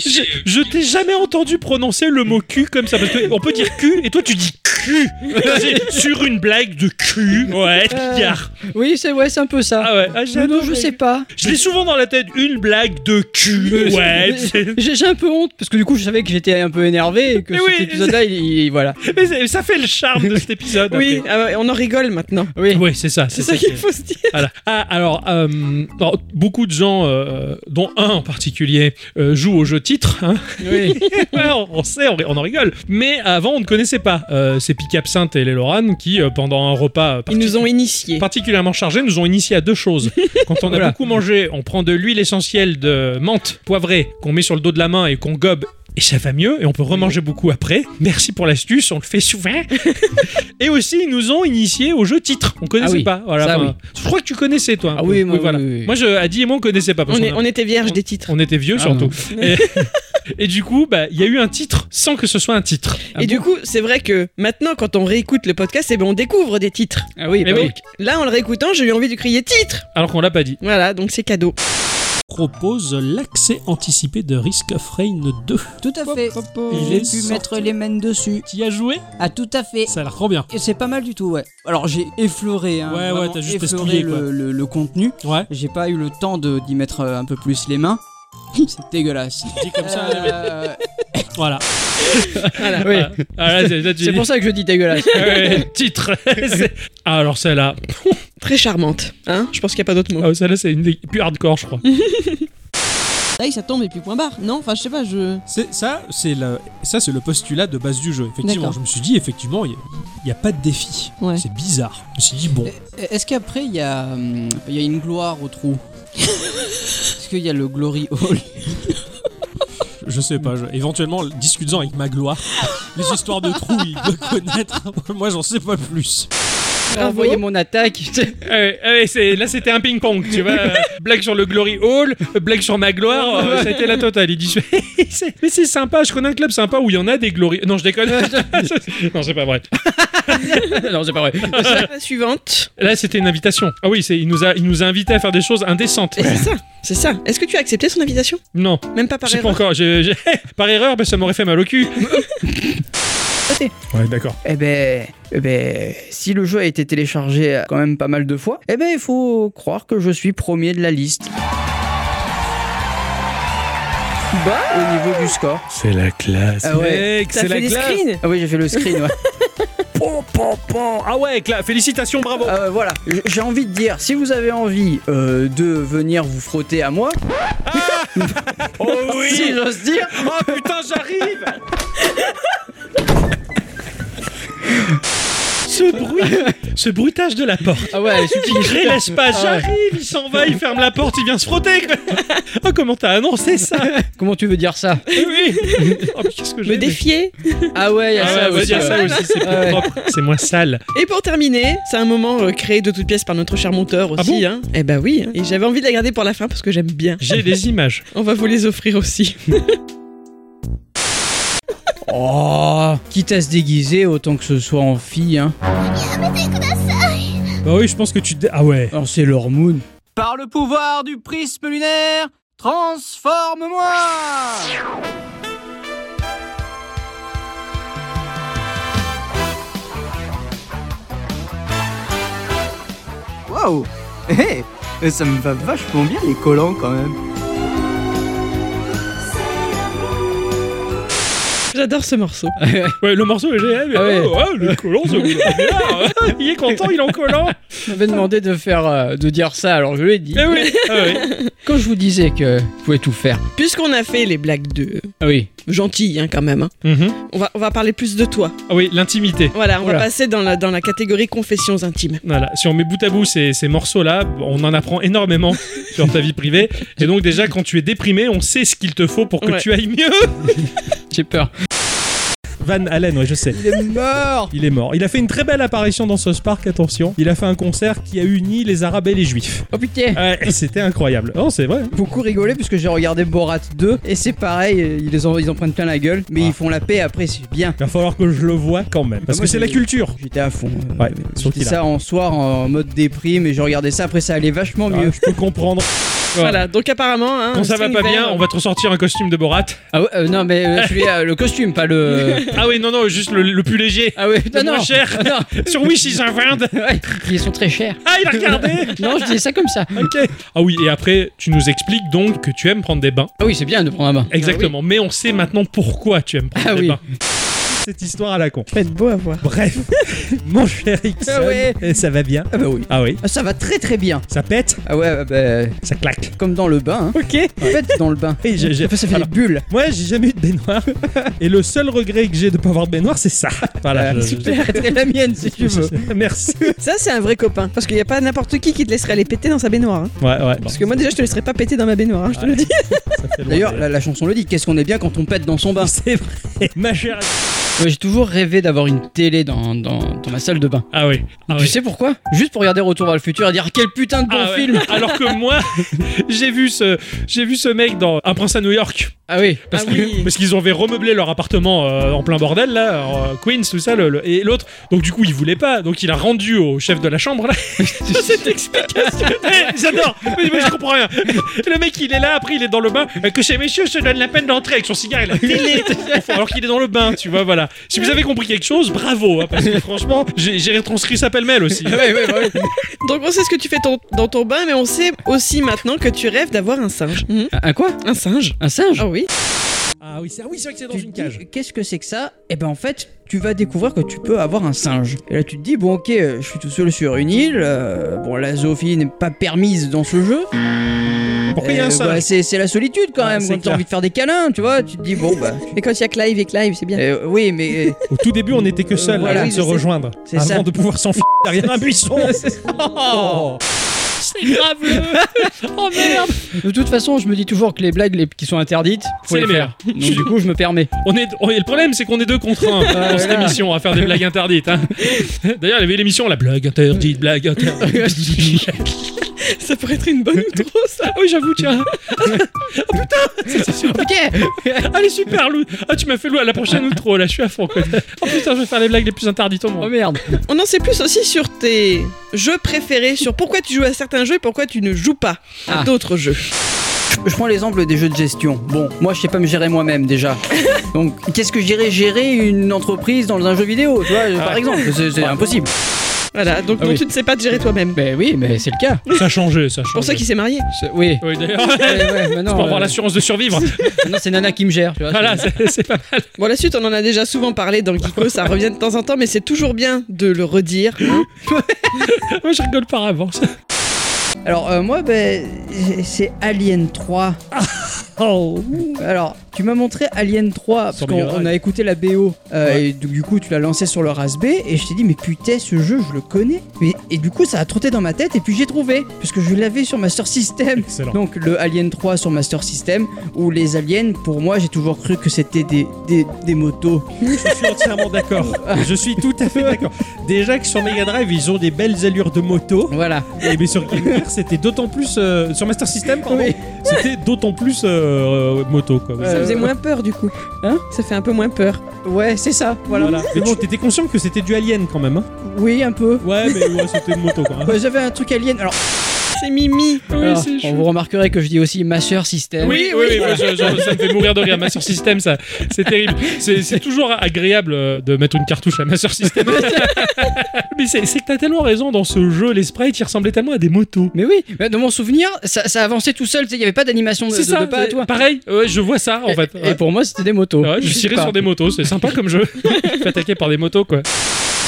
A: Je, je t'ai jamais entendu prononcer le mot cul comme ça parce qu'on peut dire cul et toi tu dis cul. cul C'est Sur une blague de cul Ouais,
B: Euh,
A: Picard
B: Oui, c'est ouais, c'est un peu ça.
A: Ah ouais, ah, j'ai
B: non, non,
A: adoré.
B: je sais pas.
A: Je l'ai souvent dans la tête, une blague de cul Ouais c'est-
B: J'ai j'ai un peu honte parce que du coup, je savais que j'étais un peu énervé et que
A: Mais
B: cet
A: oui,
B: épisode-là, il, il- voilà.
A: Mais c'est- ça fait le charme de cet épisode
C: Oui,
A: après.
C: ah ouais, on en rigole maintenant.
B: Oui,
A: c'est ça.
C: C'est ça qu'il faut se dire.
A: Voilà. Ah, alors, euh, alors, beaucoup de gens, euh, dont un en particulier, euh, jouent au jeu titre. hein.
B: Oui.
A: Ouais, on, on sait, on, ri- on en rigole. Mais avant, on ne connaissait pas euh, ces Pic Absinthe et les Lorraine qui, euh, pendant un repas euh,
C: Ils nous ont initiés.
A: particulièrement chargé, nous ont initié à deux choses. Quand on a beaucoup mangé, on prend de l'huile essentielle de menthe poivrée qu'on met sur le dos de la main et qu'on gobe. Et ça va mieux, et on peut remanger beaucoup après. Merci pour l'astuce, on le fait souvent. et aussi, ils nous ont initiés au jeu titre. On connaissait
B: Ah oui,
A: pas. Voilà,
B: ça
A: enfin, Je crois que tu connaissais, toi. un
B: Ah
A: peu.
B: oui, moi, oui,
A: voilà.
B: oui, oui.
A: Moi, je, Adi et moi, on connaissait pas. parce
C: On,
A: qu'on
C: est-
A: a-
C: on était vierge des titres.
A: on était vieux
C: Ah
A: surtout.
C: non.
A: Et, et du coup, bah, il y a eu un titre sans que ce soit un titre.
C: et du coup, c'est vrai que maintenant, quand on réécoute le podcast, eh ben, on découvre des titres.
B: Ah oui,
A: bah oui.
C: donc, là, en le réécoutant, j'ai eu envie de crier titre.
A: Alors qu'on l'a pas dit.
C: Voilà, donc c'est cadeau.
I: propose l'accès anticipé de Risk of Rain 2.
S: Tout à fait.
I: Il
S: J'ai
I: est
S: pu
I: sorti.
S: mettre les mains dessus.
I: Tu y as joué
S: Ah, tout à fait.
I: Ça a l'air trop bien.
S: Et c'est pas mal du tout, ouais. Alors j'ai effleuré, hein,
I: Ouais, ouais,
S: vraiment
I: t'as juste
S: effleuré
I: esquillé, quoi.
S: le, le- le contenu.
I: Ouais.
S: J'ai pas eu le temps de d'y mettre euh, un peu plus les mains. C'est dégueulasse.
I: Dit comme ça.
S: Euh,
I: Voilà.
B: Voilà, oui.
A: Ah, là, là, tu dis-
B: C'est pour ça que je dis dégueulasse.
A: Ah ouais, titre. C'est- ah, alors celle-là.
C: Très charmante, hein Je pense qu'il n'y a pas d'autre mot.
A: Ah, celle-là, c'est une des plus hardcore, je crois.
J: Là, ça tombe et puis point barre. Non, enfin, je sais pas, je.
I: C'est ça, c'est le, ça c'est le postulat de base du jeu. Effectivement,
J: D'accord.
I: je me suis dit effectivement, il n'y a, pas de défi.
J: Ouais.
I: C'est bizarre. Je me suis dit bon,
B: Euh.
S: Est-ce qu'après il y a hum, il y a une gloire au trou Est-ce qu'il y a le glory hall
I: je sais pas. je- éventuellement, discutant avec Magloire, les histoires de trous, il doit connaître. Moi, j'en sais pas plus.
B: Envoyez mon attaque.
A: Ah ouais, ah ouais, c'est- là, c'était un ping-pong, tu vois. Euh, blague sur le Glory Hall, euh, blague sur ma gloire, euh, ça a été la totale. Il dit c'est- Mais c'est sympa, je connais un club sympa où il y en a des Glory. Non, je déconne. non, c'est pas vrai. non, c'est pas vrai.
C: La suivante.
A: Là, c'était une invitation. Ah oui, c'est- il nous, a, il nous a invités à faire des choses indécentes.
C: Et c'est ça, c'est ça. Est-ce que tu as accepté son invitation
A: Non.
C: Même pas par
A: Je sais pas
C: erreur.
A: encore. j'ai- j'ai- Par erreur, bah, ça m'aurait fait mal au cul. ouais, d'accord.
B: Eh ben, eh ben, si le jeu a été téléchargé quand même pas mal de fois, eh ben, il faut croire que je suis premier de la liste. Bas Bah, au niveau du score.
O: C'est la classe.
B: Ah ouais.
A: Mec, c'est la classe.
B: Ah oui, j'ai fait le screen. ouais.
A: Pom, pom, pom. Ah ouais, cla- félicitations, bravo.
B: Ah ouais, voilà, J- j'ai envie de dire, si vous avez envie euh, de venir vous frotter à moi,
A: Oh oui
B: si j'ose dire,
A: Oh putain, j'arrive Ce bruit, ce bruitage de la porte.
B: Ah ouais,
A: il crée l'espace. J'arrive, il s'en va, il ferme la porte, il vient se frotter. Oh comment t'as annoncé ça
B: comment tu veux dire ça
A: Eh Oui. Oh, mais qu'est-ce que j'ai
C: Me défier.
B: Ah ouais, il y a
A: Ah
B: ça
A: ouais, ouais,
B: aussi.
A: y a ça
B: ouais.
A: aussi, c'est plus
B: Ah ouais.
A: propre, c'est moins sale.
C: Et pour terminer, c'est un moment euh, créé de toutes pièces par notre cher monteur aussi.
A: Ah bon
C: hein. Eh ben oui, hein. et j'avais envie de la garder pour la fin parce que j'aime bien.
A: J'ai des images.
C: On va vous les offrir aussi.
B: Oh, quitte à se déguiser, autant que ce soit en fille. Hein.
O: Bah oui, je pense que tu. dé- Ah ouais.
B: Alors c'est leur moon.
H: Par le pouvoir du prisme lunaire, transforme-moi Wow Hé Ça me va vachement bien les collants quand même
C: J'adore ce morceau.
A: Ouais, le morceau est génial. mais
B: Ah ouais.
A: oh, ouais, le collant, c'est bizarre. Il est content, il est en collant.
B: J'avais demandé de faire, euh, de dire ça, alors je l'ai dit.
A: Eh oui, ah ouais.
B: Quand je vous disais que vous pouvez tout faire.
C: Puisqu'on a fait les blagues de
B: Ah oui.
C: gentilles hein, quand même, hein.
A: Mhm.
C: on, va, on va parler plus de toi.
A: Ah oui, l'intimité.
C: Voilà, on
A: Oula.
C: va passer dans la, dans la catégorie confessions intimes.
A: Voilà, si on met bout à bout ces, ces morceaux-là, on en apprend énormément sur ta vie privée. Et donc déjà, quand tu es déprimé, on sait ce qu'il te faut pour que
B: Ouais.
A: tu ailles mieux.
B: J'ai peur.
O: Van Allen, ouais, je sais.
B: Il est mort
O: Il est mort. Il a fait une très belle apparition dans South Park, attention. Il a fait un concert qui a uni les Arabes et les Juifs.
B: Oh putain
O: Ouais, c'était incroyable. Oh, c'est vrai.
B: Beaucoup rigolé parce que j'ai regardé Borat 2 et c'est pareil, euh, ils en, ils en prennent plein la gueule, mais ils font la paix après, c'est bien.
O: Il va falloir que je le vois quand même. Parce
B: Ah, moi,
O: que c'est
B: j'ai-
O: la culture.
B: J'étais à fond. Euh,
O: Ouais, surtout qu'il
B: J'étais
O: a-
B: ça en soir en mode déprime et je regardais ça après, ça allait vachement
O: Ah,
B: mieux.
O: je peux comprendre.
C: Voilà, donc apparemment. hein,
A: Quand ça va
C: string
A: pas
C: vert.
A: bien, on va te ressortir un costume de Borat.
B: Ah ouais, euh, non, mais euh, je suis, euh, le costume, pas le.
A: Ah oui, non, non, juste le, le plus léger.
B: Ah oui,
A: le
B: non,
A: moins
B: non.
A: cher.
B: Ah non.
A: Sur Wish, ils inventent.
B: Ils sont très chers.
A: Ah, il a regardé
B: Non, je disais ça comme ça.
A: Ok. Ah oui, et après, tu nous expliques donc que tu aimes prendre des bains.
B: Ah oui, c'est bien de prendre un bain.
A: Exactement, mais on sait maintenant pourquoi tu aimes prendre
B: Ah
A: des
B: oui.
A: bains. Cette histoire à la con.
B: Faites beau à voir.
A: Bref, mon cher Ixon,
B: Ah ouais.
A: euh, ça va bien
B: Ah bah oui.
A: Ah oui.
B: Ah, Ça va très très bien.
A: Ça pète
B: Ah ouais, bah.
A: Ça claque.
B: Comme dans le bain. hein.
A: Ok.
B: En fait, dans le bain.
A: Et je- je-
B: Enfin, Ah, ça fait
A: alors,
B: des bulles.
A: Moi, j'ai jamais eu de baignoire. Et le seul regret que j'ai de pas avoir de baignoire, c'est ça. Voilà. Ah, je- je-
B: Super, Euh, c'est la mienne si tu veux.
A: Merci.
M: Ça, Ah, c'est un vrai copain. Parce qu'il n'y a pas n'importe qui qui te laisserait aller péter dans sa baignoire. hein.
A: Ouais, ouais.
M: Parce que moi, déjà, je te laisserais pas péter dans ma baignoire, hein, je te le dis.
B: D'ailleurs, la, la chanson le dit, qu'est-ce qu'on est bien quand on pète dans son bain
A: C'est vrai, ma chère.
B: Moi, j'ai toujours rêvé d'avoir une télé dans, dans, dans ma salle de bain.
A: Ah oui. Ah
B: tu
A: oui.
B: sais pourquoi Juste pour regarder Retour vers le futur et dire quel putain de bon
A: Ah ouais.
B: film
A: Alors que moi, j'ai vu ce, j'ai vu ce mec dans Un prince à New York.
B: Ah oui.
A: Parce
B: Ah
A: que-
B: oui.
A: parce qu'ils avaient remeubler leur appartement euh, en plein bordel là, en, euh, Queens tout ça, le- le- et l'autre. Donc du coup, il voulait pas. Donc il a rendu au chef de la chambre là. cette explication. Eh, J'adore. Mais moi, je comprends rien. Le mec, il est là. Après, il est dans le bain. Euh, Que ces messieurs se donnent la peine d'entrer avec son cigare et la télé. Enfin, alors qu'il est dans le bain, tu vois. Voilà. Si vous avez compris quelque chose, bravo. hein, parce que franchement, j'ai j'ai retranscrit ça pêle-mêle aussi.
C: Donc on sait ce que tu fais ton- dans ton bain, mais on sait aussi maintenant que tu rêves d'avoir un singe. Mhm.
B: Un quoi
C: Un singe.
B: Un singe
C: Ah oui.
A: Ah oui, c'est ah oui, c'est vrai que c'est dans
B: Tu
A: une
B: te
A: cage.
B: dis, Qu'est-ce que c'est que ça Et ben en fait, tu vas découvrir que tu peux avoir un singe. Et là, tu te dis, bon, ok, euh, je suis tout seul sur une île. euh, bon, la zoophilie n'est pas permise dans ce jeu.
A: Pourquoi il y a un
B: Euh,
A: singe
B: bah, C'est c'est la solitude quand même.
A: c'est
B: Quand t'as
A: clair.
B: envie de faire des câlins, tu vois, tu te dis, bon, bah.
M: Mais quand il y a Clive et Clive, c'est bien.
B: euh, oui, mais. euh,
A: Au tout début, on n'était que seuls
B: Euh, voilà,
A: avant de
B: je
A: se
B: sais.
A: rejoindre.
B: C'est
A: avant
B: ça.
A: de pouvoir s'enfuir derrière un buisson. Oh.
B: C'est grave Oh merde De toute façon, je me dis toujours que les blagues les- qui sont interdites,
A: C'est
B: faut
A: les
B: faire.
A: meilleures.
B: Donc du coup, je me permets.
A: On est, on- et le problème, c'est qu'on est deux contre un euh,
B: Ah,
A: dans cette
B: voilà.
A: émission à faire des blagues interdites. hein. D'ailleurs, il y avait l'émission La blague interdite, blague interdite.
C: Ça pourrait être une bonne outro, ça.
A: Ah oui, j'avoue, tiens. Ok Allez, super, Lou. Ah, tu m'as fait Lou à la prochaine outro, là, je suis à fond. Quoi. Oh putain, je vais faire les blagues les plus interdites au monde.
B: Oh merde
C: On en sait plus aussi sur tes jeux préférés, sur pourquoi tu joues à certains jeux et pourquoi tu ne joues pas à
B: Ah.
C: d'autres jeux.
B: Je prends l'exemple des jeux de gestion. Bon, moi je sais pas me gérer moi-même déjà. Donc qu'est-ce que j'irais gérer une entreprise dans un jeu vidéo, tu vois, par exemple C'est c'est impossible.
C: Voilà, donc
B: Ah
C: non,
B: oui.
C: tu ne sais pas te gérer toi-même.
B: Mais Ben oui, mais c'est le cas.
A: Ça a changé, ça a changé.
C: Pour ça qui s'est marié.
B: C'est- Oui.
A: Oui, d'ailleurs.
B: Ouais, ouais, maintenant,
A: C'est pour avoir
B: euh,
A: l'assurance de survivre.
B: maintenant, c'est Nana qui me gère, tu vois.
A: voilà, c'est c'est pas mal.
C: Bon, la suite, on en a déjà souvent parlé dans le Geeko, ça revient de temps en temps, mais c'est toujours bien de le redire. hein.
A: Moi, je rigole par avance.
B: Alors euh, moi, ben, c'est Alien 3.
A: Oh.
B: Alors, tu m'as montré Alien 3 parce
A: Sans
B: qu'on
A: meilleur
B: on a écouté la BO euh, et donc, du coup tu l'as lancé sur le Raspberry et je t'ai dit mais putain ce jeu je le connais Mais- et du coup ça a trotté dans ma tête et puis j'ai trouvé parce que je l'avais sur Master System
A: Excellent.
B: donc le Alien 3 sur Master System où les aliens pour moi j'ai toujours cru que c'était des, des, des motos
O: Je suis entièrement d'accord. Je suis tout à fait d'accord. Déjà que sur Mega Drive, ils ont des belles allures de moto.
B: voilà
O: Et mais sur Game Gear, c'était d'autant plus. euh, sur Master System, pardon.
B: Oui.
O: C'était d'autant plus euh, euh, moto, quoi. oui.
M: Ça
B: Euh,
M: faisait moins peur du coup.
B: Hein
M: Ça fait un peu moins peur.
B: ouais c'est ça voilà,
O: Voilà. Mais bon, t'étais conscient que c'était du Alien quand même, hein
B: oui un peu
O: Ouais, mais ouais, c'était une moto, quoi. hein.
B: Ouais, j'avais un truc alien alors,
C: C'est Mimi.
B: alors,
A: c'est
B: on vous remarquerez que je dis aussi Master System
A: Oui, oui, oui, moi, je- je- ça me fait mourir de rire. Master System, ça, c'est terrible. C'est c'est toujours agréable euh, de mettre une cartouche à Master System. Mais c'est c'est que t'as tellement raison dans ce jeu, les sprites, ils ressemblaient tellement à des motos.
B: mais oui, mais dans mon souvenir, ça, ça avançait tout seul, tu sais, il n'y avait pas d'animation de,
A: C'est
B: de-
A: ça,
B: de pas à toi.
A: pareil, ouais, je vois ça en fait.
B: Et
A: Ouais.
B: pour moi, c'était des motos.
A: Ouais, je tirais
B: sais
A: sur
B: pas.
A: des motos, c'est sympa comme jeu. Je fais attaquer par des motos quoi.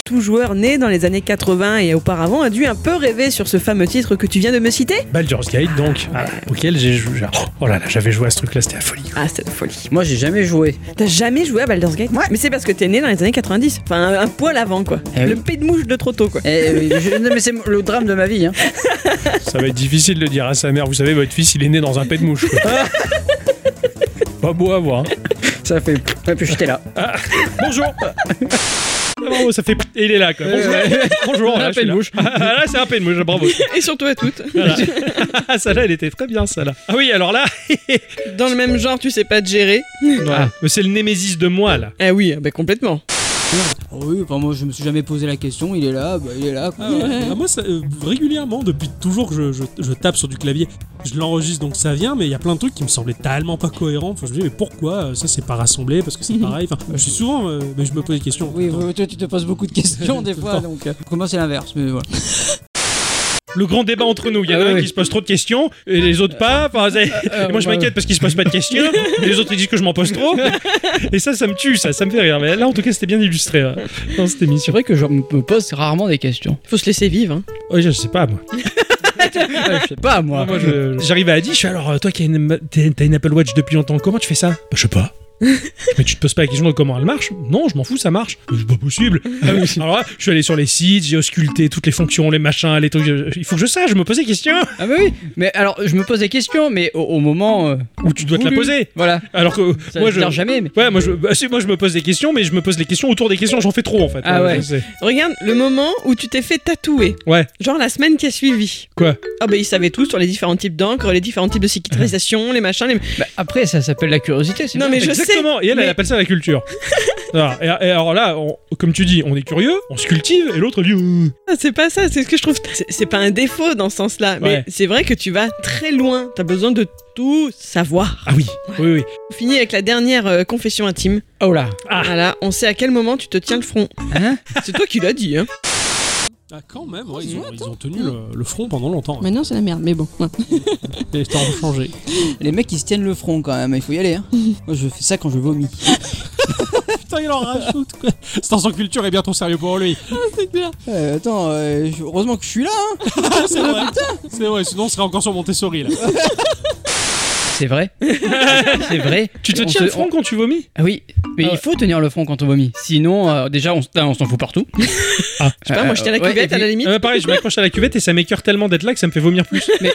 M: Tout joueur né dans les années 80 et auparavant a dû un peu rêver sur ce fameux titre que tu viens de me citer.
O: Baldur's Gate, donc, ah, auquel j'ai joué. Oh là là, j'avais joué à ce truc-là, c'était la folie.
M: Ah, c'était de folie.
B: Moi, j'ai jamais joué.
M: T'as jamais joué à Baldur's Gate Mais c'est parce que t'es né dans les années 90. Enfin, un, un poil avant quoi.
B: Eh oui.
M: Le pé de mouche de trop tôt quoi.
B: Eh, je- non, mais c'est le drame de ma vie. Hein.
O: Ça va être difficile de dire à sa mère, vous savez, votre fils, il est né dans un pet de mouche. quoi. Pas beau à voir.
B: Ça fait. Ouais, puis j'étais là.
O: Bonjour
A: Bravo, ça fait. Et il est là quoi. Bonjour, bonjour, là,
B: Un
A: je suis
B: pet de
A: là.
B: mouche.
A: Ah, là, c'est un peine mouche, bravo.
C: Et surtout à toutes.
A: Voilà. Ah, celle-là, elle était très bien, celle-là. Ah oui, alors là,
C: Dans le même genre, tu sais pas te gérer. Eh
A: Ah, mais c'est le némésis de moi là.
C: Ah oui, ben complètement.
H: Ah Oui, enfin moi je me suis jamais posé la question, il est là, bah, il est là. quoi.
I: Ah ouais. Ah, moi, ça, euh, régulièrement, depuis toujours que je, je- je tape sur du clavier, je l'enregistre donc ça vient, mais il y a plein de trucs qui me semblaient tellement pas cohérents. Enfin, je me dis, mais pourquoi euh, ça c'est pas rassemblé Parce que c'est pareil. Enfin, je suis souvent, euh, mais je me pose des questions.
H: Oui, oui, toi tu te poses beaucoup de questions des
I: Tout le
H: fois,
I: temps.
H: donc euh, pour moi c'est l'inverse, mais voilà.
A: Le grand débat entre nous, il y
I: Ah
A: en a un qui se pose trop de questions et les autres pas. Enfin, c'est- et moi je m'inquiète parce qu'il se pose pas de questions, mais les autres ils disent que je m'en pose trop. Et ça, ça me tue, ça, ça me fait rire. Mais là en tout cas, c'était bien illustré euh, dans cette émission.
B: C'est vrai que je me pose rarement des questions.
C: Faut se laisser vivre. Hein.
A: Ouais, je sais pas moi.
B: je sais pas moi.
A: Ah, Moi, je- j'arrive à Adi, je suis alors euh, toi qui as une, t'es- t'as une Apple Watch depuis longtemps, comment tu fais ça Bah, je sais pas. Mais tu te poses pas la question de comment elle marche Non, je m'en fous, ça marche. Mais C'est pas possible. Ah oui. Alors là, je suis allé sur les sites, j'ai ausculté toutes les fonctions, les machins, les trucs. je- Il faut que je sache, je me pose des questions.
B: Ah bah oui, mais alors je me pose des questions, mais au, au moment euh,
A: où tu dois te la poser.
B: Voilà.
A: Alors que euh,
B: Ça
A: moi
B: veut
A: je
B: dire jamais, mais-
A: Ouais, moi je bah, si, moi je me pose des questions, mais je me pose les questions autour des questions, j'en fais trop en fait.
C: Ah ouais.
A: c'est-
C: Regarde le moment où tu t'es fait tatouer.
A: Ouais.
C: Genre la semaine qui a suivi.
A: Quoi
C: Ah bah ils savaient tout sur les différents types d'encre, les différents types de cicatrisation, les machins, les...
B: après ça s'appelle la curiosité, c'est
C: Non
B: bien.
C: mais je sais.
A: Exactement. Et elle, elle appelle ça la culture. Alors, et, et alors là, on- comme tu dis, on est curieux, on se cultive, et l'autre dit. euh,
C: Ah, C'est pas ça, c'est ce que je trouve. C'est- C'est pas un défaut dans ce sens-là, mais
A: Ouais.
C: c'est vrai que tu vas très loin. T'as besoin de tout savoir.
A: Ah oui, oui, Ah, oui.
C: On finit avec la dernière euh, confession intime.
B: Oh là.
C: Voilà, on sait à quel moment tu te tiens le front. c'est toi qui l'as dit, hein.
I: Ah, quand même, ouais, ils, ont, ils ont tenu le, le front pendant longtemps.
J: Maintenant c'est la merde, mais bon. ouais.
I: Les temps ont changé.
H: Les mecs ils se tiennent le front quand même, il faut y aller. Hein. Moi je fais ça quand je vomis.
I: Putain, il en rajoute quoi. Sans son culture et bien ton sérieux pour lui.
J: c'est clair.
H: Euh, attends, euh, je- heureusement que je suis là. Hein.
I: c'est vrai. Ah, C'est vrai, sinon on serait encore sur Montessori là.
B: C'est vrai. c'est vrai.
A: Tu te
B: On
A: tiens le front
B: on-
A: quand tu vomis
B: Ah oui, mais il faut tenir le front quand on vomit. Sinon, euh, déjà, on, s- on s'en fout partout.
A: Ah.
B: Je sais pas, moi, je tiens
H: euh,
B: la cuvette, à la limite.
A: Ah, pareil, je m'accroche à la cuvette et ça m'écœure tellement d'être là que ça me fait vomir plus.
B: Mais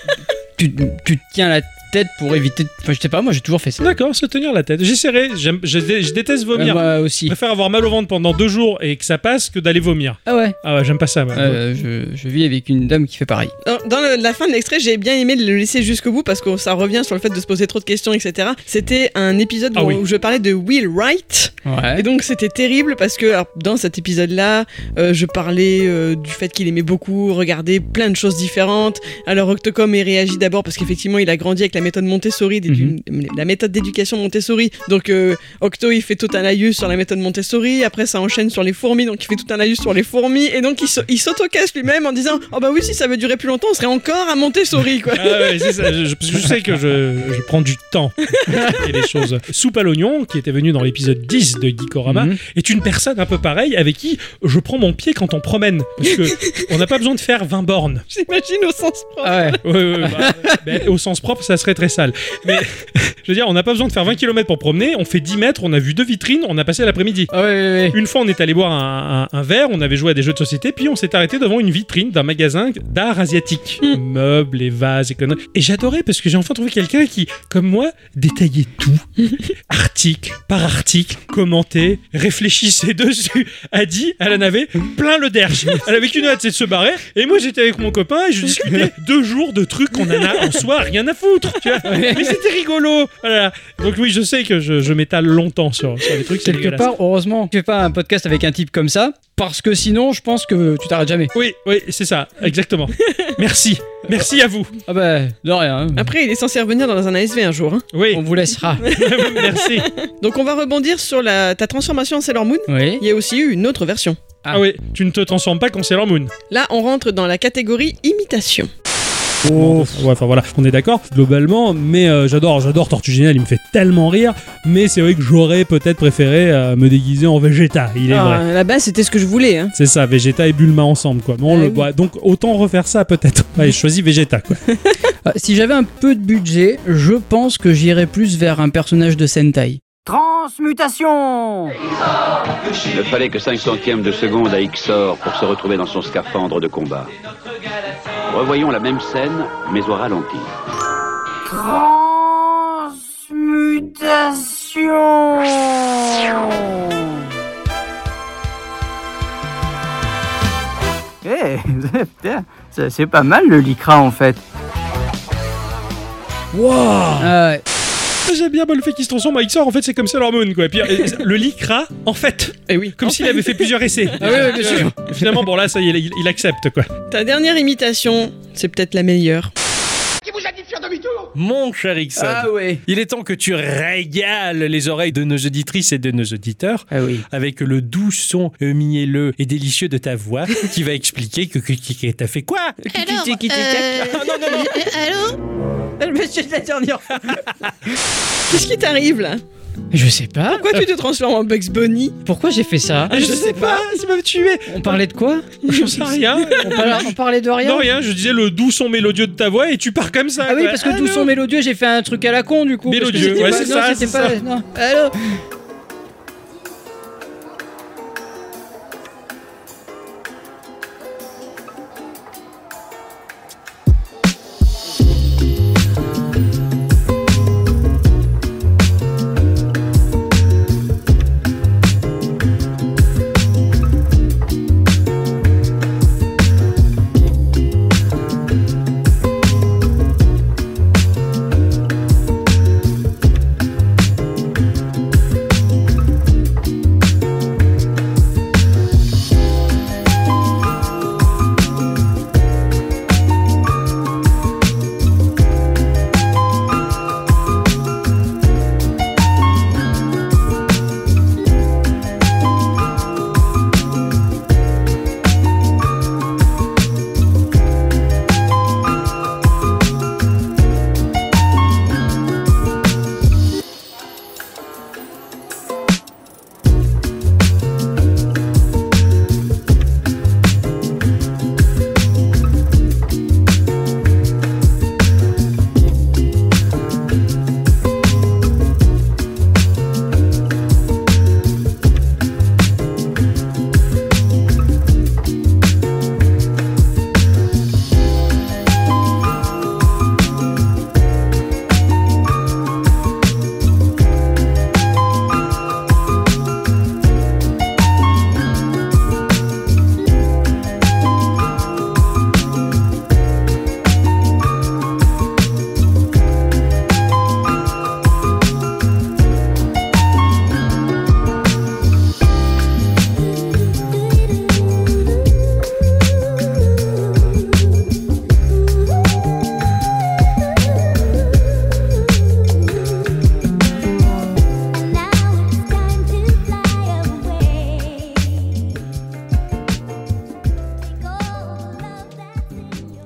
B: tu, tu te tiens la tête pour éviter. de- Enfin, je sais pas, moi, j'ai toujours fait ça.
A: D'accord, se tenir la tête. J'essaierai, j'aime- je, dé- je déteste vomir.
B: Euh, moi aussi.
A: Je préfère avoir mal au ventre pendant deux jours et que ça passe que d'aller vomir.
B: Ah ouais
A: Ah ouais, j'aime pas ça. moi.
B: Euh, je, je vis avec une dame qui fait pareil.
C: Dans, dans le- la fin de l'extrait, j'ai bien aimé le laisser jusqu'au bout parce que ça revient sur le fait de se poser trop de questions, etc. C'était un épisode
A: Ah
C: où,
A: oui.
C: où je parlais de Will Wright.
B: Ouais.
C: Et donc c'était terrible parce que alors, dans cet épisode-là, euh, je parlais euh, du fait qu'il aimait beaucoup regarder plein de choses différentes. Alors Octocom il réagit d'abord parce qu'effectivement il a grandi avec la méthode Montessori, d'édu- la méthode d'éducation Montessori. Donc euh, Octo il fait tout un laïus sur la méthode Montessori. Après ça enchaîne sur les fourmis, donc il fait tout un laïus sur les fourmis. Et donc il s- il s'auto-casse lui-même en disant oh bah oui si ça veut durer plus longtemps, on serait encore à Montessori quoi.
A: Ah ouais, c'est ça, je, je- parce que je sais que je, je prends du temps et les choses. Soupe à l'oignon, qui était venu dans l'épisode 10 de
B: Mhm.
A: Geekorama,
H: Mhm.
A: est une personne un peu pareille avec qui je prends mon pied quand on promène. Parce que on n'a pas besoin de faire 20 bornes.
C: J'imagine au sens propre.
H: Ah
A: Ouais, ouais, ouais, bah, ben, au sens propre, ça serait très sale. Mais je veux dire, on n'a pas besoin de faire 20 km pour promener. On fait 10 mètres, on a vu deux vitrines, on a passé l'après-midi.
H: Ah
A: Une fois, on est allé boire un, un- un verre, on avait joué à des jeux de société, puis on s'est arrêté devant une vitrine d'un magasin d'art asiatique. Meubles et vases et conneries. Et j'adorais parce que j'ai enfin trouvé quelqu'un qui, comme moi, détaillait tout. article par article, commentait, réfléchissait dessus. A dit, elle en avait plein le derge. Elle avait qu'une hâte, c'est de se barrer. Et moi, j'étais avec mon copain et je discutais deux jours de trucs qu'on en a en soi rien à foutre. tu vois. Mais c'était rigolo. Voilà. Donc oui, je sais que je, je m'étale longtemps sur, sur les trucs. c'est
B: Quelque
A: dégueulasse.
B: part, heureusement, tu fais pas un podcast avec un type comme ça, parce que sinon, je pense que tu t'arrêtes jamais.
A: Oui, oui, c'est ça, exactement. Merci, merci à vous.
B: Ah bah, de rien. hein.
C: Après, il est censé revenir dans un ASV un jour. hein.
A: Oui.
B: On vous laissera.
A: Merci.
C: Donc on va rebondir sur la, ta transformation en Sailor Moon.
B: Oui.
C: Il y a aussi eu une autre version.
A: Ah. oui, tu ne te transformes pas quand c'est Sailor Moon.
C: Là, on rentre dans la catégorie imitation.
O: Ouais, enfin voilà, on est d'accord globalement, mais euh, j'adore, j'adore Tortuginal, il me fait tellement rire, mais c'est vrai que j'aurais peut-être préféré euh, me déguiser en Vegeta, il est vrai.
M: Ah, à la base, c'était ce que je voulais. Hein.
O: C'est ça, Vegeta et Bulma ensemble quoi. Bon,
A: Ah
O: le, ouais, donc autant refaire ça peut-être. Ouais, je choisis Vegeta quoi.
B: Euh, Si j'avais un peu de budget, je pense que j'irais plus vers un personnage de Sentai.
H: Transmutation
T: Il ne fallait que 5 centièmes de seconde à Xor pour se retrouver dans son scaphandre de combat. Revoyons la même scène, mais au ralenti.
H: Transmutation
K: Eh, putain, ça, c'est
B: Ah
K: pas mal le lycra en fait.
B: Wow
A: Ah, J'aime bien bon, le fait qu'ils se transforment avec Xor. En fait, c'est comme Sailor Moon, quoi. Et puis euh, le Lycra, en fait.
O: Eh
B: Et oui.
A: Comme s'il avait fait plusieurs essais.
B: Ah oui, oui, bien sûr.
A: Et Finalement, bon, là, ça y est, il, il accepte, quoi.
C: Ah, Ta dernière imitation, c'est peut-être la meilleure.
L: Mon cher Ixon,
C: Ah ouais.
L: il est temps que tu régales les oreilles de nos auditrices et de nos auditeurs
B: Ah
L: avec le doux son euh, mielleux et délicieux de ta voix qui va expliquer que, que, que- que t'as fait quoi
D: Alors, euh... Allô
C: Monsieur de la dernière Qu'est-ce qui t'arrive là
B: Je sais pas. Euh,
C: Pourquoi tu te transformes en Bugs Bunny
B: Pourquoi j'ai fait ça
A: Ah, je sais pas, ça m'a tué.
B: On parlait de quoi
A: J'en sais rien.
B: on, parlait, on parlait de rien
A: Non, rien, je disais le doux son mélodieux de ta voix et tu pars comme ça.
B: Ah oui, parce que tout son mélodieux, j'ai fait un truc à la con du coup. parce que
A: Mélodieux,
B: c'était
A: ouais,
B: pas-
A: c'est
B: non,
A: ça,
B: c'était
A: c'est
B: pas-
A: ça.
B: non. Allô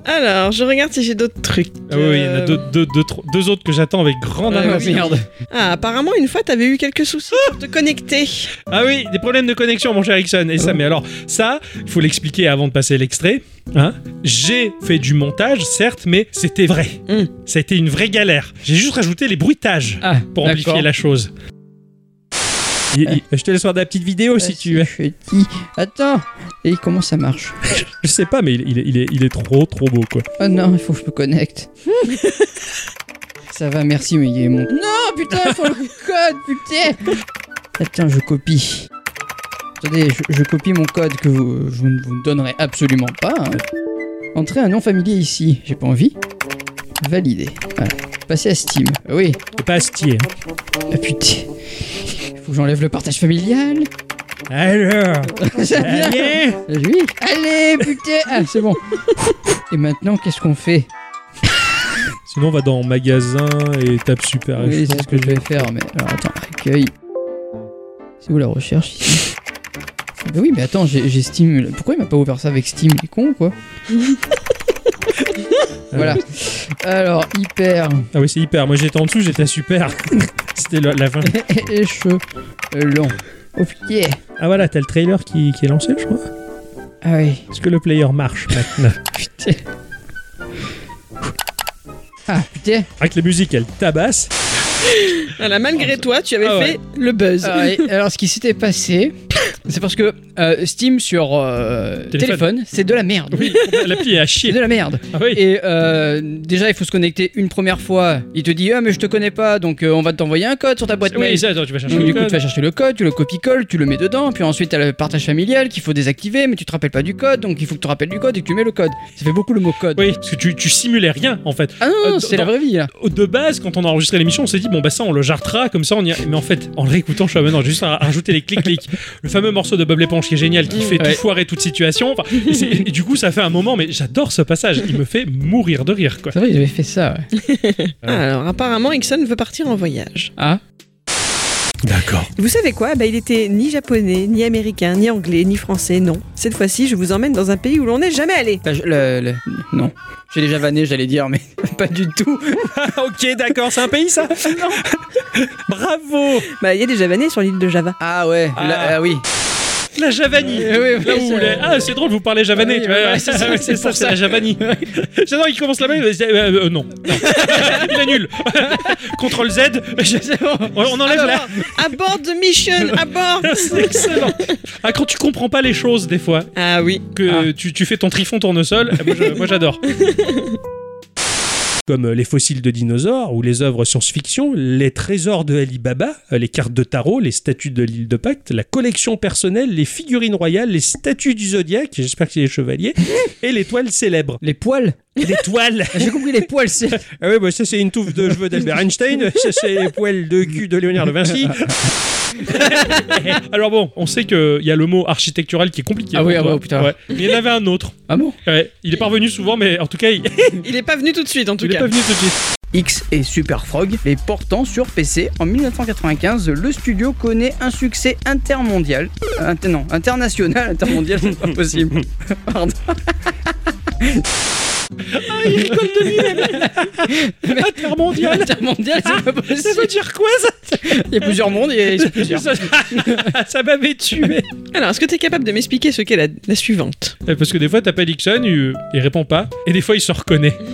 C: Alors, je regarde si j'ai d'autres trucs.
A: Ah oui, oui, il y en a
C: Euh,
A: deux, deux- deux- trois- deux autres que j'attends avec grande
B: Ah
C: Ouais,
A: impatience.
C: oui. Ah, apparemment, une fois, t'avais eu quelques soucis pour te connecter.
A: Ah oui, des problèmes de connexion, mon cher Ixon. Et ça, mais alors, ça, il faut l'expliquer avant de passer l'extrait. Hein J'ai fait du montage, certes, mais c'était vrai.
B: Hmm.
A: Ça a été une vraie galère. J'ai juste rajouté les bruitages pour amplifier
B: Ah, d'accord.
A: la chose. Il- il- je te laisse voir de la petite vidéo si tu veux.
B: Bah, Attends. Et comment ça marche
A: Je sais pas, mais il, il est- il est, il est trop, trop beau, quoi.
B: Oh non, il faut que je me connecte. ça va, merci, mais il est mon. Non, putain, il faut le code, putain Attends, Ah, je copie. Attendez, je, je copie mon code que vous, je ne vous ne donnerai absolument pas. hein. Entrez un nom familier ici. J'ai pas envie. Valider. Voilà. Passer à Steam. Ah Oui.
A: pas Astier.
B: Ah putain. Faut que j'enlève le partage familial.
A: hein. Alors.
B: Ça vient. Oui. Allez, putain. Euh, Ah, c'est bon. Et maintenant, qu'est-ce qu'on fait
A: Sinon, on va dans magasin et tape super.
B: Oui, c'est ce que Ah, je vais faire, mais alors attends, accueil. C'est où la recherche ici Ah Bah oui, mais attends, j'ai j'ai Steam. là. Pourquoi il m'a pas ouvert ça avec Steam Il est con ou quoi Voilà. Alors, hyper.
A: Ah oui, c'est hyper. Moi, j'étais en dessous, j'étais à super. C'était la, la fin.
B: Et chaud. Long. Oh putain.
A: Ah voilà, t'as le trailer qui, qui est lancé, je crois.
B: Ah oui.
A: Est-ce que le player marche maintenant
B: Putain. Ah putain.
A: Avec la musique, elle tabasse.
C: Voilà, malgré toi, tu avais fait le buzz.
B: Ah ouais, Alors, ce qui s'était passé, C'est parce que euh, Steam sur euh, téléphone, c'est de la merde.
A: Oui, l'appli est à chier.
B: C'est de la merde.
A: Ah
B: Et euh, déjà, il faut se connecter une première fois. Il te dit Ah, mais je te connais pas, donc euh, on va t'envoyer un code sur ta boîte
A: Ah Oui,
B: mail.
A: ça, attends, tu vas chercher
B: Donc,
A: le
B: du coup,
A: code.
B: tu vas chercher le code, tu le copies-colles, tu le mets dedans. Puis ensuite, t'as le partage familial qu'il faut désactiver, mais tu te rappelles pas du code, donc il faut que tu te rappelles du code et que tu mets le code. Ça fait beaucoup le mot code.
A: Oui, parce que tu, tu simulais rien en fait.
B: Ah non,
A: Euh,
B: c'est
A: dans-
B: la vraie vie. là.
A: De base, quand on a enregistré l'émission, on s'est dit bon bah ça on le jartera comme ça on y a... Mais en fait, en le réécoutant, je suis ah, maintenant j'ai juste à rajouter les clics clics. Le fameux morceau de Bob l'éponge qui est génial, qui fait
B: Ouais.
A: tout foirer toute situation. Enfin, et, c'est- et du coup, ça fait un moment, mais j'adore ce passage. Il me fait mourir de rire quoi.
B: C'est vrai, ils avaient fait ça. ouais.
A: Ah,
M: alors apparemment, Ixon veut partir en voyage.
B: Ah.
A: D'accord.
M: Vous savez quoi Bah, Il était ni japonais, ni américain, ni anglais, ni français, non. Cette fois-ci, je vous emmène dans un pays où l'on n'est jamais allé.
S: Bah, je- le- le- Non. J'ai déjà vanné, j'allais dire, mais pas du tout.
L: ok, d'accord, c'est un pays ça Bravo
M: Bah, il y a des javanais sur l'île de Java.
S: Ah ouais, là, ah oui.
A: La Javanie. Eh
B: Eh
A: Là où les- Ah, c'est drôle, vous parlez javanais.
S: euh, Oui,
A: tu vois.
S: ouais,
A: Ah,
S: c'est ça,
A: ouais,
S: c'est pour
A: c'est
S: ça.
A: la Javanie. J'adore, il commence là-bas. il va se dire, euh, euh, non. non. il annule. Contrôle Z. On on
S: Ah,
A: enlève la.
M: À bord de Mission, à bord
A: C'est excellent. Ah, quand tu comprends pas les choses, des fois.
M: Ah oui.
A: Que tu, tu fais ton trifon tournesol. moi, je- Moi, j'adore.
O: comme euh, les fossiles de dinosaures ou les œuvres science-fiction, les trésors de Alibaba, euh, les cartes de tarot, les statues de l'île de Pacte, la collection personnelle, les figurines royales, les statues du zodiaque, j'espère que c'est les chevaliers, et les toiles célèbres.
B: Les poils
O: Les toiles
B: J'ai compris les poils, c'est.
O: Ah oui, bah ça c'est une touffe de cheveux d'Albert Einstein, ça c'est les poils de cul de Léonard de Vinci.
A: Alors bon, on sait qu'il y a le mot architectural qui est compliqué.
B: Ah oui, ah
A: Ouais.
B: bah, putain.
A: Ouais. Mais il y en avait un autre.
B: Ah bon
A: ouais. Il est pas revenu souvent, mais en tout cas, il,
M: Il est pas venu tout de suite en tout
A: il est
M: cas.
A: pas venu tout de suite.
S: X et Super Frog, les portant sur PC en 1995, le studio connaît un succès intermondial. Euh, inter- non, international, intermondial, c'est pas possible. Pardon.
A: Intermondial.
B: Intermondial, Ah, c'est pas possible.
A: Ça veut dire quoi ça
B: Il y a plusieurs mondes et ils sont plusieurs.
A: Ça, ça m'avait tué.
M: Alors, est-ce que t'es capable de m'expliquer ce qu'est la, la suivante
A: Ouais, Parce que des fois, t'appelles Ixon, il, il répond pas, et des fois, il se reconnaît.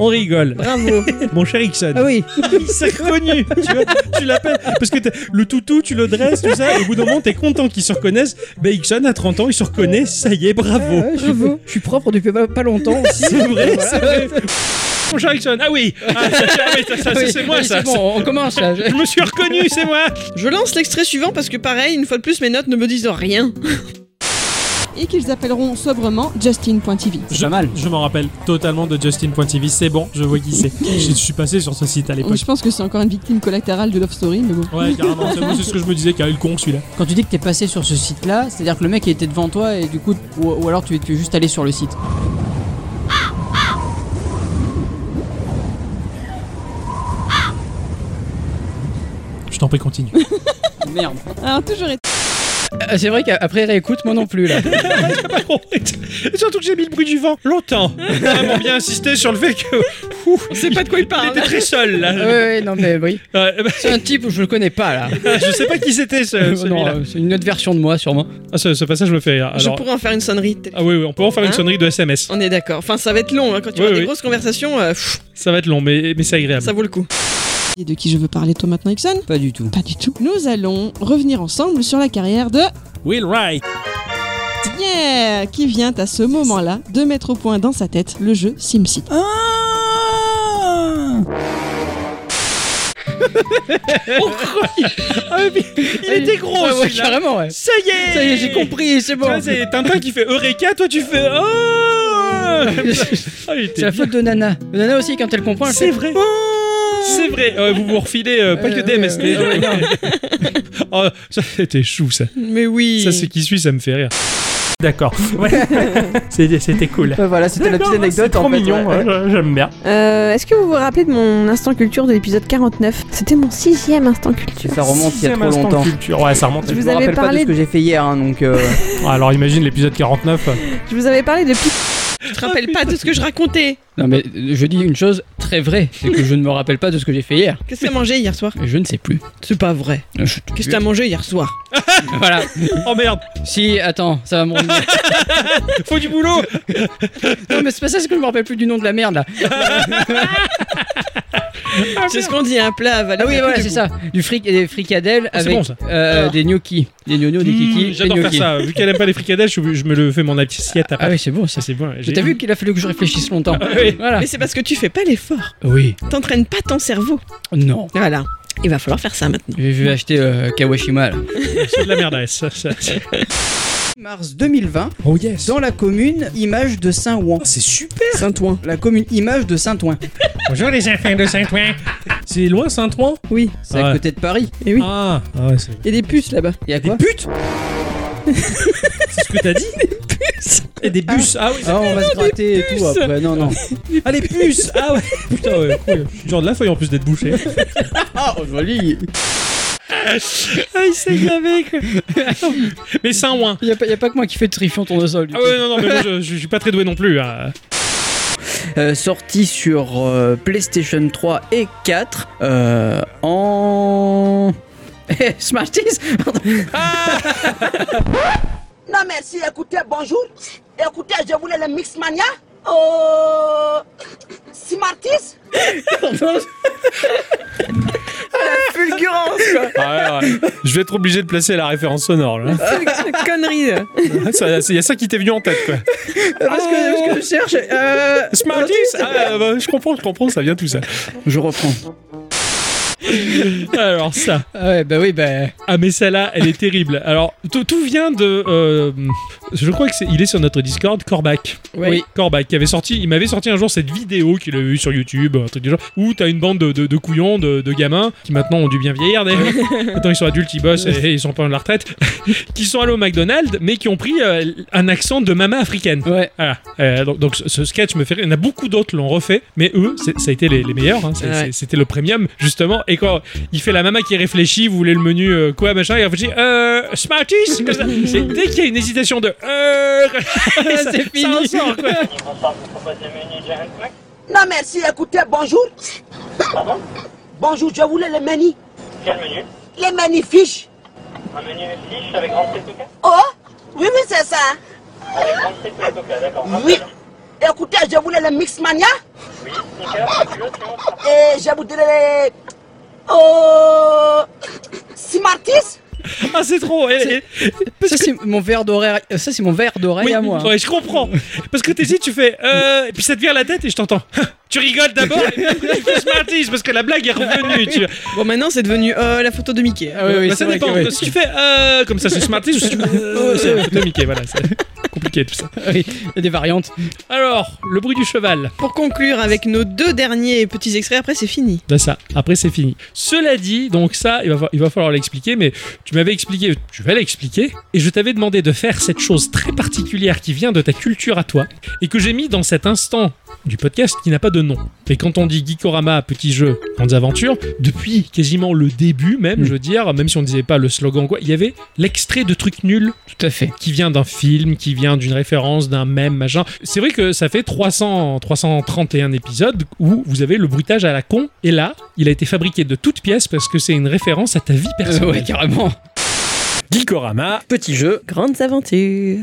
O: On rigole.
M: Bravo.
O: Mon cher Ixon.
S: Ah oui.
O: Il s'est reconnu. Tu, vois, tu l'appelles. Parce que t'as- le toutou, tu le dresses, tout ça. et au bout d'un moment, t'es content qu'ils se reconnaissent. Ben, Ixon, à 30 ans, il se reconnaît. Ça y est,
M: Ah
O: bravo.
B: Ah Ouais, je, suis- je suis propre depuis pas, pas longtemps aussi.
O: C'est vrai,
B: Oh, Voilà.
O: c'est vrai.
A: Mon cher Ixon, ah oui Ah, ça, ah oui, ça, ça,
B: Oui,
A: c'est moi
B: oui,
A: ça
B: C'est bon, on commence là. Je-
A: Je me suis reconnu, c'est moi
M: Je lance l'extrait suivant parce que pareil, une fois de plus, mes notes ne me disent rien.
J: et qu'ils appelleront sobrement Justin.tv.
I: Je, je m'en rappelle totalement de Justin.tv, c'est bon, je vois qui c'est. Je, je suis passé sur ce site à
J: Oh,
I: l'époque.
J: Je pense que c'est encore une victime collatérale de Love Story, mais bon.
I: Ouais, carrément, c'est moi, c'est ce que je me disais, quel con celui-là.
S: Quand tu dis que t'es passé sur ce site-là, c'est-à-dire que le mec il était devant toi et du coup, ou, ou alors tu, tu es juste allé sur le site.
I: Je t'en prie, continue.
S: Merde.
J: Alors, toujours est-
B: Euh, C'est vrai qu'après réécoute, moi non plus là.
A: Pas compris. Surtout que j'ai mis le bruit du vent longtemps. Vraiment bien insisté sur le fait que. Ouh,
M: On sait pas de quoi il
A: il
M: parle. hein.
A: était très seul là.
B: Ah, Ouais, ouais, non mais oui.
A: Ouais, bah, ah,
B: C'est un type où je le connais pas là.
A: je sais pas qui c'était ce-
B: Euh, non,
A: celui-là.
B: euh, c'est une autre version de moi sûrement.
A: Ah, ce, ce passage me fait rire.
M: Je
A: Alors-
M: pourrais en faire une sonnerie. peut-être.
A: Ah oui, oui, on peut en faire une
M: Hein
A: sonnerie de SMS.
M: On est d'accord. Enfin, ça va être long. hein. Quand tu
A: Oui,
M: as
A: oui. Ah
M: des grosses conversations, euh, pff,
A: Ça va être long, mais, mais c'est agréable.
M: ça vaut le coup.
J: Et de qui je veux parler toi maintenant, Ixon
S: Pas du tout.
J: Pas du tout. Nous allons revenir ensemble sur la carrière de
I: Will Wright.
J: Yeah Qui vient à ce moment-là de mettre au point dans sa tête le jeu SimCity.
N: Ah
A: Il était gros
B: Ah ouais,
A: celui-là.
B: carrément ouais.
A: Ça y est
B: Ça y est, j'ai compris, c'est
A: Tu
B: bon.
A: vois, c'est Tintin qui fait Eureka, toi tu fais Oh Ah, il était
B: C'est la faute de Nana. Nana aussi quand elle comprend, elle
A: C'est
B: fait
A: vrai.
N: Oh.
A: C'est vrai. Ouais, vous vous refilez euh, pas que
B: Euh,
A: des
B: ouais,
A: MST.
B: ouais,
A: oh, ça c'était chou ça.
M: Mais oui.
A: Ça c'est qui suit, ça me fait rire.
N: D'accord. Ouais. C'est- C'était cool.
S: Bah voilà, c'était la petite
N: D'accord,
S: anecdote
N: C'est trop
S: en fait,
N: mignon.
S: ouais.
N: ouais, J'aime bien.
F: Euh, Est-ce que vous vous rappelez de mon instant culture de l'épisode 49 C'était mon sixième instant culture.
S: Ça remonte il y a
N: Sixième
S: trop
N: instant
S: longtemps.
N: Culture. Ouais, ça remonte.
F: Je vous
S: Je me
F: avais
S: rappelle pas de
F: parlé
S: ce que
F: de-
S: j'ai fait hier, hein, donc. euh,
N: Alors imagine l'épisode 49.
F: Je vous avais parlé de Pi-
M: Je te rappelle pas de ce que je racontais.
B: Non mais euh, je dis une chose très vraie, c'est que je ne me rappelle pas de ce que j'ai fait hier.
M: Qu'est-ce que t'as mangé hier soir
B: Et Je ne sais plus.
M: C'est pas vrai.
B: Euh, je-
M: Qu'est-ce que t'as mangé hier soir
B: Voilà.
A: Oh merde,
B: Si, attends, ça va me revenir.
A: faut du boulot.
B: Non mais c'est pas ça, c'est que je me rappelle plus du nom de la merde là.
N: Ah,
C: c'est ce qu'on dit, un plat avalé.
B: Ah oui, voilà, c'est ça. Du fric et des fricadelles
C: Ah, c'est
B: avec
C: bon, ça.
B: euh, des gnocchis. Des gnocchis, des kikis. des
A: Mmh, J'adore faire
B: gnocchis.
A: ça. Vu qu'elle aime pas les fricadelles, je, je me le fais mon assiette
S: bah
A: après. Ah
B: oui, c'est bon, ça
A: c'est bon.
B: Mais T'as vu qu'il a fallu que je réfléchisse longtemps.
A: Ah
B: Voilà.
N: Ah.
C: Mais c'est parce que tu fais pas l'effort.
B: Oui.
C: T'entraînes pas ton cerveau.
B: Non.
C: Voilà. Il va falloir faire ça maintenant.
B: Je vais acheter euh, Kawashima. là.
A: C'est de la merde, ça. ça-
S: Mars 2020, dans la commune Image de Saint-Ouen.
A: Oh, c'est super
S: Saint-Ouen. La commune Image de Saint-Ouen.
A: Bonjour les enfants de Saint-Ouen. C'est loin Saint-Ouen
S: Oui, c'est à
A: Ouais.
S: côté de Paris.
M: Et oui.
A: Ah, ah ouais, c'est
M: Il y a des puces
B: bah.
M: là-bas.
S: Il y a quoi
M: Des
S: putes
A: c'est ce que t'as dit Et des bus. Ah oui,
S: Ah, on va se gratter et tout
A: puces.
S: après. Non, non.
A: Ah, les puces Ah ouais Putain, ouais, cool. Je suis genre de la feuille en plus d'être bouché.
S: Ah, joli
A: ah, il s'est gavé, quoi. Mais Saint-Ouen.
B: Il n'y a, pas- y a pas que moi qui fais de trifion tournesol. du
A: Ah
B: coup.
A: ouais, non, non, mais moi, je, je suis pas très doué non plus. hein.
S: Euh, sorti sur euh, PlayStation 3 et 4 euh, en. Eh, Smash Tease Pardon.
U: Non, merci. Écoutez, bonjour. Écoutez, je voulais le Mixmania. Euh. Smarties.
M: La fulgurance quoi.
O: Ah ouais, ouais.
L: Je vais être obligé de placer la référence sonore. là.
M: Connerie là.
L: Ça- c'est- Il y a ça qui t'est venu en tête, quoi.
M: Parce que, parce que je cherche. Euh...
L: Smarties Ah, bah, Je comprends, je comprends, ça vient tout ça.
S: Je reprends.
A: Alors ça.
B: ouais, bah oui, bah.
A: Ah mais celle-là, elle est terrible. Alors tout, tout vient de, euh, je crois que c'est, il est sur notre Discord, Corbac.
B: Oui.
A: Corbac qui avait sorti, il m'avait sorti un jour cette vidéo qu'il avait vue sur YouTube, un truc du genre, où t'as une bande de, de, de couillons, de, de gamins qui maintenant ont dû bien vieillir. d'ailleurs. Maintenant ils sont adultes, ils bossent et, et ils sont pas loin de la retraite, qui sont allés au McDonald's mais qui ont pris euh, un accent de maman africaine.
B: Ouais.
A: Voilà. Euh, donc, donc ce, ce sketch me fait rire. Il y en a beaucoup d'autres l'ont refait, mais eux, c'est- ça a été les, les meilleurs. hein. C'est-
B: Ouais.
A: c'est- C'était le premium, justement. Et quand il fait la mama qui réfléchit, vous voulez le menu euh, quoi, machin, il réfléchit, euh, Smarties comme ça. Et Dès qu'il y a une hésitation de euh, ça-
U: C'est
A: ça en sort, quoi.
U: Non, merci. Écoutez, bonjour. Pardon Bonjour, je voulais le menu. Quel menu Les menu fiches.
D: Un menu fiche avec grande tête
U: Oh Oui, oui, c'est ça.
D: Avec grande tête d'accord.
U: Oui. Écoutez, je voulais le Mixmania. Et je voudrais. Oh. Smarties.
A: Ah, c'est trop.
B: Ça, c'est mon verre d'oreille. Ça, c'est mon verre d'oreille
A: Oui,
B: à moi. hein.
A: ouais, je comprends. Parce que t'hésites, tu fais euh, et puis ça te vient à la tête et je t'entends. tu rigoles d'abord et puis après, tu fais Smarties parce que la blague est revenue. Tu...
C: Bon, maintenant c'est devenu euh, la photo de Mickey.
A: Bah, ça dépend. Si tu fais euh, comme ça, c'est Smarties ou si tu fais euh, c'est la photo de Mickey, voilà. C'est compliqué tout ça.
B: Oui, il y a des variantes.
A: Alors, le bruit du cheval.
C: Pour conclure avec nos deux derniers petits extraits, après c'est fini.
A: Là, Ben, ça. Après, c'est fini. Cela dit, donc ça, il va, fa- il va falloir l'expliquer, mais tu m'avais expliqué, tu vas l'expliquer, et je t'avais demandé de faire cette chose très particulière qui vient de ta culture à toi, et que j'ai mis dans cet instant du podcast qui n'a pas de nom. Et quand on dit Geekorama, petit jeu, grandes aventures, depuis quasiment le début même, je veux dire, même si on ne disait pas le slogan, ou quoi, il y avait l'extrait de trucs nuls.
B: Tout à fait.
A: Qui vient d'un film, qui vient d'une référence, d'un mème, machin. C'est vrai que ça fait 300, 331 épisodes où vous avez le bruitage à la con, et là, il a été fabriqué de toutes pièces parce que c'est une référence à ta vie personnelle.
B: Ah ouais, carrément.
L: Gikorama,
S: petit jeu.
M: Grandes aventures.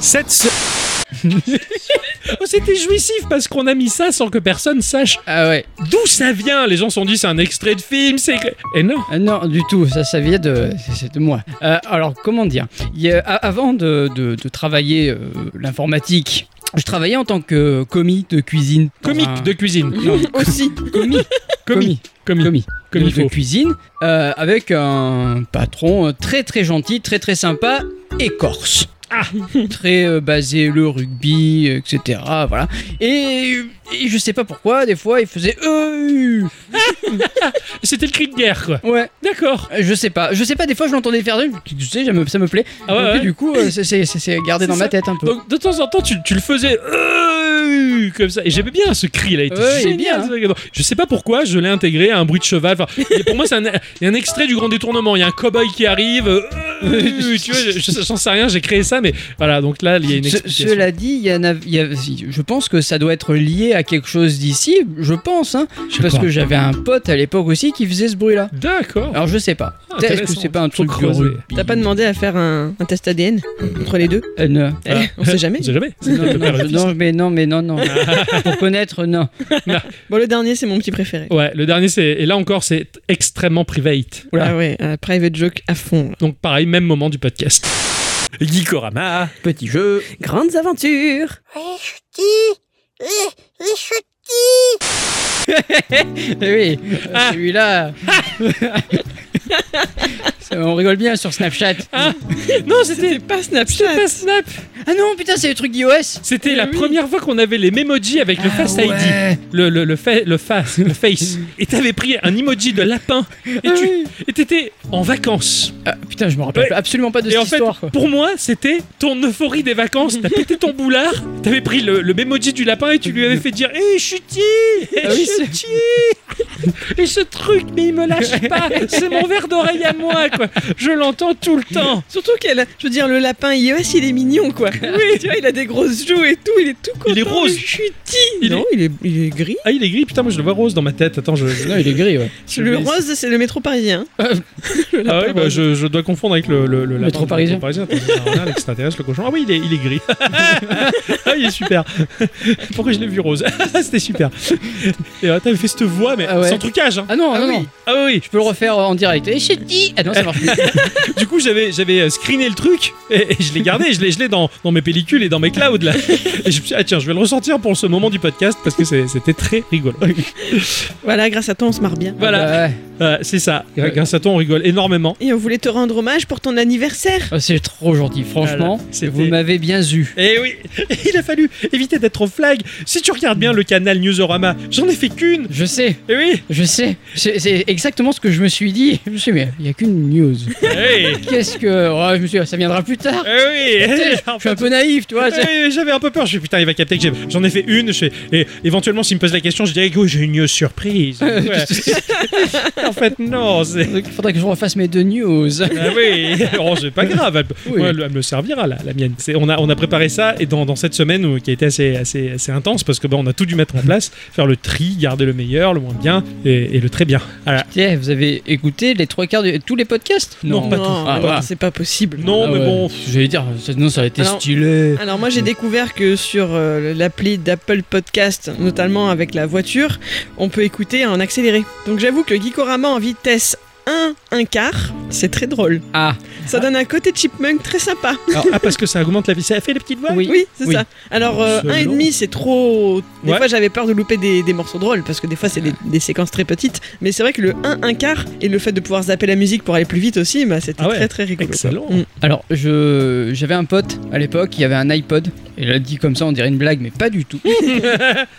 A: Cette se- Oh, C'était jouissif parce qu'on a mis ça sans que personne sache
B: Ah
A: d'où ça vient. Les gens se sont dit c'est un extrait de film, c'est. Et non.
B: Euh, Non, du tout, ça, ça vient de, c'est- c'est de moi. Euh, alors, comment dire Il y a- a- Avant de, de- de travailler euh, l'informatique, je travaillais en tant que commis de cuisine.
A: Comique de cuisine.
B: Aussi. Commis. Commis.
A: Commis.
B: Commis.
A: Commis
B: de, de
A: faux.
B: cuisine euh, avec un patron euh, très très gentil, très très sympa et corse. très euh, basé le rugby, euh, etc. Voilà. Et, et je sais pas pourquoi, des fois, il faisait. Euh,
A: C'était le cri de guerre, quoi.
B: Ouais.
A: D'accord.
B: Euh, Je sais pas. Je sais pas, des fois, je l'entendais faire. Tu sais, ça me, ça me plaît.
A: Ah ouais,
B: Donc,
A: ouais.
B: Du coup, euh, c'est- c'est c'est gardé dans
A: C'est
B: ma
A: ça.
B: tête un peu.
A: Donc de temps en temps, tu, tu le faisais. euh, tu comme ça. Et j'aimais bien ce cri, il a été
B: Ouais, il est
A: génial,
B: bien, hein.
A: ce truc. Je sais pas pourquoi, je l'ai intégré à un bruit de cheval. Enfin, et pour moi, c'est un, il y a un extrait du grand détournement. Il y a un cowboy qui arrive. euh, euh, tu vois, je- je- j'en sais rien, j'ai créé ça, mais voilà. Donc là, il y a une
B: Ce-
A: explication.
B: Cela dit, il y en a- il y a- je pense que ça doit être lié à quelque chose d'ici, je pense, hein, parce
A: pas.
B: que j'avais un pote à l'époque aussi qui faisait ce bruit-là.
A: D'accord.
B: Alors je sais pas.
A: Ah,
B: Peut-être que
A: intéressant.
B: c'est pas un
A: Faut
B: truc de
A: creuser.
B: rue.
C: T'as pas demandé à faire un, un test ADN entre les deux
B: Euh, non.
C: Eh, On sait jamais.
A: On sait jamais.
B: Non, non, je- non, mais non, mais non, non. Pour connaître, non.
C: Bon, le dernier, c'est mon petit préféré.
A: Ouais, le dernier, c'est. Et là encore, c'est extrêmement private.
C: Ah ouais, un private joke à fond. là.
A: Donc pareil, même moment du podcast. Gikorama.
B: Petit jeu.
M: Grandes aventures
B: Eh oui,
A: Ah.
B: celui-là. Ça, On rigole bien sur Snapchat.
A: Ah. non, c'était
C: pas Snapchat.
A: Pas Snap.
B: Ah non, putain, c'est le truc d'iOS.
A: C'était la première fois qu'on avait les Memoji avec
B: Ah
A: le Face ID, le, le, le, fa- le face, le face. Et t'avais pris un emoji de lapin et tu et t'étais en vacances.
B: Ah, putain, je me rappelle absolument pas de
A: et
B: cette
A: en fait,
B: histoire, quoi.
A: Pour moi, c'était ton euphorie des vacances. T'as pété ton boulard, t'avais pris le, le memoji du lapin et tu lui avais fait dire Eh, Hé, chuti eh,
B: Ah oui, c'est-
A: chuti Et ce truc, mais il me lâche pas C'est mon verre d'oreille à moi, quoi Je l'entends tout le temps
C: Surtout qu'elle, je veux dire, le lapin iOS, il est mignon quoi. Oui, tu vois, il a des grosses joues et tout, il est tout content.
A: Il est rose.
C: Chuti.
A: Il
C: non,
A: est... Il, est, gris Ah, il est gris Putain, moi je le vois rose dans ma tête. Attends, je.
B: Non, il est gris, ouais.
C: Le rose, c'est le métro parisien. hein.
A: Ah oui, bah, je, je dois confondre avec le, le, le lapin
B: métro
A: du
B: parisien.
A: Attends, c'est un renard, l'extraterrestre, le cochon. Ah oui, il est, il est gris. ah, il est super. Pourquoi je l'ai vu rose C'était super. Et euh, t'avais fait cette voix, mais
B: Ah ouais.
A: sans trucage. hein.
B: Ah non,
A: ah
B: non,
A: oui.
B: non.
A: Ah oui.
B: Je peux le refaire en direct. Et je dis. Ah non, ça marche plus.
A: Du coup, j'avais, j'avais euh, screené le truc et, et je l'ai gardé. et je l'ai, je l'ai dans, dans mes pellicules et dans mes clouds là. Et je me suis dit, ah tiens, je vais le ressortir pour ce moment du podcast parce que c'est- c'était très rigolo.
C: Voilà, grâce à toi, on se marre bien.
A: voilà. Euh, c'est ça. Grâce à toi, on rigole énormément.
C: Et on voulait te rendre hommage pour ton anniversaire.
B: Ah, c'est trop gentil, franchement.
A: Voilà, c'était-
B: vous m'avez bien eu.
A: Eh oui, il a fallu éviter d'être au flag. Si tu regardes bien le canal Newsorama, j'en ai fait qu'une.
B: Je sais.
A: Eh oui.
B: Je sais. C'est c'est exactement ce que je me suis dit. Je me suis dit, mais il n'y a qu'une news.
A: Eh oui.
B: Qu'est-ce que. Oh, je me suis dit, ça viendra plus tard.
A: Eh oui.
B: Putain, je suis un peu naïf, tu vois.
A: Eh
B: c'est-
A: oui, J'avais un peu peur. Je me suis dit, putain, il va capter que j'ai- j'en ai fait une. Je fais- Et éventuellement, s'il me pose la question, je dirais que oui, j'ai une news surprise. Ouais. en fait, non. c'est-
B: Il faudrait que je refasse mes deux news.
A: Ah oui, Oh, c'est pas grave, elle, peut-
B: Oui.
A: moi, elle- elle me servira la, la mienne. C'est- on, a, on a préparé ça et dans, dans cette semaine où- qui a été assez, assez, assez intense parce que bah, on a tout dû mettre en place, faire le tri, garder le meilleur, le moins bien et, et le très bien. Voilà.
B: Tiens, vous avez écouté les trois quarts de tous les podcasts
A: Non, pas
C: Non,
A: tout.
B: Ah,
C: non,
B: ouais.
C: c'est pas possible.
B: Ah
A: Non, mais bon.
B: J'allais dire, ça- non, ça aurait été
C: Alors-
B: stylé.
C: Alors moi j'ai découvert que sur euh, l'appli d'Apple Podcast, notamment avec la voiture, on peut écouter en accéléré. Donc j'avoue que Gikorama en vitesse 1, 1 quart, c'est très drôle.
B: Ah,
C: Ça donne un côté chipmunk très sympa.
A: Alors, ah, parce que ça augmente la vie. Ça fait les petites voix
B: oui.
C: Oui, c'est
B: Oui.
C: ça. Alors, euh,
A: Selon-
C: un et demi, c'est trop. Des
A: Ouais.
C: fois, j'avais peur de louper des, des morceaux drôles parce que des fois, c'est des, des séquences très petites. Mais c'est vrai que le 1, un quart et le fait de pouvoir zapper la musique pour aller plus vite aussi, bah, c'était
A: Ah ouais.
C: très très rigolo.
A: Excellent.
C: Mm.
B: Alors, je j'avais un pote à l'époque qui avait un iPod. Et là, dit comme ça, on dirait une blague, mais pas du tout.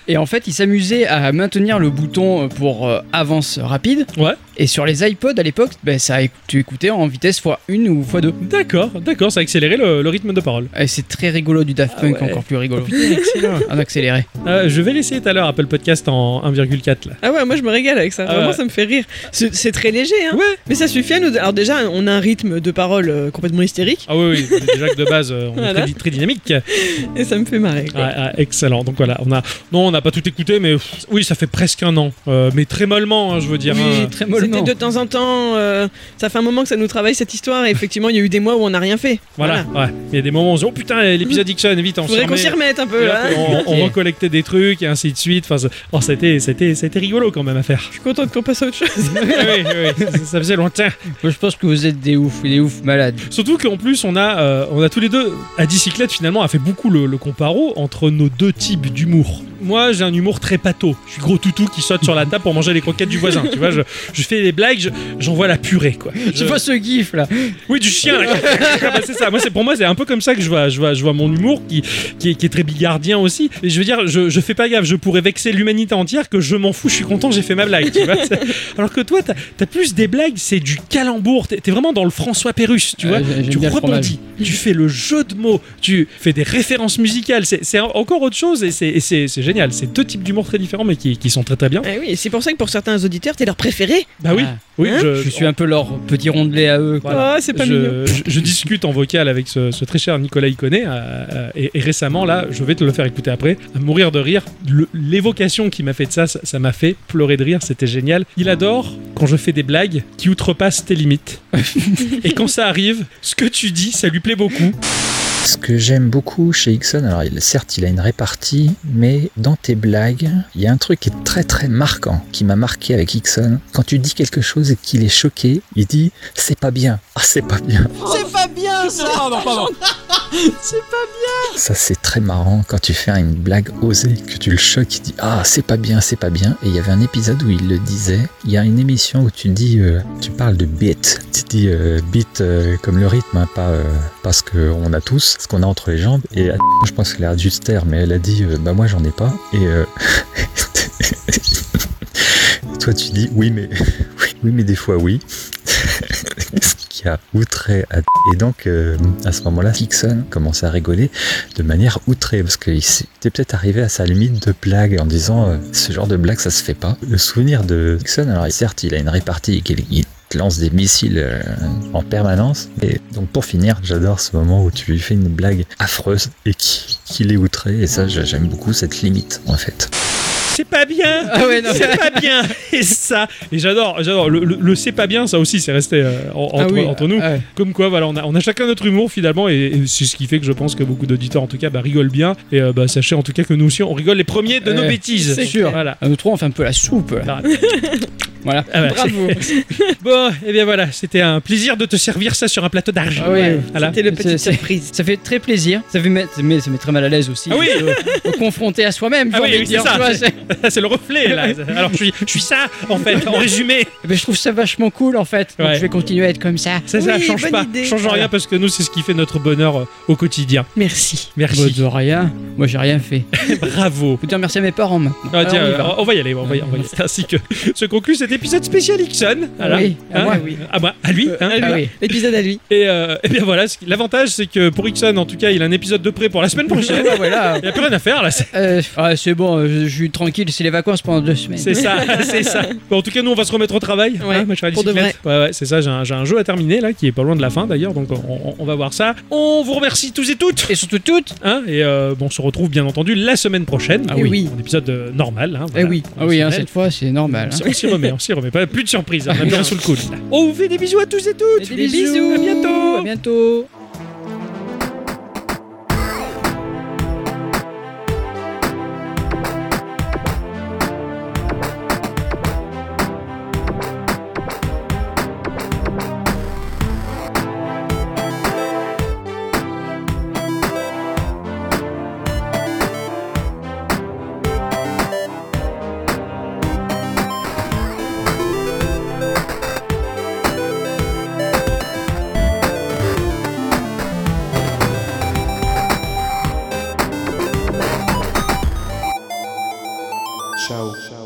B: et en fait, il s'amusait à maintenir le bouton pour euh, avance rapide.
A: Ouais.
B: Et sur les iPods à l'époque, ben, ça éc- tu écoutais en vitesse fois 1 ou fois 2
A: D'accord, d'accord, ça a accéléré le, le rythme de parole.
B: Et c'est très rigolo du Daft Punk,
A: Ah ouais. Oh,
B: encore plus rigolo.
A: Excellent.
B: En accéléré.
A: Euh, je vais l'essayer tout à l'heure, Apple Podcast en 1,4 là.
C: Ah ouais, moi je me régale avec ça.
A: Ah
C: Vraiment,
A: ouais.
C: ça me fait rire. C'est c'est très léger, hein.
A: Ouais.
C: Mais ça suffit à nous. Alors déjà, on a un rythme de parole euh, complètement hystérique
A: Ah oui, oui, déjà que de base, euh, on
C: Voilà.
A: est très, très dynamique.
C: et ça me fait marrer. quoi.
A: Ah, ah, excellent. Donc voilà, on a. Non, on n'a pas tout écouté, mais pff, oui, ça fait presque un an. Euh, mais très mollement, hein, je veux dire. hein.
B: très
C: C'était de temps en temps. euh, ça fait un moment que ça nous travaille cette histoire. Et effectivement, il y a eu des mois où on n'a rien fait.
A: Voilà, ouais. Il y a des moments où on se dit, oh putain, l'épisode Dixon, vite, on se
C: Faudrait qu'on
A: remet.
C: s'y remette un peu
A: Et
C: là.
A: hop,
C: hein.
A: on, on
B: Ok.
A: recollectait des trucs et ainsi de suite. Enfin, ça- oh, c'était, c'était, c'était rigolo quand même à faire.
C: Je suis contente qu'on passe à autre chose.
A: oui, oui, oui, ça- ça faisait longtemps.
B: Moi, je pense que vous êtes des oufs, des oufs malades.
A: Surtout qu'en plus, on a, euh, on a tous les deux, à Dicyclette finalement, a fait beaucoup le, le comparo entre nos deux types d'humour. Moi, j'ai un humour très pâteau. Je suis gros toutou qui saute sur la table pour manger les croquettes du voisin. Tu vois, je, je fais des blagues, je- j'envoie la purée, quoi.
B: Je
A: Je-
B: vois ce gif là.
A: Oui, du chien. là. Ah bah, c'est ça. Moi, c'est pour moi, c'est un peu comme ça que je vois, je vois, je vois mon humour qui, qui, est, qui est très bigardien aussi. Et je veux dire, je, je fais pas gaffe. Je pourrais vexer l'humanité entière que je m'en fous. Je suis content, j'ai fait ma blague. tu vois. C'est- Alors que toi, t'as as plus des blagues, c'est du calembour. T'es t'es vraiment dans le François Pérus, tu
B: Ah,
A: vois.
B: j'ai- j'aime
A: tu
B: bien le
A: rebondis, tu fais le jeu de mots, tu fais des références musicales. C'est c'est encore autre chose et c'est- et c'est c'est génial. C'est deux types d'humour très différents, mais qui, qui sont très très bien.
C: Eh oui, et c'est pour ça que pour certains auditeurs, t'es leur préféré.
A: Bah
B: Ah.
A: oui, oui,
C: Hein
A: je,
C: Je
A: suis un peu leur petit rondelet à eux.
C: Oh, c'est pas
A: je,
C: mignon.
A: je- je discute en vocal avec ce, ce très cher Nicolas Iconé, euh, euh, et, et récemment, là, je vais te le faire écouter après, à mourir de rire. Le- L'évocation qui m'a fait de ça, ça ça m'a fait pleurer de rire, c'était génial. Il adore quand je fais des blagues qui outrepassent tes limites. et quand ça arrive, ce que tu dis, ça lui plaît beaucoup.
E: Ce que j'aime beaucoup chez Ixon, alors il- certes il a une répartie, mais dans tes blagues, il y a un truc qui est très très marquant, qui m'a marqué avec Ixon. Quand tu dis quelque chose et qu'il est choqué, il dit c'est pas bien, ah c'est pas bien.
D: C'est pas bien ça
I: Pardon, pardon.
D: C'est pas bien
E: Ça c'est très marrant quand tu fais une blague osée, que tu le choques, il dit ah c'est pas bien, c'est pas bien. Et il y avait un épisode où il le disait. Il y a une émission où tu dis, euh, tu parles de beat, tu dis euh, beat euh, comme le rythme, hein, pas euh, parce qu'on a tous ce qu'on a entre les jambes. Et à- je pense qu'elle a dû se taire, mais elle a dit euh, bah moi j'en ai pas. Et euh, toi tu dis oui mais oui, oui, mais des fois oui. ce qui a outré à et donc euh, à ce moment-là Dixon commençait à rigoler de manière outrée parce qu'il était peut-être arrivé à sa limite de blague en disant euh, ce genre de blague ça se fait pas le souvenir de Dixon alors certes il a une répartie et qu'il il te lance des missiles euh, en permanence et donc pour finir j'adore ce moment où tu lui fais une blague affreuse et qui- qu'il est outré et ça j'a- j'aime beaucoup cette limite en fait
A: c'est pas bien
B: Ah
A: c'est pas bien et ça et j'adore j'adore le, le- le c'est pas bien ça aussi c'est resté euh, en-
O: Ah
A: entre,
O: oui,
A: entre nous comme quoi voilà on a, on a chacun notre humour finalement et, et c'est ce qui fait que je pense que beaucoup d'auditeurs en tout cas bah, rigolent bien et euh, bah, sachez en tout cas que nous aussi on rigole les premiers de nos
B: Ouais,
A: bêtises
B: Eh, c'est sûr.
A: voilà
B: Ah, Nous trois, on fait un peu la soupe. là.
A: voilà
B: Bravo.
A: bon et bien voilà c'était un plaisir de te servir ça sur un plateau d'argent
B: Ah oui,
A: Voilà.
B: c'était le petit surprise. Ça fait très plaisir. Ça fait mettre, mais ça met très mal à l'aise aussi.
A: Ah oui.
B: de- de confronter à soi-même. j'ai
A: ah oui,
B: envie de
A: oui, c'est
B: dire, tu
A: ça
B: vois, c'est-
A: c'est c'est le reflet là alors je suis, je suis ça en fait en résumé
B: Eh ben, je trouve ça vachement cool en fait. Donc,
A: Ouais.
B: je vais continuer à être comme ça.
A: C'est ça, change pas. Change rien parce que nous, c'est ce qui fait notre bonheur euh, au quotidien.
C: Merci.
A: Merci.
B: Bah, de rien. Moi, j'ai rien fait.
A: Bravo.
B: Faut dire merci à mes parents maintenant.
A: Ah, tiens,
B: Alors, on y
A: euh,
B: va. Ah,
A: on, va y aller, on va y, on va y aller. C'est ainsi que se conclut cet épisode spécial Ixon. Hein
B: Oui, à moi, oui. Euh,
A: À moi, à lui. hein.
B: à lui.
C: L'épisode à lui.
A: Et, euh, eh bien voilà, ce qui- l'avantage c'est que pour Ixon, en tout cas, il a un épisode de prêt pour la semaine prochaine.
B: Ouais, voilà.
A: Il n'y a plus rien à faire là. c'est-
B: Euh, ouais, c'est bon, euh, je, je suis tranquille, c'est les vacances pendant deux semaines.
A: C'est ça, c'est ça. Bon, en tout cas, nous, on va se remettre au travail. hein, ma chère
B: pour de
A: bicyclette. Ouais, ouais, c'est ça. J'ai un, j'ai un jeu à terminer là, qui est pas loin de la fin d'ailleurs, donc on, on- on va voir ça. On vous remercie tous et toutes.
B: Et surtout toutes. Eh
A: Hein, et euh, bon, on se retrouve bien entendu la semaine prochaine.
B: Ah oui.
A: Un épisode euh, normal. Hein,
B: Eh
A: voilà,
B: oui, ah oui hein,
A: conventionnel.
B: cette fois c'est normal. hein.
A: On s'y remet, on s'y remet. Pas, plus de surprise, hein, on est bien sous le coude. là. On vous fait des bisous à tous et toutes.
B: Des bisous,
A: à bientôt.
B: À bientôt.
V: Ciao. Ciao.